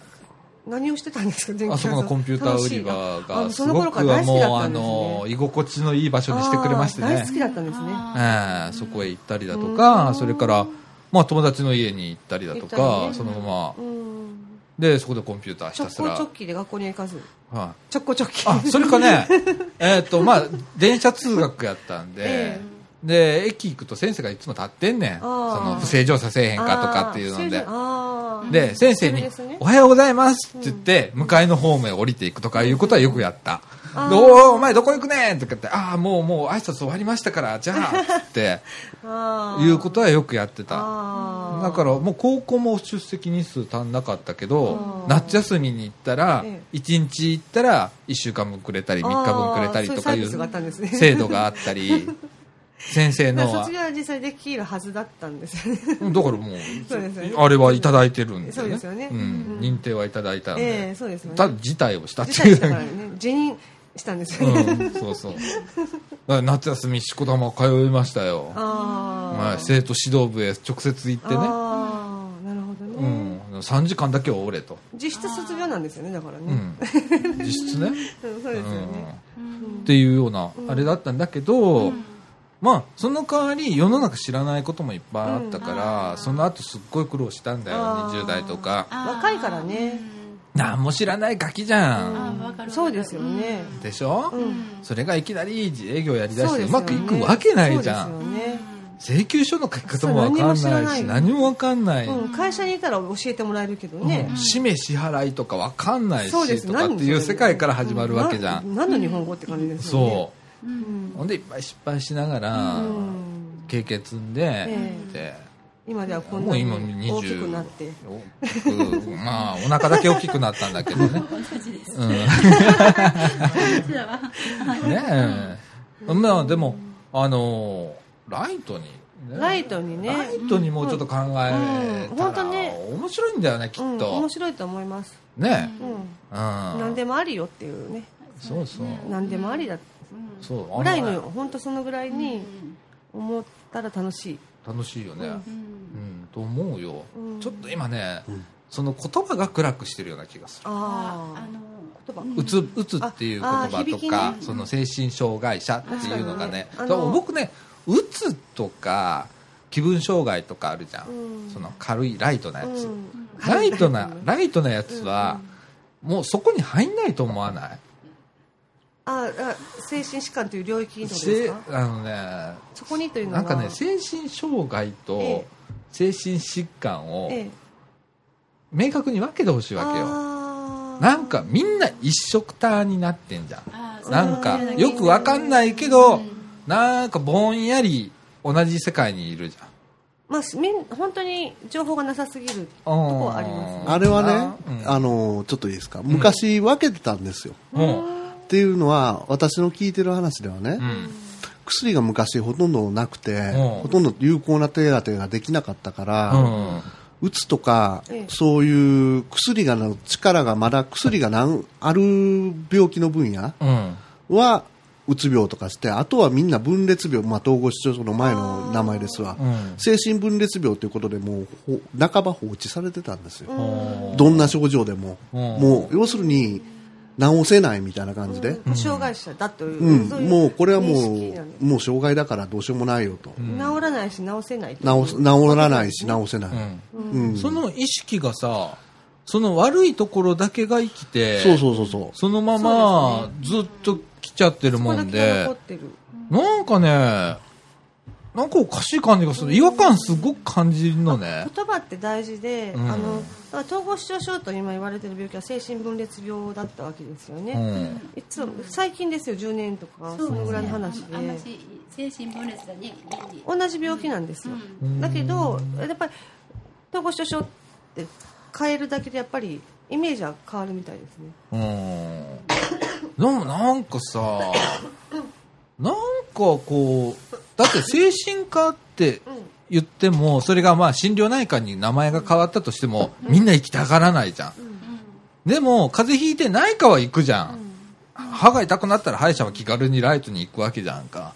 Speaker 3: 何をしてたんですか電気屋
Speaker 1: あ
Speaker 3: さ
Speaker 1: そ
Speaker 3: ん
Speaker 1: このコンピューター売り場
Speaker 3: 楽しいあ
Speaker 1: が、
Speaker 3: あ
Speaker 1: す
Speaker 3: その
Speaker 1: ご
Speaker 3: 頃
Speaker 1: く
Speaker 3: から大好きだ
Speaker 1: もう、
Speaker 3: った
Speaker 1: あ
Speaker 3: んです
Speaker 1: の、
Speaker 3: ね
Speaker 1: 居心地のいい場所にしてくれまして
Speaker 3: ああ
Speaker 1: ね
Speaker 3: 大好。きだったんですね
Speaker 4: あ
Speaker 1: ええそこへ行ったりだとか、それから、まあ友達の家に行ったりだと
Speaker 3: 行ったり
Speaker 1: か、
Speaker 3: ね
Speaker 1: そのまま
Speaker 3: う、ん
Speaker 1: で、そこでコンピューターひ
Speaker 3: 直
Speaker 1: たす
Speaker 3: 行
Speaker 1: ら。
Speaker 3: 直帰で学校には行かず
Speaker 1: はい
Speaker 3: 直行直帰
Speaker 1: あ、それか ね、えっと、まあ、電車通学やったんで、
Speaker 3: え
Speaker 1: で、駅行くと先生がいつも立ってんねん。そ
Speaker 3: あー
Speaker 1: の、不正乗車せえへんかとかっていうので。
Speaker 3: あー
Speaker 1: で、先生
Speaker 3: そ
Speaker 1: に
Speaker 3: れですね、
Speaker 1: おはようございますって言って、向かいのホームへ降りていくとかいうことはよくやった。
Speaker 3: あー
Speaker 1: でおーお前どこ行くねんとか言って、ああ、もうもう挨拶終わりましたから、じゃ あ、って、
Speaker 3: あー
Speaker 1: いうことはよくやってた。
Speaker 3: あー
Speaker 1: だからもう高校も出席日数足んなかったけど
Speaker 3: あー
Speaker 1: 夏休みに行ったら
Speaker 3: え
Speaker 1: 1日行ったら1週間分くれたり3日分くれたりとかい
Speaker 3: あーそういうサービスがあったんです
Speaker 1: う
Speaker 3: ね
Speaker 1: 制度があった り先生
Speaker 3: だ
Speaker 1: の
Speaker 3: から
Speaker 1: は
Speaker 3: 卒業は実際できるはずだったんですよね
Speaker 1: うんだからもう
Speaker 3: そうですよね
Speaker 1: あれはいただいてるんですよ
Speaker 3: そう
Speaker 1: ね
Speaker 3: ですよね
Speaker 1: うん
Speaker 3: うん
Speaker 1: 認定はいただいたん
Speaker 3: え
Speaker 1: で
Speaker 3: えそうですよね
Speaker 1: ただ辞退をしたって
Speaker 3: 辞
Speaker 1: い
Speaker 3: 退
Speaker 1: う
Speaker 3: したからね辞任したんですよね、
Speaker 1: うんそうそうだから夏休みしこたま通いましたよ
Speaker 3: あ
Speaker 1: はい
Speaker 3: あ
Speaker 1: 生徒指導部へ直接行ってね
Speaker 3: ああなるほどね、
Speaker 1: うん3時間だけは俺と
Speaker 3: 実質卒業なんですよねだから
Speaker 1: う
Speaker 3: ね、
Speaker 1: ん実質ね
Speaker 3: うんそうですよね、
Speaker 1: うんっていうようなあれだったんだけど、まあその代わり世の中知らないこともいっぱいあったから、その後すっごい苦労したんだよ
Speaker 3: あー
Speaker 1: 20代とか
Speaker 4: あー
Speaker 3: 若いからね
Speaker 4: うん
Speaker 1: 何も知らないガキじゃん、
Speaker 4: あーわかる
Speaker 3: そうですよね
Speaker 1: でしょ、
Speaker 3: うん
Speaker 1: それがいきなり自営業やりだ
Speaker 3: そ
Speaker 1: して
Speaker 3: う
Speaker 1: う
Speaker 3: ですよ
Speaker 1: ま
Speaker 3: ね
Speaker 1: くいくわけないじゃん、
Speaker 3: そうですよね
Speaker 1: 請求書の書き方もわかん
Speaker 3: そう何も
Speaker 1: ないし
Speaker 3: 知らない
Speaker 1: 何もわかんない、
Speaker 3: うん、会社にいたら教えてもらえるけどね、
Speaker 1: 氏名支払いとかわかんない
Speaker 3: そうで
Speaker 1: し
Speaker 3: す
Speaker 1: とかっていう世界から始まるわけじゃん、
Speaker 3: な何の日本語って感じですよね
Speaker 1: そう
Speaker 3: う、
Speaker 4: ん
Speaker 3: ん
Speaker 1: ほんでいっぱい失敗しながら
Speaker 3: うん
Speaker 1: 経験積んで、
Speaker 3: え
Speaker 1: で
Speaker 3: 今ではこん
Speaker 1: も
Speaker 3: な
Speaker 1: う
Speaker 3: に
Speaker 1: 今20
Speaker 3: 大きくなって
Speaker 1: 大きくまあお腹だけ大きくなったんだけど ね
Speaker 4: 同じです
Speaker 1: うん
Speaker 4: 同じだわ
Speaker 1: ねえまあでもあのライトにね
Speaker 3: ライトにね
Speaker 1: ライトにもうちょっと考え
Speaker 3: うん
Speaker 1: た
Speaker 3: 本当
Speaker 1: ら
Speaker 3: ね
Speaker 1: 面白いんだよねきっ
Speaker 3: うん、
Speaker 1: と
Speaker 3: 面白いと思います、
Speaker 1: ね
Speaker 3: うん
Speaker 1: うん何
Speaker 3: 何でもありよっていうね
Speaker 1: そうそう
Speaker 3: 何でもありだ
Speaker 4: うん
Speaker 1: そうあの
Speaker 3: ぐらいの本当そのぐらいに
Speaker 4: うん
Speaker 3: 思ったら楽しい、
Speaker 1: 楽しいよね
Speaker 4: うん
Speaker 1: うんと思うよ
Speaker 3: うん
Speaker 1: ちょっと今ね
Speaker 2: ん
Speaker 1: その言葉が暗くしてるような気がする
Speaker 3: あ
Speaker 4: あ
Speaker 3: あ
Speaker 4: の
Speaker 3: 言葉
Speaker 1: うつうつっていう言
Speaker 3: ああ
Speaker 1: 葉と
Speaker 3: 響き
Speaker 1: か
Speaker 3: ね
Speaker 1: その精神障害者っていうのがね
Speaker 3: 確かにねあの
Speaker 1: だから僕ねうつとか気分障害とかあるじゃん、
Speaker 3: うん
Speaker 1: その軽いライトなやつ、
Speaker 3: うん
Speaker 1: ライトな
Speaker 3: うん
Speaker 1: ライトなやつは、もうそこに入んないと思わない
Speaker 3: ああ精神疾患という領域にどうで
Speaker 1: せ
Speaker 3: す
Speaker 1: あ
Speaker 3: か
Speaker 1: のね
Speaker 3: そこにというの
Speaker 1: な
Speaker 3: は
Speaker 1: んかね精神障害と
Speaker 3: え
Speaker 1: 精神疾患を
Speaker 3: ええ
Speaker 1: 明確に分けてほしいわけよ
Speaker 3: あー
Speaker 1: なんかみんな一色たになってんじゃん
Speaker 4: あーそう
Speaker 1: なんか
Speaker 3: うん
Speaker 1: よくわかんないけど、なんかぼんやり同じ世界にいるじゃん。
Speaker 3: まあ、みん本当に情報がなさすぎる
Speaker 1: と
Speaker 3: こありますね
Speaker 2: あれはね、あ
Speaker 1: あ
Speaker 2: の、ちょっといいですか。昔分けてたんですよ。
Speaker 1: うん
Speaker 2: っていうのは、私の聞いてる話ではね、
Speaker 1: うん
Speaker 2: 薬が昔ほとんどなくて、
Speaker 1: うん
Speaker 2: ほとんど有効な手当てができなかったから、
Speaker 1: うん
Speaker 2: うつとか、
Speaker 3: ええ
Speaker 2: そういう薬がの力がまだ薬がなんある病気の分野
Speaker 1: うん
Speaker 2: はうつ病とかしてあとはみんな分裂病、まあ、統合失調症の前の名前ですわ、
Speaker 1: うん
Speaker 2: 精神分裂病ということでもうほ半ば放置されてたんですよ、
Speaker 1: うん
Speaker 2: どんな症状でも、
Speaker 1: うん
Speaker 2: もう要するに治せないみたいな感じで、うん
Speaker 3: まあ障害者だという,、そうい
Speaker 2: もうこれはも
Speaker 3: 認識な
Speaker 2: うん
Speaker 3: です
Speaker 2: もう障害だからどうしようもないよと、
Speaker 3: 治らないし治せない
Speaker 2: 治す治らないし治せない、
Speaker 1: うんその意識がさ、その悪いところだけが生きて、
Speaker 2: そうそうそうそう
Speaker 1: そのままずっと来ちゃってる
Speaker 3: こ
Speaker 1: も
Speaker 3: れだ
Speaker 1: ん
Speaker 3: けが
Speaker 1: で
Speaker 3: 残っ、てる
Speaker 1: なんかね、なんかおかしい感じがする。違和感すごく感じるのね。
Speaker 3: 言葉って大事で、
Speaker 1: うん
Speaker 3: あのだから統合失調症と今言われている病気は精神分裂病だったわけですよね、
Speaker 1: うん
Speaker 3: いつも最近ですよ10年とかそのぐらいの話で
Speaker 4: あのあんまし精神分裂だね
Speaker 3: 同じ病気なんですよ、
Speaker 1: うん
Speaker 3: だけどやっぱり統合失調症って変えるだけでやっぱりイメージは変わるみたいですね
Speaker 1: うん。でもなんかさ、なんかこう、だって精神科って言っても、それがまあ心療内科に名前が変わったとしても、みんな行きたがらないじゃん。でも、風邪ひいてないかは行くじゃん。歯が痛くなったら歯医者は気軽にライトに行くわけじゃんか。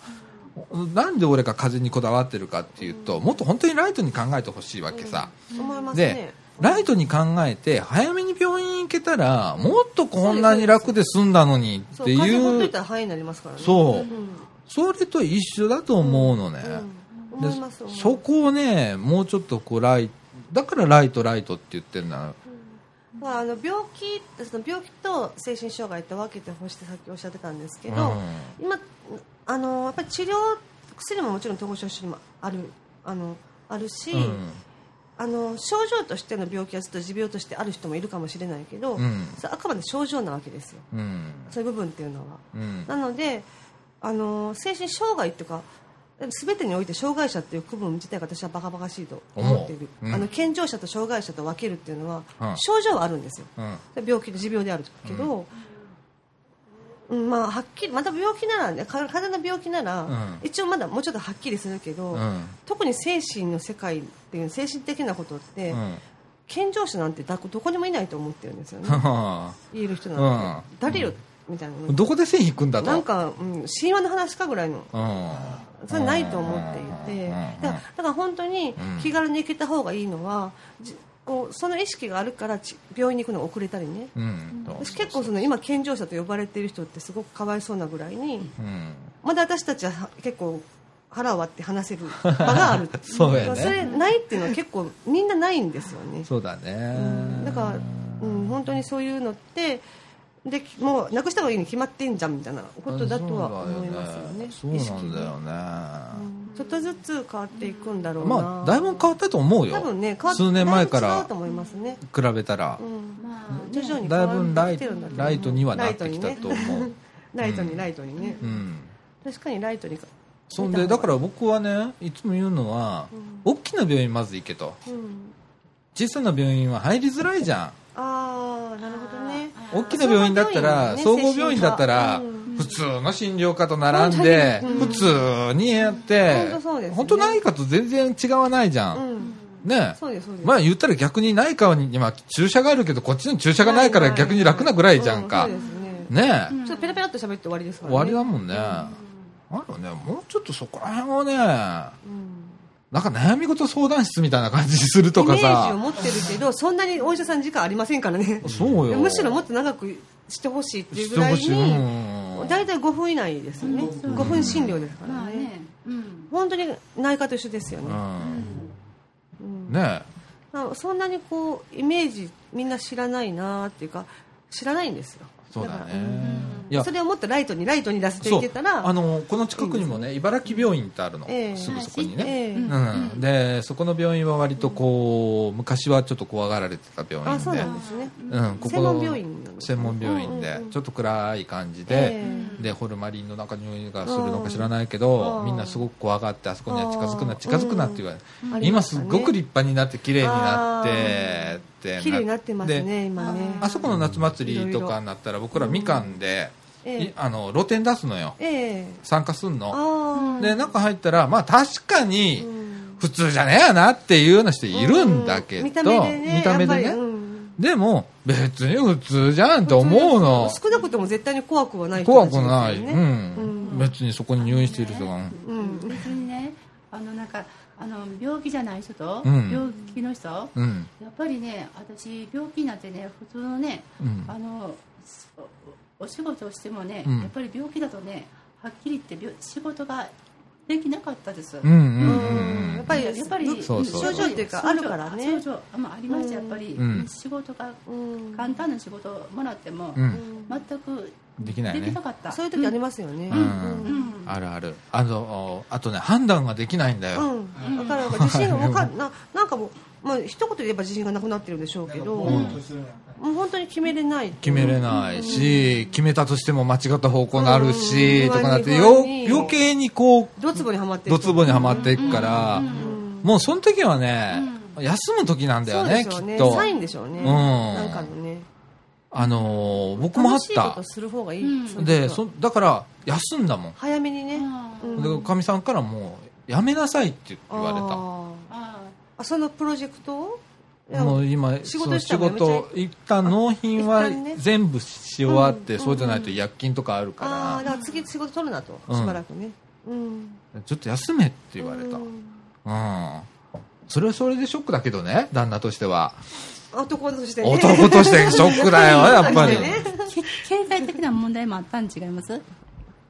Speaker 1: なんで俺が風邪にこだわってるかっていうと、もっと本当にライトに考えてほしいわけさ。
Speaker 3: 思います
Speaker 1: で
Speaker 3: ね、
Speaker 1: ライトに考えて、早めに病院行けたら、もっとこんなに楽で済んだのにっ
Speaker 3: そう
Speaker 1: て
Speaker 3: 風邪ほっと
Speaker 1: い
Speaker 3: いうた、ら肺になりますからねう、
Speaker 1: そう、
Speaker 3: ん
Speaker 1: それと一緒だと思うのね。
Speaker 3: うん、
Speaker 1: で
Speaker 3: 思います思います
Speaker 1: そこをね、もうちょっとこう、ライだからライト、ライトって言ってるんだ
Speaker 3: まあ、あの病気その病気と精神障害って分けてほしいってさっきおっしゃってたんですけど、
Speaker 1: う
Speaker 3: 今あのやっぱり治療薬ももちろん統合失調症にもあるあのあるし、
Speaker 1: うん
Speaker 3: あの症状としての病気はずっと持病としてある人もいるかもしれないけど、
Speaker 1: うん
Speaker 3: それあくまで症状なわけですよ
Speaker 1: うん。
Speaker 3: そういう部分っていうのは。
Speaker 1: うん。
Speaker 3: なのであの精神障害というか全てにおいて障害者という区分自体が私はバカバカしいと思っている、
Speaker 1: 思ううん
Speaker 3: あの健常者と障害者と分けるっていうのは、
Speaker 1: うん
Speaker 3: 症状はあるんですよ
Speaker 1: うん。
Speaker 3: 病気で持病であるけど、うんまあ、はっきりまた病気なら、ね、か体の病気なら、
Speaker 1: うん
Speaker 3: 一応まだもうちょっとはっきりするけど、
Speaker 1: うん。
Speaker 3: 特に精神の世界っていう精神的なことって、
Speaker 1: うん。
Speaker 3: 健常者なんてだどこにもいないと思ってるんですよね
Speaker 1: は
Speaker 3: 言える人なんて、
Speaker 1: う
Speaker 3: 誰よみたいな
Speaker 1: はどこで線引くんだ と。
Speaker 3: なんか、うん、神話の話かぐらいの
Speaker 1: うん。
Speaker 3: それないと思っていて
Speaker 1: うん
Speaker 3: だからだから本当に気軽に行けた方がいいのは、じこうその意識があるからち病院に行くのが遅れたりね
Speaker 1: うんうん。うん
Speaker 3: 私結構その今健常者と呼ばれている人ってすごくかわいそうなぐらいに
Speaker 1: うん。
Speaker 3: まだ私たちはは結構腹を割って話せる場がある
Speaker 1: そうやね
Speaker 3: れないっていうのは結構みんなないんですよね
Speaker 1: そうだね。
Speaker 3: だからうん、本当にそういうのってでもうなくした方がいいに決まってんじゃんみたいなことだとは思いますよね
Speaker 1: そうだよねそうなんだ
Speaker 3: 意識
Speaker 1: よね、
Speaker 3: うんちょっとずつ変わっていくんだろうな、
Speaker 1: まあだいぶ変わったと思うよ
Speaker 3: 多分ね変わっ
Speaker 1: 数年前か
Speaker 3: だいぶ違う
Speaker 1: ら
Speaker 3: と思いますね、
Speaker 1: 比べたら、
Speaker 3: うん
Speaker 4: まあ、
Speaker 3: 徐々に
Speaker 1: だいぶライ
Speaker 3: 変わってきてるんだけど
Speaker 1: ライトにはなってきたと思う、
Speaker 3: ライトにライトにね、
Speaker 1: うん
Speaker 3: 確かにライトにか
Speaker 1: そんでだから僕はねいつも言うのは、大きな病院まず行けと
Speaker 3: うん
Speaker 1: 小さな病院は入りづらいじゃん
Speaker 3: ああなるほどね
Speaker 1: 大きな病院だったら総
Speaker 3: 総
Speaker 1: 合
Speaker 3: 合
Speaker 1: 病
Speaker 3: 病
Speaker 1: 院
Speaker 3: 院
Speaker 1: だ
Speaker 3: だね
Speaker 1: ったら
Speaker 3: 精神科
Speaker 1: 普通の診療科と並んで
Speaker 3: うん
Speaker 1: 普通にやって
Speaker 3: 本当そうですね
Speaker 1: 本当内科と全然違わないじゃ
Speaker 3: うんん
Speaker 1: ね
Speaker 3: そうですそうです
Speaker 1: まあ言ったら逆に内科に今注射があるけどこっちに注射がないから逆に楽なぐらいじゃんか
Speaker 3: うそうですね
Speaker 1: ね
Speaker 3: ちょっとペラペラっと喋って終わりですから
Speaker 1: 終
Speaker 3: ね
Speaker 1: わりだもんねあるねもうちょっとそこら辺をね
Speaker 3: うん
Speaker 1: なんか悩み事相談室みたいな感じにするとか
Speaker 3: イメージを
Speaker 1: さ
Speaker 3: 持ってるけどそんなにお医者さん時間ありませんからね
Speaker 1: そうよ
Speaker 3: むしろもっと長くしてほしいってい
Speaker 1: し
Speaker 3: うぐ
Speaker 1: て
Speaker 3: らい
Speaker 1: ほしいうん
Speaker 3: に大体5分以内ですよね
Speaker 4: うん
Speaker 3: 5分診療ですから
Speaker 4: まあ
Speaker 3: ね
Speaker 4: ね、うん、
Speaker 3: 本当に内科と一緒ですよね
Speaker 1: うんね
Speaker 3: まあそんなにこうイメージみんな知らないなーっていうか知らないんですよ
Speaker 1: そうだ
Speaker 3: から
Speaker 1: ねい
Speaker 3: うん
Speaker 1: や
Speaker 3: それをもっとライトにライトに出せていけたら
Speaker 1: あのこの近くにもね茨城病院ってあるの、
Speaker 3: ええ
Speaker 1: すぐそこに
Speaker 3: え
Speaker 1: ね、
Speaker 3: え
Speaker 4: うん
Speaker 1: うん、でそこの病院は割とこう昔はちょっと怖がられてた病
Speaker 3: あ
Speaker 1: 院
Speaker 3: そう
Speaker 1: で
Speaker 3: なんですね
Speaker 1: うんここ
Speaker 3: 専門病院なの
Speaker 1: 専門病院で
Speaker 3: うんうん
Speaker 1: ちょっと暗い感じ
Speaker 3: え
Speaker 1: で、
Speaker 3: え
Speaker 1: でホルマリンの中匂いがするのか知らないけど、
Speaker 3: うん
Speaker 1: みんなすごく怖がってあそこには近づくな
Speaker 3: うん
Speaker 1: 近づくなって言われて、
Speaker 3: ありま
Speaker 1: 今
Speaker 3: し
Speaker 1: す
Speaker 3: た
Speaker 1: っ
Speaker 3: ね
Speaker 1: ごく立派になって綺麗になってって
Speaker 3: 綺麗になってます
Speaker 1: で
Speaker 3: ね今ね
Speaker 1: あそこの夏祭りとかになったら僕らみかんで、
Speaker 3: え
Speaker 1: いあの露店出すのよ
Speaker 3: えええ
Speaker 1: 参加すんの
Speaker 3: ああ
Speaker 1: で中入ったらまあ確か
Speaker 3: う
Speaker 1: に
Speaker 3: ん
Speaker 1: 普通じゃねえよなっていうような人いるんだけど、
Speaker 3: う見た目でね
Speaker 1: 見た目でね
Speaker 3: やっぱりうん
Speaker 1: でも別に普通じゃんって思うの
Speaker 3: 少なくとも絶対に怖くはない人
Speaker 1: 怖
Speaker 3: たち
Speaker 1: く
Speaker 3: ですよ
Speaker 1: ない、
Speaker 3: ね
Speaker 1: うん
Speaker 3: うん
Speaker 1: 別にそこに入院している人が、うん
Speaker 3: うん
Speaker 4: 別にねあのなんかあの病気じゃない人と、
Speaker 1: うん
Speaker 4: 病気の人、
Speaker 1: うん
Speaker 4: やっぱりね私病気になってね普通のね
Speaker 1: うん
Speaker 4: あのすおお仕事をしてもね、
Speaker 1: うん
Speaker 4: やっぱり病気だとねはっきり言って病仕事ができなかったです、
Speaker 1: うんうんう
Speaker 3: うん
Speaker 1: ん
Speaker 3: やっぱり
Speaker 4: やっぱり
Speaker 1: そうそう
Speaker 3: 症状っていうかあるからね
Speaker 4: 症状あまあありましたやっぱり、
Speaker 1: うん
Speaker 4: 仕事が
Speaker 3: うん
Speaker 4: 簡単な仕事をもらっても、
Speaker 1: う
Speaker 3: うんん
Speaker 4: 全く
Speaker 1: できない
Speaker 4: でき
Speaker 1: ね
Speaker 4: なかった、
Speaker 3: そういう時ありますよね
Speaker 1: うん
Speaker 4: うん、うん
Speaker 1: あるあるあのあとね判断ができないんだよ、
Speaker 3: うん、だからなんか自信がわかんななんかもう、まあ一言で言えば自信がなくなってるんでしょうけど、
Speaker 5: ぼ
Speaker 3: も
Speaker 5: ーっとするやんか
Speaker 3: う本当に決めれない
Speaker 1: 決めれないし、決めたとしても間違った方向になるし、
Speaker 3: うん
Speaker 1: とかなって
Speaker 3: 不安
Speaker 1: よ
Speaker 3: に
Speaker 1: 余計にこう
Speaker 3: ドツボにはまってる
Speaker 1: ドツボにはまっていくから、
Speaker 3: うん
Speaker 1: もうその時はね、休む時なんだ
Speaker 3: そ
Speaker 1: よ
Speaker 3: うで
Speaker 1: ね
Speaker 3: しょう
Speaker 1: き
Speaker 3: ね
Speaker 1: っと
Speaker 3: サインでしょうね、
Speaker 1: うん
Speaker 3: なんかのね
Speaker 1: あのー僕もあっ
Speaker 3: 楽しいこ
Speaker 1: た
Speaker 3: とする方がいい、
Speaker 4: うん
Speaker 3: そういう時は
Speaker 1: でそだから休んだもん
Speaker 3: 早めにね、
Speaker 4: あー
Speaker 3: うん
Speaker 1: でかみ、さんからもうやめなさいって言われた
Speaker 3: あー
Speaker 4: あ
Speaker 3: あそのプロジェクトをいや
Speaker 1: もう今そ
Speaker 3: 仕事
Speaker 1: の
Speaker 3: した
Speaker 1: 仕
Speaker 3: らやめちゃい
Speaker 1: 事一旦納品は
Speaker 3: 一旦ね
Speaker 1: 全部し終わって、
Speaker 3: うん
Speaker 1: そうじゃないと薬金とかあるから、
Speaker 3: あーだから次仕事取るなと、
Speaker 1: うん
Speaker 3: しばらくね、うん、
Speaker 1: ちょっと休めって言われた。
Speaker 3: う
Speaker 1: うん。
Speaker 3: ん
Speaker 1: それはそれでショックだけどね、旦那としては。
Speaker 3: 男と してね
Speaker 1: 男としてショックだ よ、やっぱり。
Speaker 4: ーけ経済的な問題もあったん違います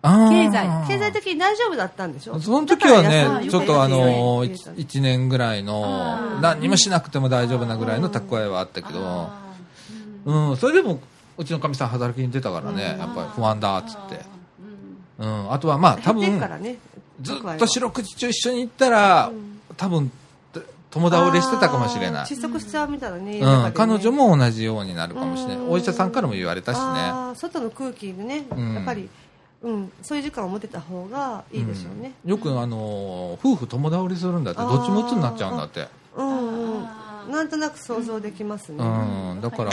Speaker 1: あー
Speaker 4: 経済
Speaker 3: 経済的に大丈夫だったんでしょ
Speaker 1: その時は
Speaker 3: だから
Speaker 1: ね、
Speaker 3: 安い
Speaker 1: ちょっとあの、
Speaker 3: 安い安い
Speaker 1: 1年ぐらいの、
Speaker 4: あー
Speaker 1: 何もしなくても大丈夫なぐらいの蓄えはあったけど、
Speaker 4: あーうん
Speaker 1: うん、それでも、うちのかみさん働きに出たからね、やっぱり不安だ、っつって
Speaker 4: あ。ーうん
Speaker 1: うん、あとはまあ、多分
Speaker 3: 減ってっか、らね
Speaker 1: ずっと四六時中一緒に行ったら、多分、友倒れしてたかもしれな
Speaker 3: あ
Speaker 1: い
Speaker 3: ー。窒息しちゃうみたいなね,中でね、
Speaker 1: うん、彼女も同じようになるかもしれない、
Speaker 3: うん
Speaker 1: お医者さんからも言われたしね、
Speaker 3: あー外の空気でね、
Speaker 1: うん
Speaker 3: やっぱり、うん、そういう時間を持てた方がいいでしょうね、
Speaker 1: うんよく、あのー夫婦共倒れするんだって、
Speaker 3: あー
Speaker 1: どっちも鬱になっちゃうんだって、
Speaker 3: うんうん
Speaker 4: あー
Speaker 3: なんとなく想像できますね、
Speaker 1: うん、だから
Speaker 4: うん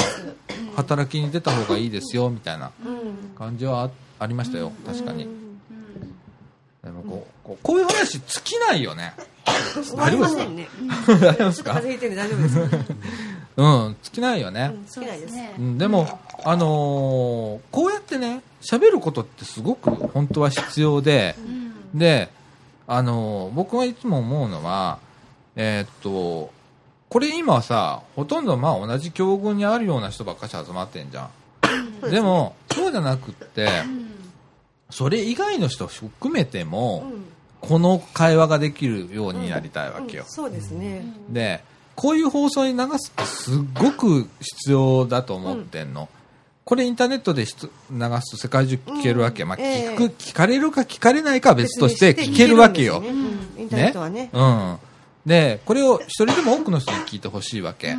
Speaker 1: 働きに出た方がいいですよみたいな
Speaker 3: うん
Speaker 1: 感じはあありましたよ、確かに。
Speaker 4: うん
Speaker 1: でもこうこうこういう話、尽きないよね、
Speaker 3: 終わりません ね
Speaker 1: 大丈夫で
Speaker 3: ちょ
Speaker 1: す
Speaker 3: っと
Speaker 1: か
Speaker 3: 風邪、ひいてるんで大丈夫ですよ、
Speaker 1: うん、尽きないよね
Speaker 3: う、ん、好きないです
Speaker 4: ね
Speaker 1: うん、でも、あのーこうやってね、喋ることってすごく本当は必要で。
Speaker 4: うん
Speaker 1: で、あの僕がいつも思うのは、えーっと、これ今さ、ほとんどまあ同じ境遇にあるような人ばっかし集まってんじゃん。でも、そうじゃなくって、それ以外の人含めて
Speaker 3: う
Speaker 1: も、
Speaker 3: ん
Speaker 1: この会話ができるようになりたいわけよ
Speaker 3: うん。そうですね、
Speaker 1: で、こういう放送に流すってすっごく必要だと思ってんの。これインターネットでひつ流すと世界中聞けるわけ。まあ、
Speaker 3: うんえ
Speaker 1: 聞
Speaker 3: え
Speaker 1: く、聞かれるか聞かれないかは別として
Speaker 3: 別に
Speaker 1: 聞けるわけよ。
Speaker 3: 聞けるんですねうんインターネットはね。
Speaker 1: うん。で、これを一人でも多くの人に聞いてほしいわけ。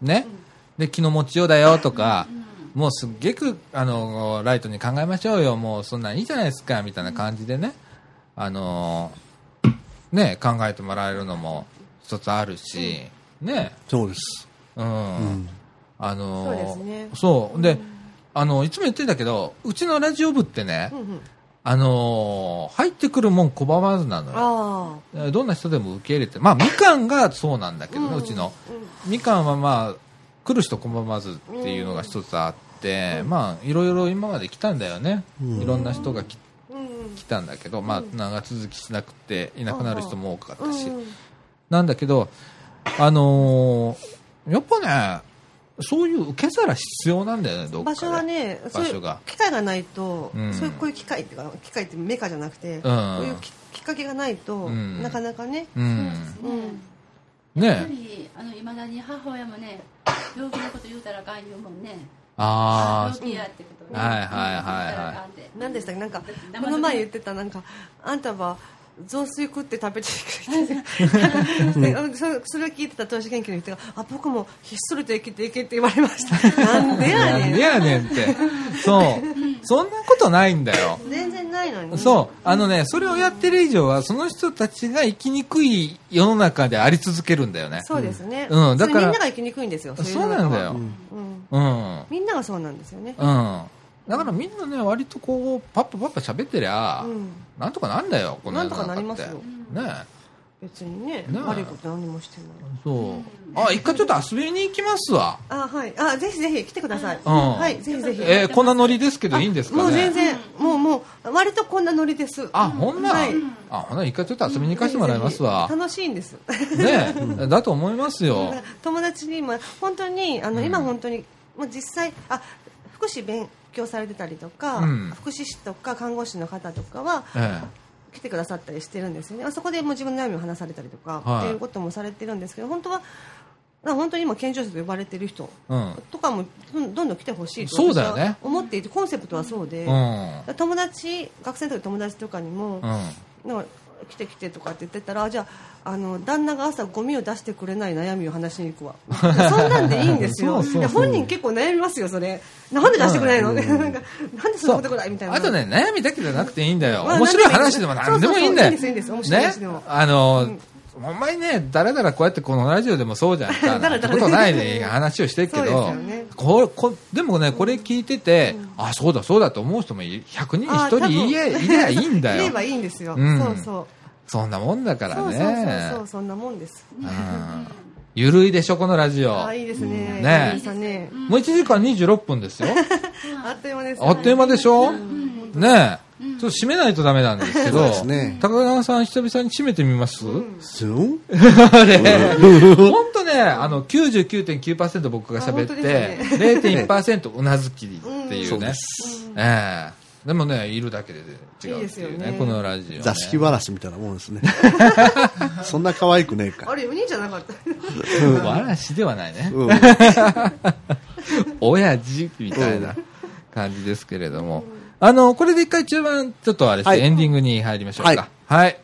Speaker 1: ね。で、気の持ちようだよとか、もうすっげく、あの、ライトに考えましょうよ。もうそんなんいいじゃないですか、みたいな感じでね。あのーね、考えてもらえるのも一つあるし、ね。
Speaker 2: そうです。
Speaker 1: うん。
Speaker 2: うん。
Speaker 1: あのー
Speaker 3: そうですね
Speaker 1: そうで、あの、いつも言ってんだけど、うちのラジオ部ってね、
Speaker 3: うんうん
Speaker 1: あのー入ってくるもん拒まずなのよ。
Speaker 3: あ
Speaker 1: えーどんな人でも受け入れて、まあ、みかんがそうなんだけどね、う
Speaker 3: うん
Speaker 1: ちの。みかんはまあ、来る人拒まずっていうのが一つあって、まあ、いろいろ今まで来たんだよね。
Speaker 2: うん
Speaker 1: いろんな人が来
Speaker 3: あ。うん
Speaker 1: 来たんだけど、まあ、長続きしなくて、いなくなる人も多かっ
Speaker 3: う
Speaker 1: たし。
Speaker 3: ん。
Speaker 1: なんだけど、あのーやっぱね、そういう受け皿必要なんだよね、どっかで。
Speaker 3: 場所はね、そうい
Speaker 1: 場所
Speaker 3: う
Speaker 1: が
Speaker 3: 機会がないと、
Speaker 1: うん
Speaker 3: そういうこういう機会っていうか、機会ってメカじゃなくて、
Speaker 1: う
Speaker 3: こ
Speaker 1: ん
Speaker 3: ういうききっかけがないと、
Speaker 1: うん
Speaker 3: なかなかね、
Speaker 1: うん。
Speaker 4: そうですねやっぱ
Speaker 1: ね
Speaker 4: りあの未だに母親もね病気のこと言うたらあかん言うもんね
Speaker 1: あ
Speaker 4: 病気やってことね
Speaker 1: はいはいはいはい
Speaker 3: なんでしたっけ、なんか、
Speaker 4: 生
Speaker 3: この前言ってた、なんか、あんたは雑炊食って食べて くれてでそれそれを聞いてた投資研究の人が、あ、僕もひっそりと生きていけって言われました。なんで
Speaker 1: あ。な
Speaker 3: や
Speaker 1: んで
Speaker 3: ねん。
Speaker 1: やねんって。そう。そんなことないんだよ。
Speaker 3: 全然ないのに。
Speaker 1: そう。あのね、それをやってる以上は、その人たちが生きにくい世の中であり続けるんだよね。
Speaker 3: そうですね。
Speaker 1: うんだから
Speaker 3: それみんなが生きにくいんですよ。い
Speaker 1: そう
Speaker 3: の
Speaker 1: なん
Speaker 3: は
Speaker 1: だよ。
Speaker 3: うん
Speaker 1: うん。
Speaker 3: みんながそうなんですよね。
Speaker 1: うん。だからみんなね、割とこう、パッパパッパ喋ってりゃ
Speaker 3: う、ん。
Speaker 1: なんとかなんだよ、この
Speaker 3: な
Speaker 1: 世
Speaker 3: んとか
Speaker 1: の
Speaker 3: な
Speaker 1: 中
Speaker 3: り
Speaker 1: っ
Speaker 3: ま
Speaker 1: て
Speaker 3: すよ。
Speaker 1: ね
Speaker 3: 別にね
Speaker 1: ねえ
Speaker 3: 悪いこと何もしてない
Speaker 1: そう。あ、一回ちょっと遊びに行きますわ。
Speaker 3: あはいあぜひぜひ来てください、
Speaker 1: うん
Speaker 3: はいぜひぜひ、
Speaker 1: えーこんなノリですけどいいんですかね
Speaker 3: もう全然、もうもう割とこんなノリです
Speaker 1: あ、ほんなら、
Speaker 3: はい
Speaker 1: あ、ほんなら一回ちょっと遊びに行かせてもらいますわ。
Speaker 3: 楽しいんです
Speaker 1: ねだと思いますよ。
Speaker 3: 友達に今本当にあの、今本当にもう実際あ福祉勉強されてたりとか、
Speaker 1: うん
Speaker 3: 福祉士とか看護師の方とかは
Speaker 1: ええ
Speaker 3: 来てくださったりしてるんですよね、あそこでもう自分の悩みを話されたりとか、
Speaker 1: はい
Speaker 3: っていうこともされてるんですけど、本当は、あ本当に今、健常者と呼ばれてる人
Speaker 1: うん
Speaker 3: とかもどんどんどん来てほしいと
Speaker 1: そうだよね
Speaker 3: 私は思っていて、コンセプトはそうで、
Speaker 1: うん。
Speaker 3: 友達、学生の時の友達とかに
Speaker 1: う
Speaker 3: も、
Speaker 1: ん。
Speaker 3: なんか来て来てとかって言ってたら、あじゃああの、旦那が朝、ゴミを出してくれない悩みを話しに行くわ、そんなんでいいんです よ、
Speaker 1: そうそうそう
Speaker 3: いや本人結構悩みますよ、それ、なんで出してくれないの、なんかなんでそんなことくらいみたいな。
Speaker 1: あとね、悩みだけじゃなくていいんだよ。
Speaker 3: まあ
Speaker 1: 面白い話でも
Speaker 3: な
Speaker 1: 何
Speaker 3: んで
Speaker 1: で
Speaker 3: も
Speaker 1: も
Speaker 3: い
Speaker 1: い
Speaker 3: い
Speaker 1: い
Speaker 3: ん
Speaker 1: ん
Speaker 3: だ
Speaker 1: だ
Speaker 3: よ
Speaker 1: よ。
Speaker 3: そうそうそういいんですいいんです面白い話でも
Speaker 1: ね。あの、ほんまにね、だらだらこうやってこのラジオでもそうじゃ んか。
Speaker 3: だら
Speaker 1: なんて
Speaker 3: だら
Speaker 1: ことないで話をしてるけ
Speaker 3: そうです
Speaker 1: ど
Speaker 3: よね、
Speaker 1: ここでもね、これ聞いてて、あ、そうだそうだと思う人もい100人に1人い
Speaker 3: あー多
Speaker 1: え
Speaker 3: 分
Speaker 1: いりゃいいんだ
Speaker 3: いれ
Speaker 1: よ。
Speaker 3: ばいいんですよ。
Speaker 1: うん
Speaker 3: そうそう。
Speaker 1: そんなもんだから
Speaker 3: そうそう
Speaker 1: ね。
Speaker 3: そうそうそんなもんです。
Speaker 1: うんゆるいでしょ、このラジオ。
Speaker 3: ああいいですね。
Speaker 1: んね
Speaker 3: いいですね
Speaker 1: もう1時間26分 ですよ。
Speaker 3: あっという間です、
Speaker 1: あっという間でしょ、ねえ。ちょっと締めないとダメなんですけど、
Speaker 2: そうですね
Speaker 1: 高田さん久々に締めてみます、
Speaker 2: すん
Speaker 1: あれ、ほんとね、あの、99.9%僕が喋って、
Speaker 3: あ本当です
Speaker 1: 0.1%うなずきっていううんね。ええでもね、いるだけで違うっていうね、
Speaker 3: いいですよね
Speaker 1: このラジオ、ね。
Speaker 2: 座敷わらしみたいなもんですね。そんな可愛くねえか
Speaker 3: あ。れ4人じゃなかった。
Speaker 1: わらしではないね。
Speaker 2: うん。
Speaker 1: 親父みたいな感じですけれども。あの、これで一回中盤、ちょっとあれして、
Speaker 2: はい
Speaker 1: エンディングに入りましょうか。はい。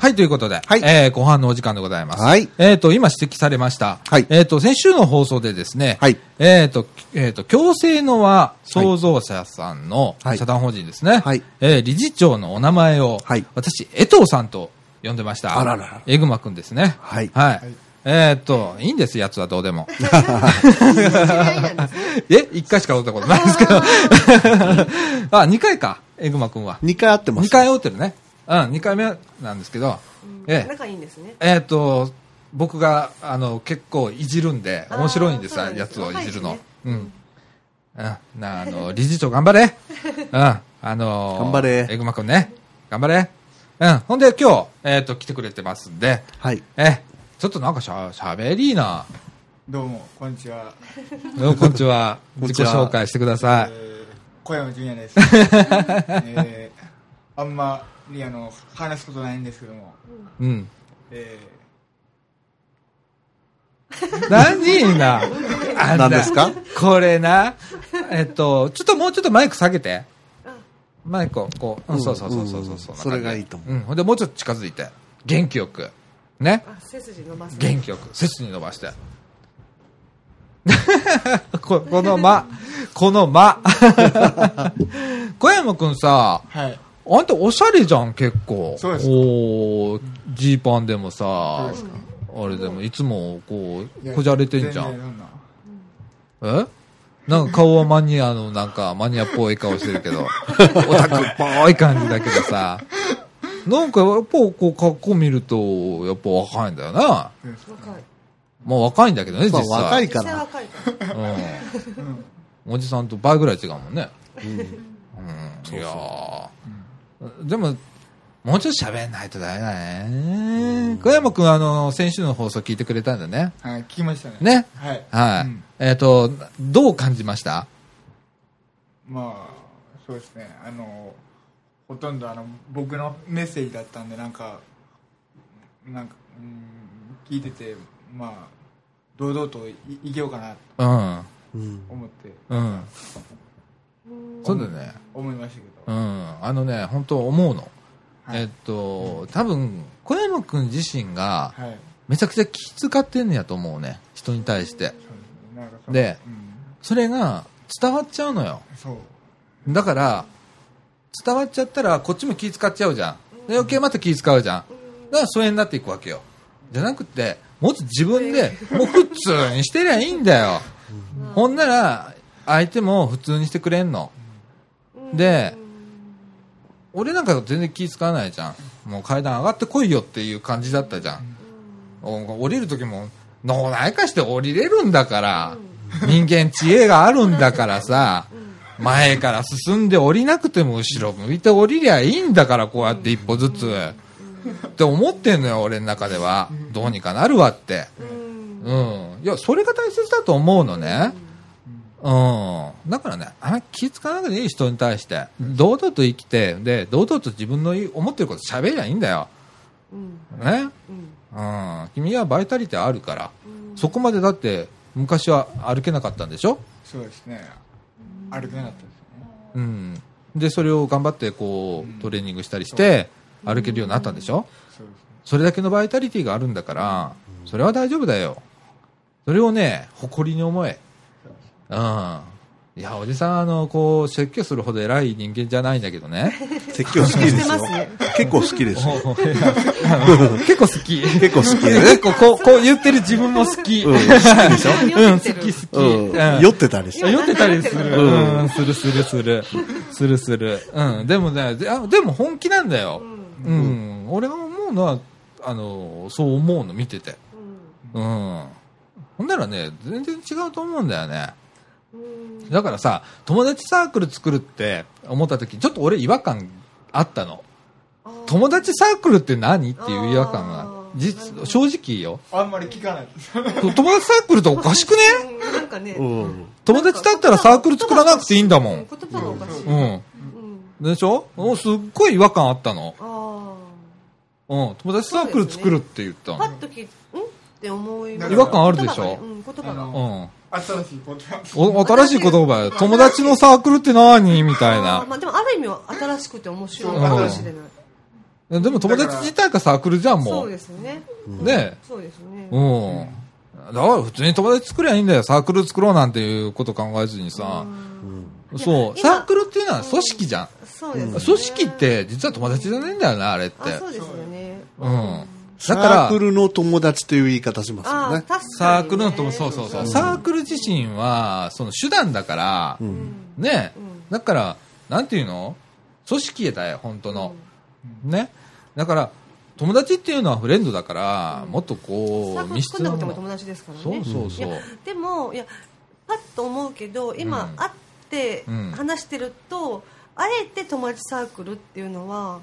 Speaker 1: はい、ということで、
Speaker 2: はい
Speaker 1: えー後半のお時間でございます。
Speaker 2: はい
Speaker 1: えっ、と、今指摘されました。
Speaker 2: はい
Speaker 1: えっ、と、先週の放送でですね、
Speaker 2: はい
Speaker 1: えっ、と、えっ、と、共生の和創造者さんの
Speaker 2: はい
Speaker 1: 社団法人ですね、
Speaker 2: はい
Speaker 1: えー理事長のお名前を、
Speaker 2: はい
Speaker 1: 私、江藤さんと読んでました。
Speaker 2: あららら
Speaker 1: えぐまくんですね。
Speaker 2: はい
Speaker 1: はい。えーっと、いいんです、やつはどうでも。
Speaker 3: なんですね。
Speaker 1: え、一回しか会ったことないですけど。 あ、二回か、えぐまくんは。
Speaker 2: 2回会ってます。
Speaker 1: 二回会うてるね。うん、二回目なんですけど。ええ
Speaker 3: 仲いいんですね。
Speaker 1: えーっと、僕が、あの、結構いじるんで、
Speaker 3: あー
Speaker 1: 面白いんです、
Speaker 3: そうなんです
Speaker 1: やつをいじる
Speaker 3: 若
Speaker 1: の。
Speaker 3: いしね
Speaker 1: うん。うん。な、あの、理事長頑張 れ。うん。あのー
Speaker 2: 頑張れ
Speaker 1: えぐまくんね。頑張れ。うん。ほんで、今日、えーっと、来てくれてますんで、
Speaker 2: はい。
Speaker 1: え、ちょっとなんかしゃ、しゃべりーな。
Speaker 5: どうもこんにちは、
Speaker 1: どうもこんにちは。
Speaker 2: こん
Speaker 1: 自
Speaker 2: に
Speaker 1: 己
Speaker 2: ちは
Speaker 1: 紹介してください。
Speaker 5: えー小山純 也です、えーあんまりあの話すことないんですけども、
Speaker 1: うん。
Speaker 5: え
Speaker 1: 何人な。あんな
Speaker 2: 何ですか
Speaker 1: これな。えっと、ちょっともうちょっとマイク下げて。マイクをこう、うん、
Speaker 2: うん
Speaker 1: そうそうそうそうそうそう
Speaker 2: うんそれがいいと思う
Speaker 1: うん。ほんでもうちょっと近づいて。元気よく。ね。
Speaker 3: あ、背筋伸ばす。
Speaker 1: 元気よく。背筋伸ばして。 ここの間。この間。小山くんさ、
Speaker 5: ーはい
Speaker 1: あんたおしゃれじゃん、結構。
Speaker 5: そうですか
Speaker 1: おージーパンでもさ
Speaker 5: うですか、
Speaker 1: あれでも、いつもこ
Speaker 5: いや
Speaker 1: う、こじゃれてんじゃ
Speaker 5: 全然
Speaker 1: ん。
Speaker 5: そな
Speaker 1: えなんか顔はマニアの、なんかマニアっぽい顔してるけど、オタクっぽい感じだけどさ、なんかやっぱこう、格好見ると、やっぱ若いんだよな。
Speaker 5: そうですか
Speaker 3: 若い。
Speaker 1: まあ若いんだけどね、実
Speaker 2: まあ
Speaker 1: 際。
Speaker 2: 若い
Speaker 3: 実
Speaker 2: か
Speaker 3: 際
Speaker 2: ら。
Speaker 3: 若いから。
Speaker 1: うん、おじさんと倍ぐらい違うもんね。うん。いやーでも、もうちょっと喋んないとダメだね。小山くん、あの、先週の放送聞いてくれたんだね。
Speaker 5: はい聞きましたね
Speaker 1: ね。
Speaker 5: はい
Speaker 1: はい。
Speaker 5: うん
Speaker 1: えっ、と、どう感じました
Speaker 5: まあそうですねあのほとんどあの僕のメッセージだったんでなんかなんかうん聞いててまあ堂々といいけようかなと
Speaker 1: うん。
Speaker 2: うん。
Speaker 5: 思って
Speaker 1: うん。そうだね。
Speaker 5: 思いましたけど、
Speaker 1: うん。あのね、本当思うの。
Speaker 5: はい
Speaker 1: えっ、と、多分、小山くん自身が、
Speaker 5: はい
Speaker 1: めちゃくちゃ気遣ってんのやと思うね。人に対して。
Speaker 5: そうですねなんかその
Speaker 1: で
Speaker 5: うん、
Speaker 1: それが伝わっちゃうのよ。
Speaker 5: そう
Speaker 1: だから、伝わっちゃったら、こっちも気使っちゃうじゃん。で余計また気使うじゃん。だから疎遠になっていくわけよ。じゃなくて、もっと自分で、もう普通にしてりゃいいんだよ。ほんなら、相手も普通にしてくれんの。で、俺なんか全然気使わないじゃん。もう階段上がってこいよっていう感じだったじゃん。お降りる時も、脳内化して降りれるんだから、人間知恵があるんだからさ、前から進んで降りなくても後ろ向いて降りりゃいいんだから、こうやって一歩ずつ。って思ってんのよ、俺の中では。どうにかなるわって。
Speaker 3: うん。
Speaker 1: うん。いや、それが大切だと思うのね。うん。だからね、あんまり気使わなくていい人に対して、堂々と生きて、で、堂々と自分の思ってること喋りゃいいんだよ。
Speaker 3: うん。
Speaker 1: ね。
Speaker 3: うん。
Speaker 1: うん。君はバイタリティあるから。そこまでだって、昔は歩けなかったんでしょ
Speaker 5: そうですね歩けなかったですね
Speaker 1: うん。で、それを頑張って、こう、トレーニングしたりして、歩けるようになったんでしょ
Speaker 5: そうですね
Speaker 1: それだけのバイタリティがあるんだから、それは大丈夫だよ。それをね、誇りに思え。うん。いや、おじさん、あの、こう、説教するほど偉い人間じゃないんだけどね。
Speaker 2: 説教好きですよ
Speaker 3: してますね。
Speaker 2: 結構好きですよ。
Speaker 1: 結構好き。
Speaker 2: 結構好きだね。
Speaker 1: 結構こう、こう言ってる自分も好き。
Speaker 2: うん。
Speaker 1: うん、
Speaker 2: 好きでしょ
Speaker 1: 好き好き。
Speaker 2: うん。
Speaker 1: うん
Speaker 2: 酔ってたりし
Speaker 1: 酔
Speaker 2: て。
Speaker 1: ってたりする。
Speaker 2: うん
Speaker 1: うん、するするする。するする。うん、でもね、であでも本気なんだよ。うん、俺が思うのは、あの、そう思うの見てて。うん。ほんならね、全然違うと思うんだよね。だからさ、友達サークル作るって思った時、ちょっと俺違和感あったの。友達サークルって何っていう違和感
Speaker 3: あ
Speaker 1: が。
Speaker 3: ー
Speaker 1: じ
Speaker 3: なるほど
Speaker 1: 正直よ。
Speaker 5: あんまり聞かないです
Speaker 1: 友達サークルっておかしくね
Speaker 3: うんなんかね。
Speaker 2: うん。
Speaker 1: 友達だったらサークル作らなくていいんだも
Speaker 3: 言
Speaker 1: ん。
Speaker 3: 葉がおかしい。
Speaker 1: う
Speaker 3: あ
Speaker 1: ん。でしょもうすっごい違和感あったの。
Speaker 3: あ
Speaker 1: うん。友達サークル作るって言った
Speaker 3: ー。パ
Speaker 1: の。
Speaker 3: ッと聞いて、んって思い
Speaker 5: 違和
Speaker 1: 感あるでしょ
Speaker 3: 言葉がねうん、言葉が。
Speaker 5: あの 新しいことなんです
Speaker 1: うん。お、新しい言葉よ。友達のサークルって何みたい
Speaker 3: あー
Speaker 1: な。
Speaker 3: まあでもある意味は新しくて面白い
Speaker 5: そう
Speaker 3: かもしれない。
Speaker 1: でも友達自体がサークルじゃん、も。
Speaker 3: そうう
Speaker 1: ね
Speaker 3: ですね。
Speaker 1: え。
Speaker 3: そうですね。
Speaker 1: うん。だから普通に友達作りゃいいんだよ。サークル作ろうなんていうこと考えずにさ。そう。
Speaker 3: いや今
Speaker 1: サークルっていうのは組織じゃん。
Speaker 3: そうですね。
Speaker 1: 組織っ。て実は友達じゃないんだよな、あれって。
Speaker 3: あ、そうですよね。
Speaker 1: うん。だ
Speaker 2: だ
Speaker 1: か
Speaker 2: からサーク、ルの友達という言い方しますよ
Speaker 3: ああ
Speaker 2: ね
Speaker 3: 確。かに、ね、
Speaker 1: サークルの友、そうそうそう。
Speaker 2: ん
Speaker 1: サークル自身は、その手段だから、
Speaker 2: うん
Speaker 1: ね
Speaker 3: うん、
Speaker 1: だから、なんていうの組織だよ、本当の。ね。だから、友達っていうのはフレンドだから、もっとこ
Speaker 3: サー
Speaker 1: う、
Speaker 3: クル作んな
Speaker 1: な
Speaker 3: く
Speaker 1: も
Speaker 3: ても
Speaker 1: の
Speaker 3: 友達ですからね
Speaker 1: そうそうそ
Speaker 3: いうや。 でもいやパッと思うけど今、
Speaker 1: うん
Speaker 3: 会って
Speaker 1: うん
Speaker 3: 話してると、あえて友達サークルっていうのは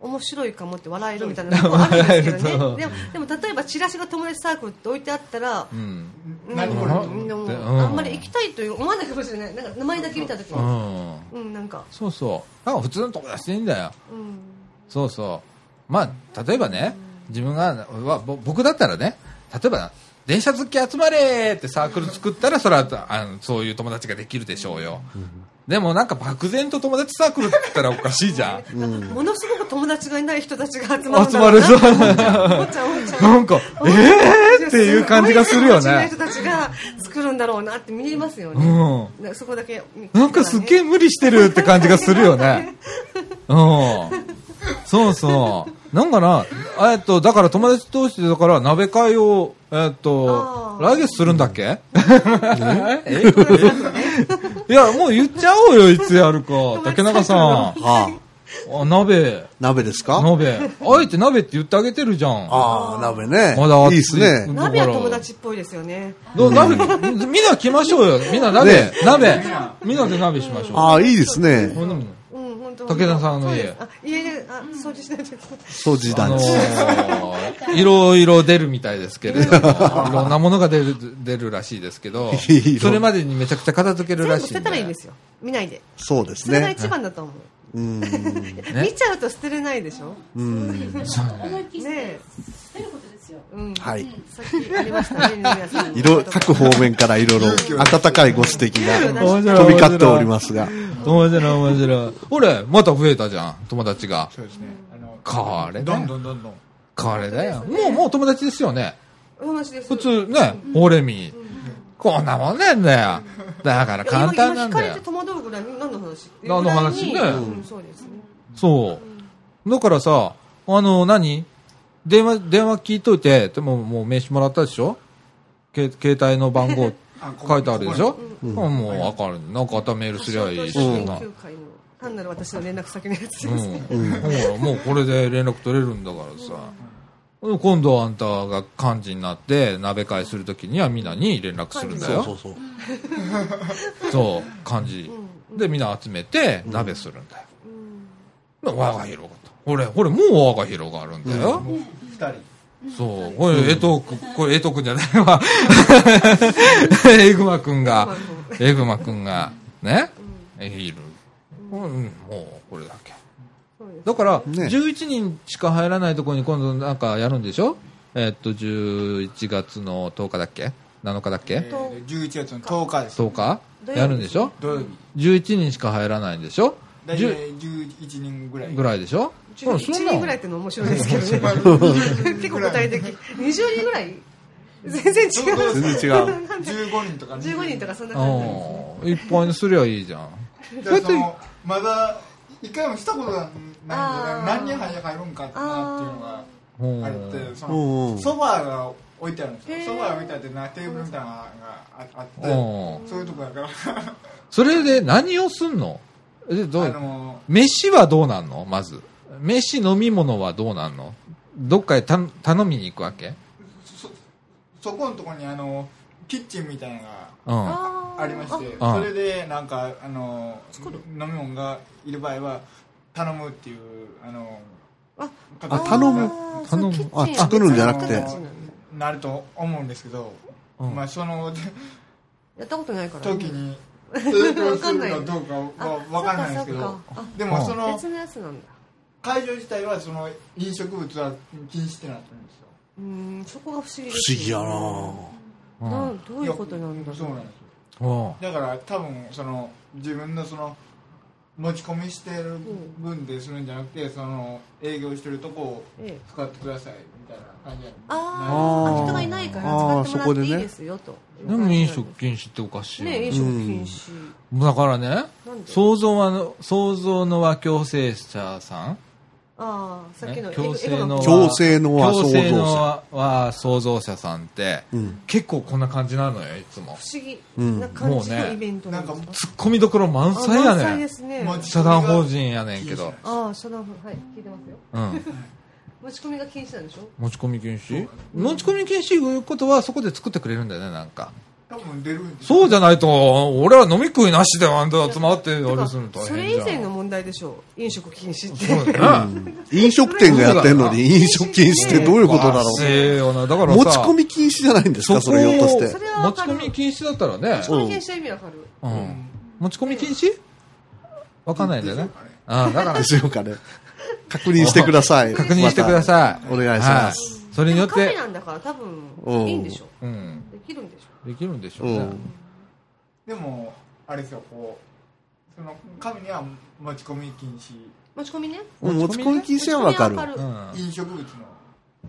Speaker 3: 面白いかもって笑えるみたいなのもあるんですけど
Speaker 1: 笑
Speaker 3: ね
Speaker 1: えると
Speaker 3: でもでも例えばチラシが友達サークルって置いてあったら、
Speaker 1: うん。
Speaker 3: うん
Speaker 5: 何こ
Speaker 1: れ
Speaker 3: みんなもう
Speaker 1: うん
Speaker 3: あんまり行きたいという思わないかもしれないなんか名前だけ見た時
Speaker 1: う
Speaker 3: に、
Speaker 1: ん。
Speaker 3: うん、なんか、
Speaker 1: そうそう。なんか普通の友達でいいんだよ。
Speaker 3: うん、
Speaker 1: そうそう。まあ、例えばね、自分が、わぼ僕だったらね、例えば、電車好き集まれーってサークル作ったら、それはあのそういう友達ができるでしょうよ。でもなんか漠然と友達サークルって言ったらおかしいじゃん。
Speaker 3: ものすごく友達がいない人たちが集まるんだろうな
Speaker 1: 集まる
Speaker 3: 思っちゃう思っちゃう
Speaker 1: なん か、えーっていう感じがするよ
Speaker 3: すごい
Speaker 1: ね
Speaker 3: 人。たちが作るんだろうなって見えますよね。
Speaker 1: う
Speaker 3: なそこだけ見てた
Speaker 1: ん。
Speaker 3: らね。
Speaker 1: なんかすっげえ無理してるって感じがするよね。 うん。そうそう。なんかな、えっと、だから友達同士で、だから鍋会を、えっと
Speaker 3: あ、ー
Speaker 1: 来月するんだっけえいや、もう言っちゃおうよ、いつやるか。竹中さん。
Speaker 2: は
Speaker 1: あ、鍋、
Speaker 2: あ、鍋ですか
Speaker 1: 鍋。あえて鍋って言ってあげてるじゃん。
Speaker 2: ああ、鍋ね。
Speaker 1: まだ
Speaker 2: いい
Speaker 1: 暑い
Speaker 2: ですね。
Speaker 3: 鍋は友達っぽいですよね。
Speaker 1: どう鍋、みんな来ましょうよ。みんな鍋、
Speaker 2: ね
Speaker 1: 鍋。みんなで鍋しましょう。
Speaker 2: ああ、いいですね。
Speaker 1: こんなもん
Speaker 3: うん、本当。
Speaker 1: 武田さんの家
Speaker 3: そうですあ、家で、あ、掃除しないといけない。
Speaker 2: 掃除
Speaker 1: あ
Speaker 2: 団
Speaker 1: の
Speaker 2: 地。
Speaker 1: ー、いろいろ出るみたいですけれども、い ろんなものが出る、出るらしいですけど
Speaker 2: いろい、ろ
Speaker 1: それまでにめちゃくちゃ片付ける
Speaker 3: 全
Speaker 1: ら
Speaker 3: 部
Speaker 1: しいん
Speaker 3: 捨
Speaker 1: で。
Speaker 3: てたらいいんですよ。見ないで。
Speaker 2: そうです
Speaker 3: それが
Speaker 2: ね。
Speaker 3: 一番だと思う。
Speaker 2: うん。
Speaker 1: ね
Speaker 3: 見ちゃうと捨てれないでしょ。
Speaker 2: うん。
Speaker 4: 思いっきり捨
Speaker 3: ね
Speaker 4: てることですよ。
Speaker 3: うん。
Speaker 2: はい。
Speaker 3: さっきありましたね、皆さん。
Speaker 2: いろ、各方面からいろいろ温かいご指摘が
Speaker 1: 面白い
Speaker 2: 飛び交っておりますが。
Speaker 1: 面白い、面白い。ほれ、また増えたじゃん、友達が。
Speaker 5: そうですね。あの、
Speaker 1: これだ
Speaker 5: どん
Speaker 1: よ。
Speaker 5: どんどんどん。
Speaker 1: これだよ。もう、もう友達ですよね。
Speaker 3: お話です。
Speaker 1: 普通ね、ほれみ。こんなもんなんだよ。だから
Speaker 3: いや。
Speaker 1: 簡単なんだ
Speaker 3: 今今聞かれ
Speaker 1: よ
Speaker 3: て。戸惑うぐらい、何の話
Speaker 1: 何の話ね
Speaker 3: ぐらいにうんそうですね。
Speaker 1: そう。だからさ、あの、何電話、電話聞いといて、でももう名刺もらったでしょけ携帯の番号
Speaker 5: あここ
Speaker 1: 書いてあるでしょうんもう
Speaker 5: はい
Speaker 1: わかる。なんか頭メールすりゃいいし
Speaker 3: 研
Speaker 1: な。
Speaker 3: 究会の単なる私の連絡先のやつ
Speaker 1: う
Speaker 3: で
Speaker 1: ん
Speaker 3: すね。。
Speaker 1: ほら、もうこれで連絡取れるんだからさ。今度あんたが幹事になって、鍋会するときにはみんなに連絡するんだ
Speaker 2: そうそ
Speaker 1: よ
Speaker 2: う。そう。
Speaker 1: そう、幹事。で、みんな集めて、鍋するんだよ。まあ輪が広がった。ほれ、ほれ、もう輪が広がるんだよ。
Speaker 5: もう二人。
Speaker 1: そう。これ、江藤くん、これ、江藤くんじゃないわ。エグマくんが、エグマくんが、ね、いる。うん、もう、これだけ。だから、
Speaker 2: ね
Speaker 1: 11人しか入らないところに今度なんかやるんでしょえっと、11月の10日だっけ ?7 日だっ
Speaker 5: え
Speaker 1: け
Speaker 5: ー11月の10日です。
Speaker 1: ?10 日やるんでしょ
Speaker 5: 土曜日。
Speaker 1: ?11 人しか入らないんでしょ
Speaker 5: 大体11人ぐらい。
Speaker 1: 10ぐらいでしょほら
Speaker 3: 1
Speaker 1: そんな
Speaker 3: 人ぐらいっての面白いですけど ね結構具体的20人ぐらい全然違う
Speaker 2: 全然違う。
Speaker 5: 15人とか
Speaker 3: 15人とかそんな感じなんで
Speaker 1: う
Speaker 3: す
Speaker 1: んいっぱいにすりゃいいじゃん。
Speaker 5: だからそのまだ一回もしたことがないんで
Speaker 3: あー
Speaker 5: 何人入るんかなっていうのが
Speaker 1: うん
Speaker 5: あってそ
Speaker 2: うんう
Speaker 5: の
Speaker 2: ん
Speaker 5: ソファーが置いてあるんですよ
Speaker 3: へー
Speaker 5: ソファーが置いてあってなテーブルみたいなのがああっ
Speaker 1: うん
Speaker 5: てそういうとこだから
Speaker 1: それで何をすんのえど
Speaker 5: あ
Speaker 1: う
Speaker 5: の
Speaker 1: 飯はどうなんのまず。飯、飲み物はどうなんのどっかへた頼みに行くわけ
Speaker 5: そこのとこにあのキッチンみたいなの
Speaker 1: うん。
Speaker 3: あ
Speaker 5: がありまして
Speaker 1: あ
Speaker 5: それでなんかあの
Speaker 3: 作る
Speaker 5: 飲み物がいる場合は頼むっていうあの
Speaker 3: あ
Speaker 5: 形
Speaker 2: あ
Speaker 5: に
Speaker 2: 頼む
Speaker 3: あー
Speaker 1: 頼む
Speaker 3: そうキッチ
Speaker 2: あ
Speaker 3: ン
Speaker 2: 作るんじゃなくて
Speaker 3: やっ
Speaker 5: なると思うんですけど、
Speaker 1: うん
Speaker 5: まあその
Speaker 3: たことないから
Speaker 5: 時 に
Speaker 3: ん
Speaker 5: 影響するかどうかは分からないですけ
Speaker 3: あ
Speaker 5: ど
Speaker 3: そっかそっか
Speaker 5: で
Speaker 1: う
Speaker 5: も
Speaker 1: ん
Speaker 5: そ
Speaker 3: あ
Speaker 5: の
Speaker 3: 別のやつなんだ
Speaker 5: 会場自体はその飲食物は禁止ってなってるんですよ
Speaker 3: うーんそこが不思議で
Speaker 2: 不
Speaker 3: す
Speaker 2: 思議や
Speaker 3: よ
Speaker 2: な
Speaker 3: ね
Speaker 2: ぁ
Speaker 1: うん
Speaker 3: などういうことなんだ
Speaker 5: そう
Speaker 3: ろ
Speaker 5: な
Speaker 3: うん
Speaker 5: ですよ
Speaker 1: うん
Speaker 5: だから多分その自分のその持ち込みしてる分でするんじゃなくてその営業してるとこを
Speaker 3: ええ
Speaker 5: 使ってくださいみたいな感じや
Speaker 3: あー
Speaker 2: あー
Speaker 3: あ人がいないから使ってもらっていいですよと
Speaker 1: でも飲食禁止っておかしいよね。
Speaker 3: ね飲食禁止
Speaker 1: だからね
Speaker 3: なん、で
Speaker 1: 想像はの、想像の和共生者さん
Speaker 3: ああ、さっきの
Speaker 1: え共生の
Speaker 3: エゴエゴ
Speaker 2: 共生のは
Speaker 1: 共
Speaker 2: 創
Speaker 1: 生
Speaker 2: 造
Speaker 1: の
Speaker 2: 者。
Speaker 1: は創造者さんって、
Speaker 2: ん
Speaker 1: 結構こんな感じなのよいつも
Speaker 3: 不思議
Speaker 2: うん
Speaker 3: な感じのイベント
Speaker 5: な
Speaker 3: なんんで
Speaker 5: か
Speaker 1: ツ
Speaker 3: すか。
Speaker 1: ッコミどころ満
Speaker 3: あ
Speaker 1: 載や
Speaker 3: 満載
Speaker 1: ね
Speaker 3: ですね。
Speaker 5: マジ
Speaker 1: 社団法人やねんけど、
Speaker 3: ああ、社団法はい、聞いてますよ。
Speaker 1: うん、
Speaker 3: 持ち込みが禁止なんでしょ。
Speaker 1: 持ち込み禁止持ち込み禁止いうことはそこで作ってくれるんだよねなんか
Speaker 5: 多分出るんです
Speaker 1: そうじゃないと俺は飲み食いなしであんた集まってあ
Speaker 3: て
Speaker 1: れ
Speaker 3: か
Speaker 1: するの大
Speaker 3: それ
Speaker 1: 変
Speaker 3: 以
Speaker 1: じゃん
Speaker 3: 前の問題でしょう。飲食禁止っ
Speaker 1: そう
Speaker 3: て。
Speaker 1: だよね
Speaker 2: 飲食店がやってんのに飲食禁止ってどういうことだろ
Speaker 1: おかし
Speaker 2: う。
Speaker 1: いよなだから
Speaker 2: 持
Speaker 1: さ
Speaker 2: ち込み禁止じゃないんです
Speaker 1: そ
Speaker 2: か、そ
Speaker 1: こを
Speaker 2: れひょっとし
Speaker 3: そ
Speaker 2: て。
Speaker 3: れは
Speaker 1: 持
Speaker 3: わ
Speaker 1: ち
Speaker 3: かる
Speaker 1: 込み禁止だったらね
Speaker 3: 持ち込み禁止の意味わかる。
Speaker 1: うん持ち込み禁止わかんないんだよねあだから
Speaker 2: ですよかね。確認してください。
Speaker 1: 確認してください
Speaker 2: またお願いします。
Speaker 1: はいそれによっ
Speaker 3: でもカフ
Speaker 1: て
Speaker 3: ェなんだから多
Speaker 2: うん
Speaker 3: 分いいんでしょう。
Speaker 1: うん
Speaker 3: できるんでしょう。
Speaker 1: できるんでしょ
Speaker 2: う
Speaker 1: うね
Speaker 2: ん。
Speaker 5: でもあれですよこうその神には持ち込み禁止
Speaker 3: 持ち込みね。
Speaker 2: 持ち込み禁止はわかる。
Speaker 3: 持ち込みはわ
Speaker 1: うん
Speaker 5: 飲食物の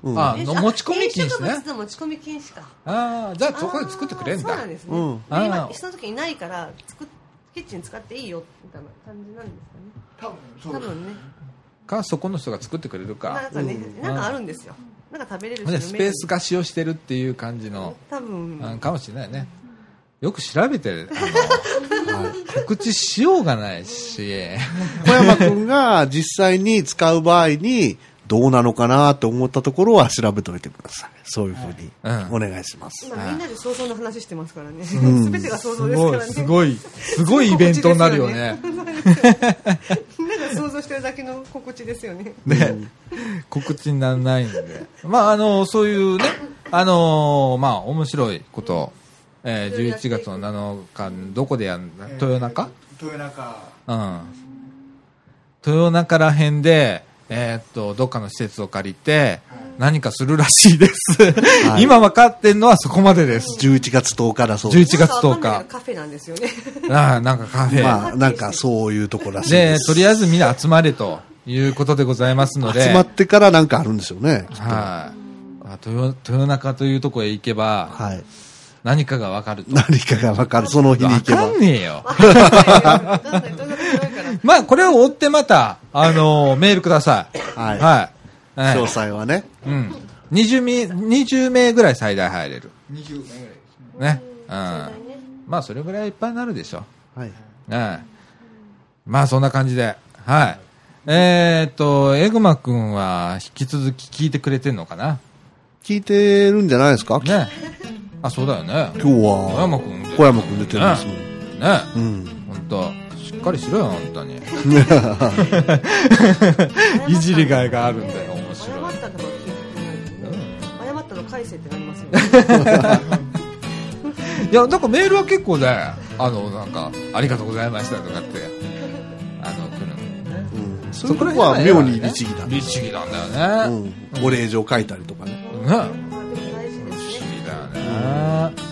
Speaker 2: うん。
Speaker 1: あ
Speaker 3: かる
Speaker 1: の持ち込み禁
Speaker 3: 飲
Speaker 1: 止
Speaker 3: 食
Speaker 1: ね
Speaker 3: 物の持ち込み禁止か。
Speaker 1: ああじゃあそこで作ってくれん
Speaker 3: あーそう
Speaker 1: だ
Speaker 3: なんですね。
Speaker 2: うん
Speaker 3: で
Speaker 1: あー
Speaker 3: 今その時いないから作っキッチン使っていいよみたいな感じなんですかね。
Speaker 5: 多分そう
Speaker 3: 多
Speaker 5: です
Speaker 3: 分ね。
Speaker 1: かそこの人が作ってくれる
Speaker 3: な
Speaker 1: か
Speaker 3: んかね、
Speaker 2: うん
Speaker 3: なんかあるんですよ。なんか食べれる
Speaker 1: ほんでスペース
Speaker 3: が
Speaker 1: が使用してるっていう感じの
Speaker 3: 多分
Speaker 1: うんかもしれないねよく調べて あの告知しようがないし
Speaker 2: 小山くんが実際に使う場合に、どうなのかなと思ったところは調べておいてください。そういうふうに
Speaker 1: うん
Speaker 2: お願いします。
Speaker 3: 今みんなで想像の話してますからね。す
Speaker 2: ん
Speaker 3: べてが想
Speaker 1: す
Speaker 3: 像ですか
Speaker 1: ご
Speaker 3: ら
Speaker 1: い
Speaker 3: ね。
Speaker 1: すごいすごいイベントになるよね
Speaker 3: みんなが想像してるだけの心地ですよね。
Speaker 1: ね、告知にならないんで。まあ、あの、そういうね、あの、まあ、面白いこと、えー、11月の7日、どこでやるんだ
Speaker 5: えー
Speaker 1: 豊中
Speaker 5: 豊中
Speaker 1: うん。豊中ら辺で、えーっと、どっかの施設を借りて、何かするらしいです。
Speaker 2: は い
Speaker 1: 今分かってんのはそこまでです。
Speaker 2: 11月10日だそうです。
Speaker 1: 11月
Speaker 3: なんかわかんない
Speaker 1: 10
Speaker 3: けどカフェなんですよ ね。
Speaker 1: 日。ああ、なんかカフェ。
Speaker 2: まあ、なんかそういうとこらしい
Speaker 1: で
Speaker 2: で、
Speaker 1: と
Speaker 2: す。
Speaker 1: りあえずみんな集まれということでございますので。
Speaker 2: 集まってからなんかあるんですよね。
Speaker 1: はい、あ豊豊中というとこへ行けば、
Speaker 2: はい。
Speaker 1: 何かが分かると。
Speaker 2: 何かがわかる。その日に行
Speaker 1: 分
Speaker 2: けば
Speaker 1: か。んねえよ。
Speaker 3: わかんないどんな広いから。
Speaker 1: まあ、これを追ってまた、あのーメールください。
Speaker 2: は
Speaker 1: は
Speaker 2: い
Speaker 1: い。はい
Speaker 2: 詳細はね。
Speaker 1: うん。20名、20名ぐらい最大入れる。
Speaker 5: 20名ぐらいですね
Speaker 1: ね。うん。
Speaker 3: そうだね
Speaker 1: まあ、それぐらいいっぱいになるでしょ
Speaker 2: はい。
Speaker 1: う。はい。まあ、そんな感じで。はい。えーっと、エグマくんは引き続き聞いてくれてんのかな
Speaker 2: 聞いてるんじゃないですか今
Speaker 1: ね。あ、そうだよね。
Speaker 2: 日は。
Speaker 1: 小山くん出てる
Speaker 2: 小山くん出てるんですもん。
Speaker 1: ね。
Speaker 2: うん。
Speaker 1: 本当しっかりしろよ本 当に いじりがいがあるんだよ面白い
Speaker 3: 謝ったのは聞いてくれないけどね。謝ったの返せってなりますよね。
Speaker 1: いやなんかメールは結構ねあのなんか「ありがとうございました」とかってあの来るのね
Speaker 2: うんそういうとこは妙に律儀だね。
Speaker 1: 律儀なんだよ
Speaker 2: う
Speaker 1: ね
Speaker 2: ん。お礼状書いたりとかね。
Speaker 1: ね
Speaker 3: 大事
Speaker 1: 不
Speaker 3: で
Speaker 1: 思
Speaker 3: すね。
Speaker 1: 議だよね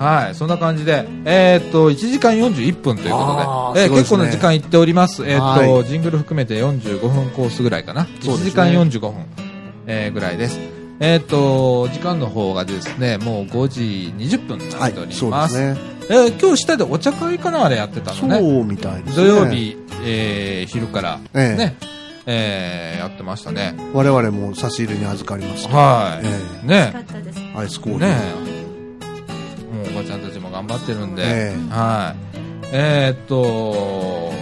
Speaker 1: はいそんな感じでえーっと1時間41分ということ
Speaker 2: あー
Speaker 1: でえー
Speaker 2: すごいで
Speaker 1: 結
Speaker 2: す
Speaker 1: 構
Speaker 2: ね
Speaker 1: な時間いっておりますえーっと
Speaker 2: は
Speaker 1: ジングル含めて45分コースぐらいかな
Speaker 2: そ
Speaker 1: 1
Speaker 2: うですね
Speaker 1: 時間45分えーぐらいですえーっと時間の方がですねもう5時20分にな
Speaker 2: は
Speaker 1: ってお
Speaker 2: い。
Speaker 1: り
Speaker 2: そう
Speaker 1: ま
Speaker 2: ですすね。
Speaker 1: えー今日下でお茶会かなあれやってたのね
Speaker 2: そうみたいです
Speaker 1: 土
Speaker 2: ね。
Speaker 1: 曜。日えー昼から
Speaker 2: ええ
Speaker 1: ねえーやってましたね
Speaker 2: 我々も差し入れに預かりました。
Speaker 1: は
Speaker 2: え
Speaker 1: い
Speaker 4: 惜し
Speaker 1: ね
Speaker 4: かったです
Speaker 2: えアイスコーヒー。
Speaker 1: ねえもうおばちゃんたちも頑張ってるんで、
Speaker 2: え
Speaker 1: はいえーっと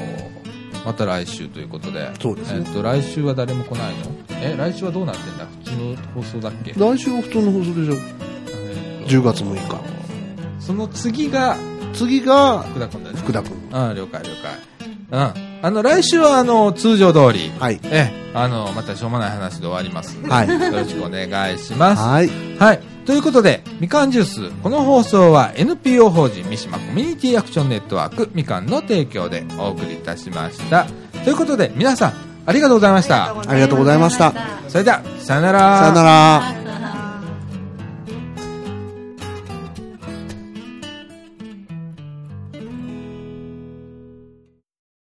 Speaker 1: また来週ということで
Speaker 2: そうですね
Speaker 1: えーっと来週は誰も来ないのえ来週はどうなってんだ普通の放送だっけ、
Speaker 2: 来週は普通の放送でしょ。
Speaker 1: えーっと
Speaker 2: 10月6日
Speaker 1: その次が
Speaker 2: 次が、
Speaker 1: 福田君だね
Speaker 2: 福田くん。
Speaker 1: うん了解了解うんあの来週はあの通常通り
Speaker 2: はい。
Speaker 1: ええあのまたしょうもない話で終わりますんで、
Speaker 2: はい
Speaker 1: よろしくお願いします
Speaker 2: はい。
Speaker 1: はい。ということで、みかんジュース、この放送は NPO 法人三島コミュニティアクションネットワークみかんの提供でお送りいたしました。ということで、皆さん、ありがとうございました。
Speaker 2: ありがとうございました。
Speaker 4: ありがとうございま
Speaker 1: それでは、さよな
Speaker 2: さよなら。
Speaker 4: した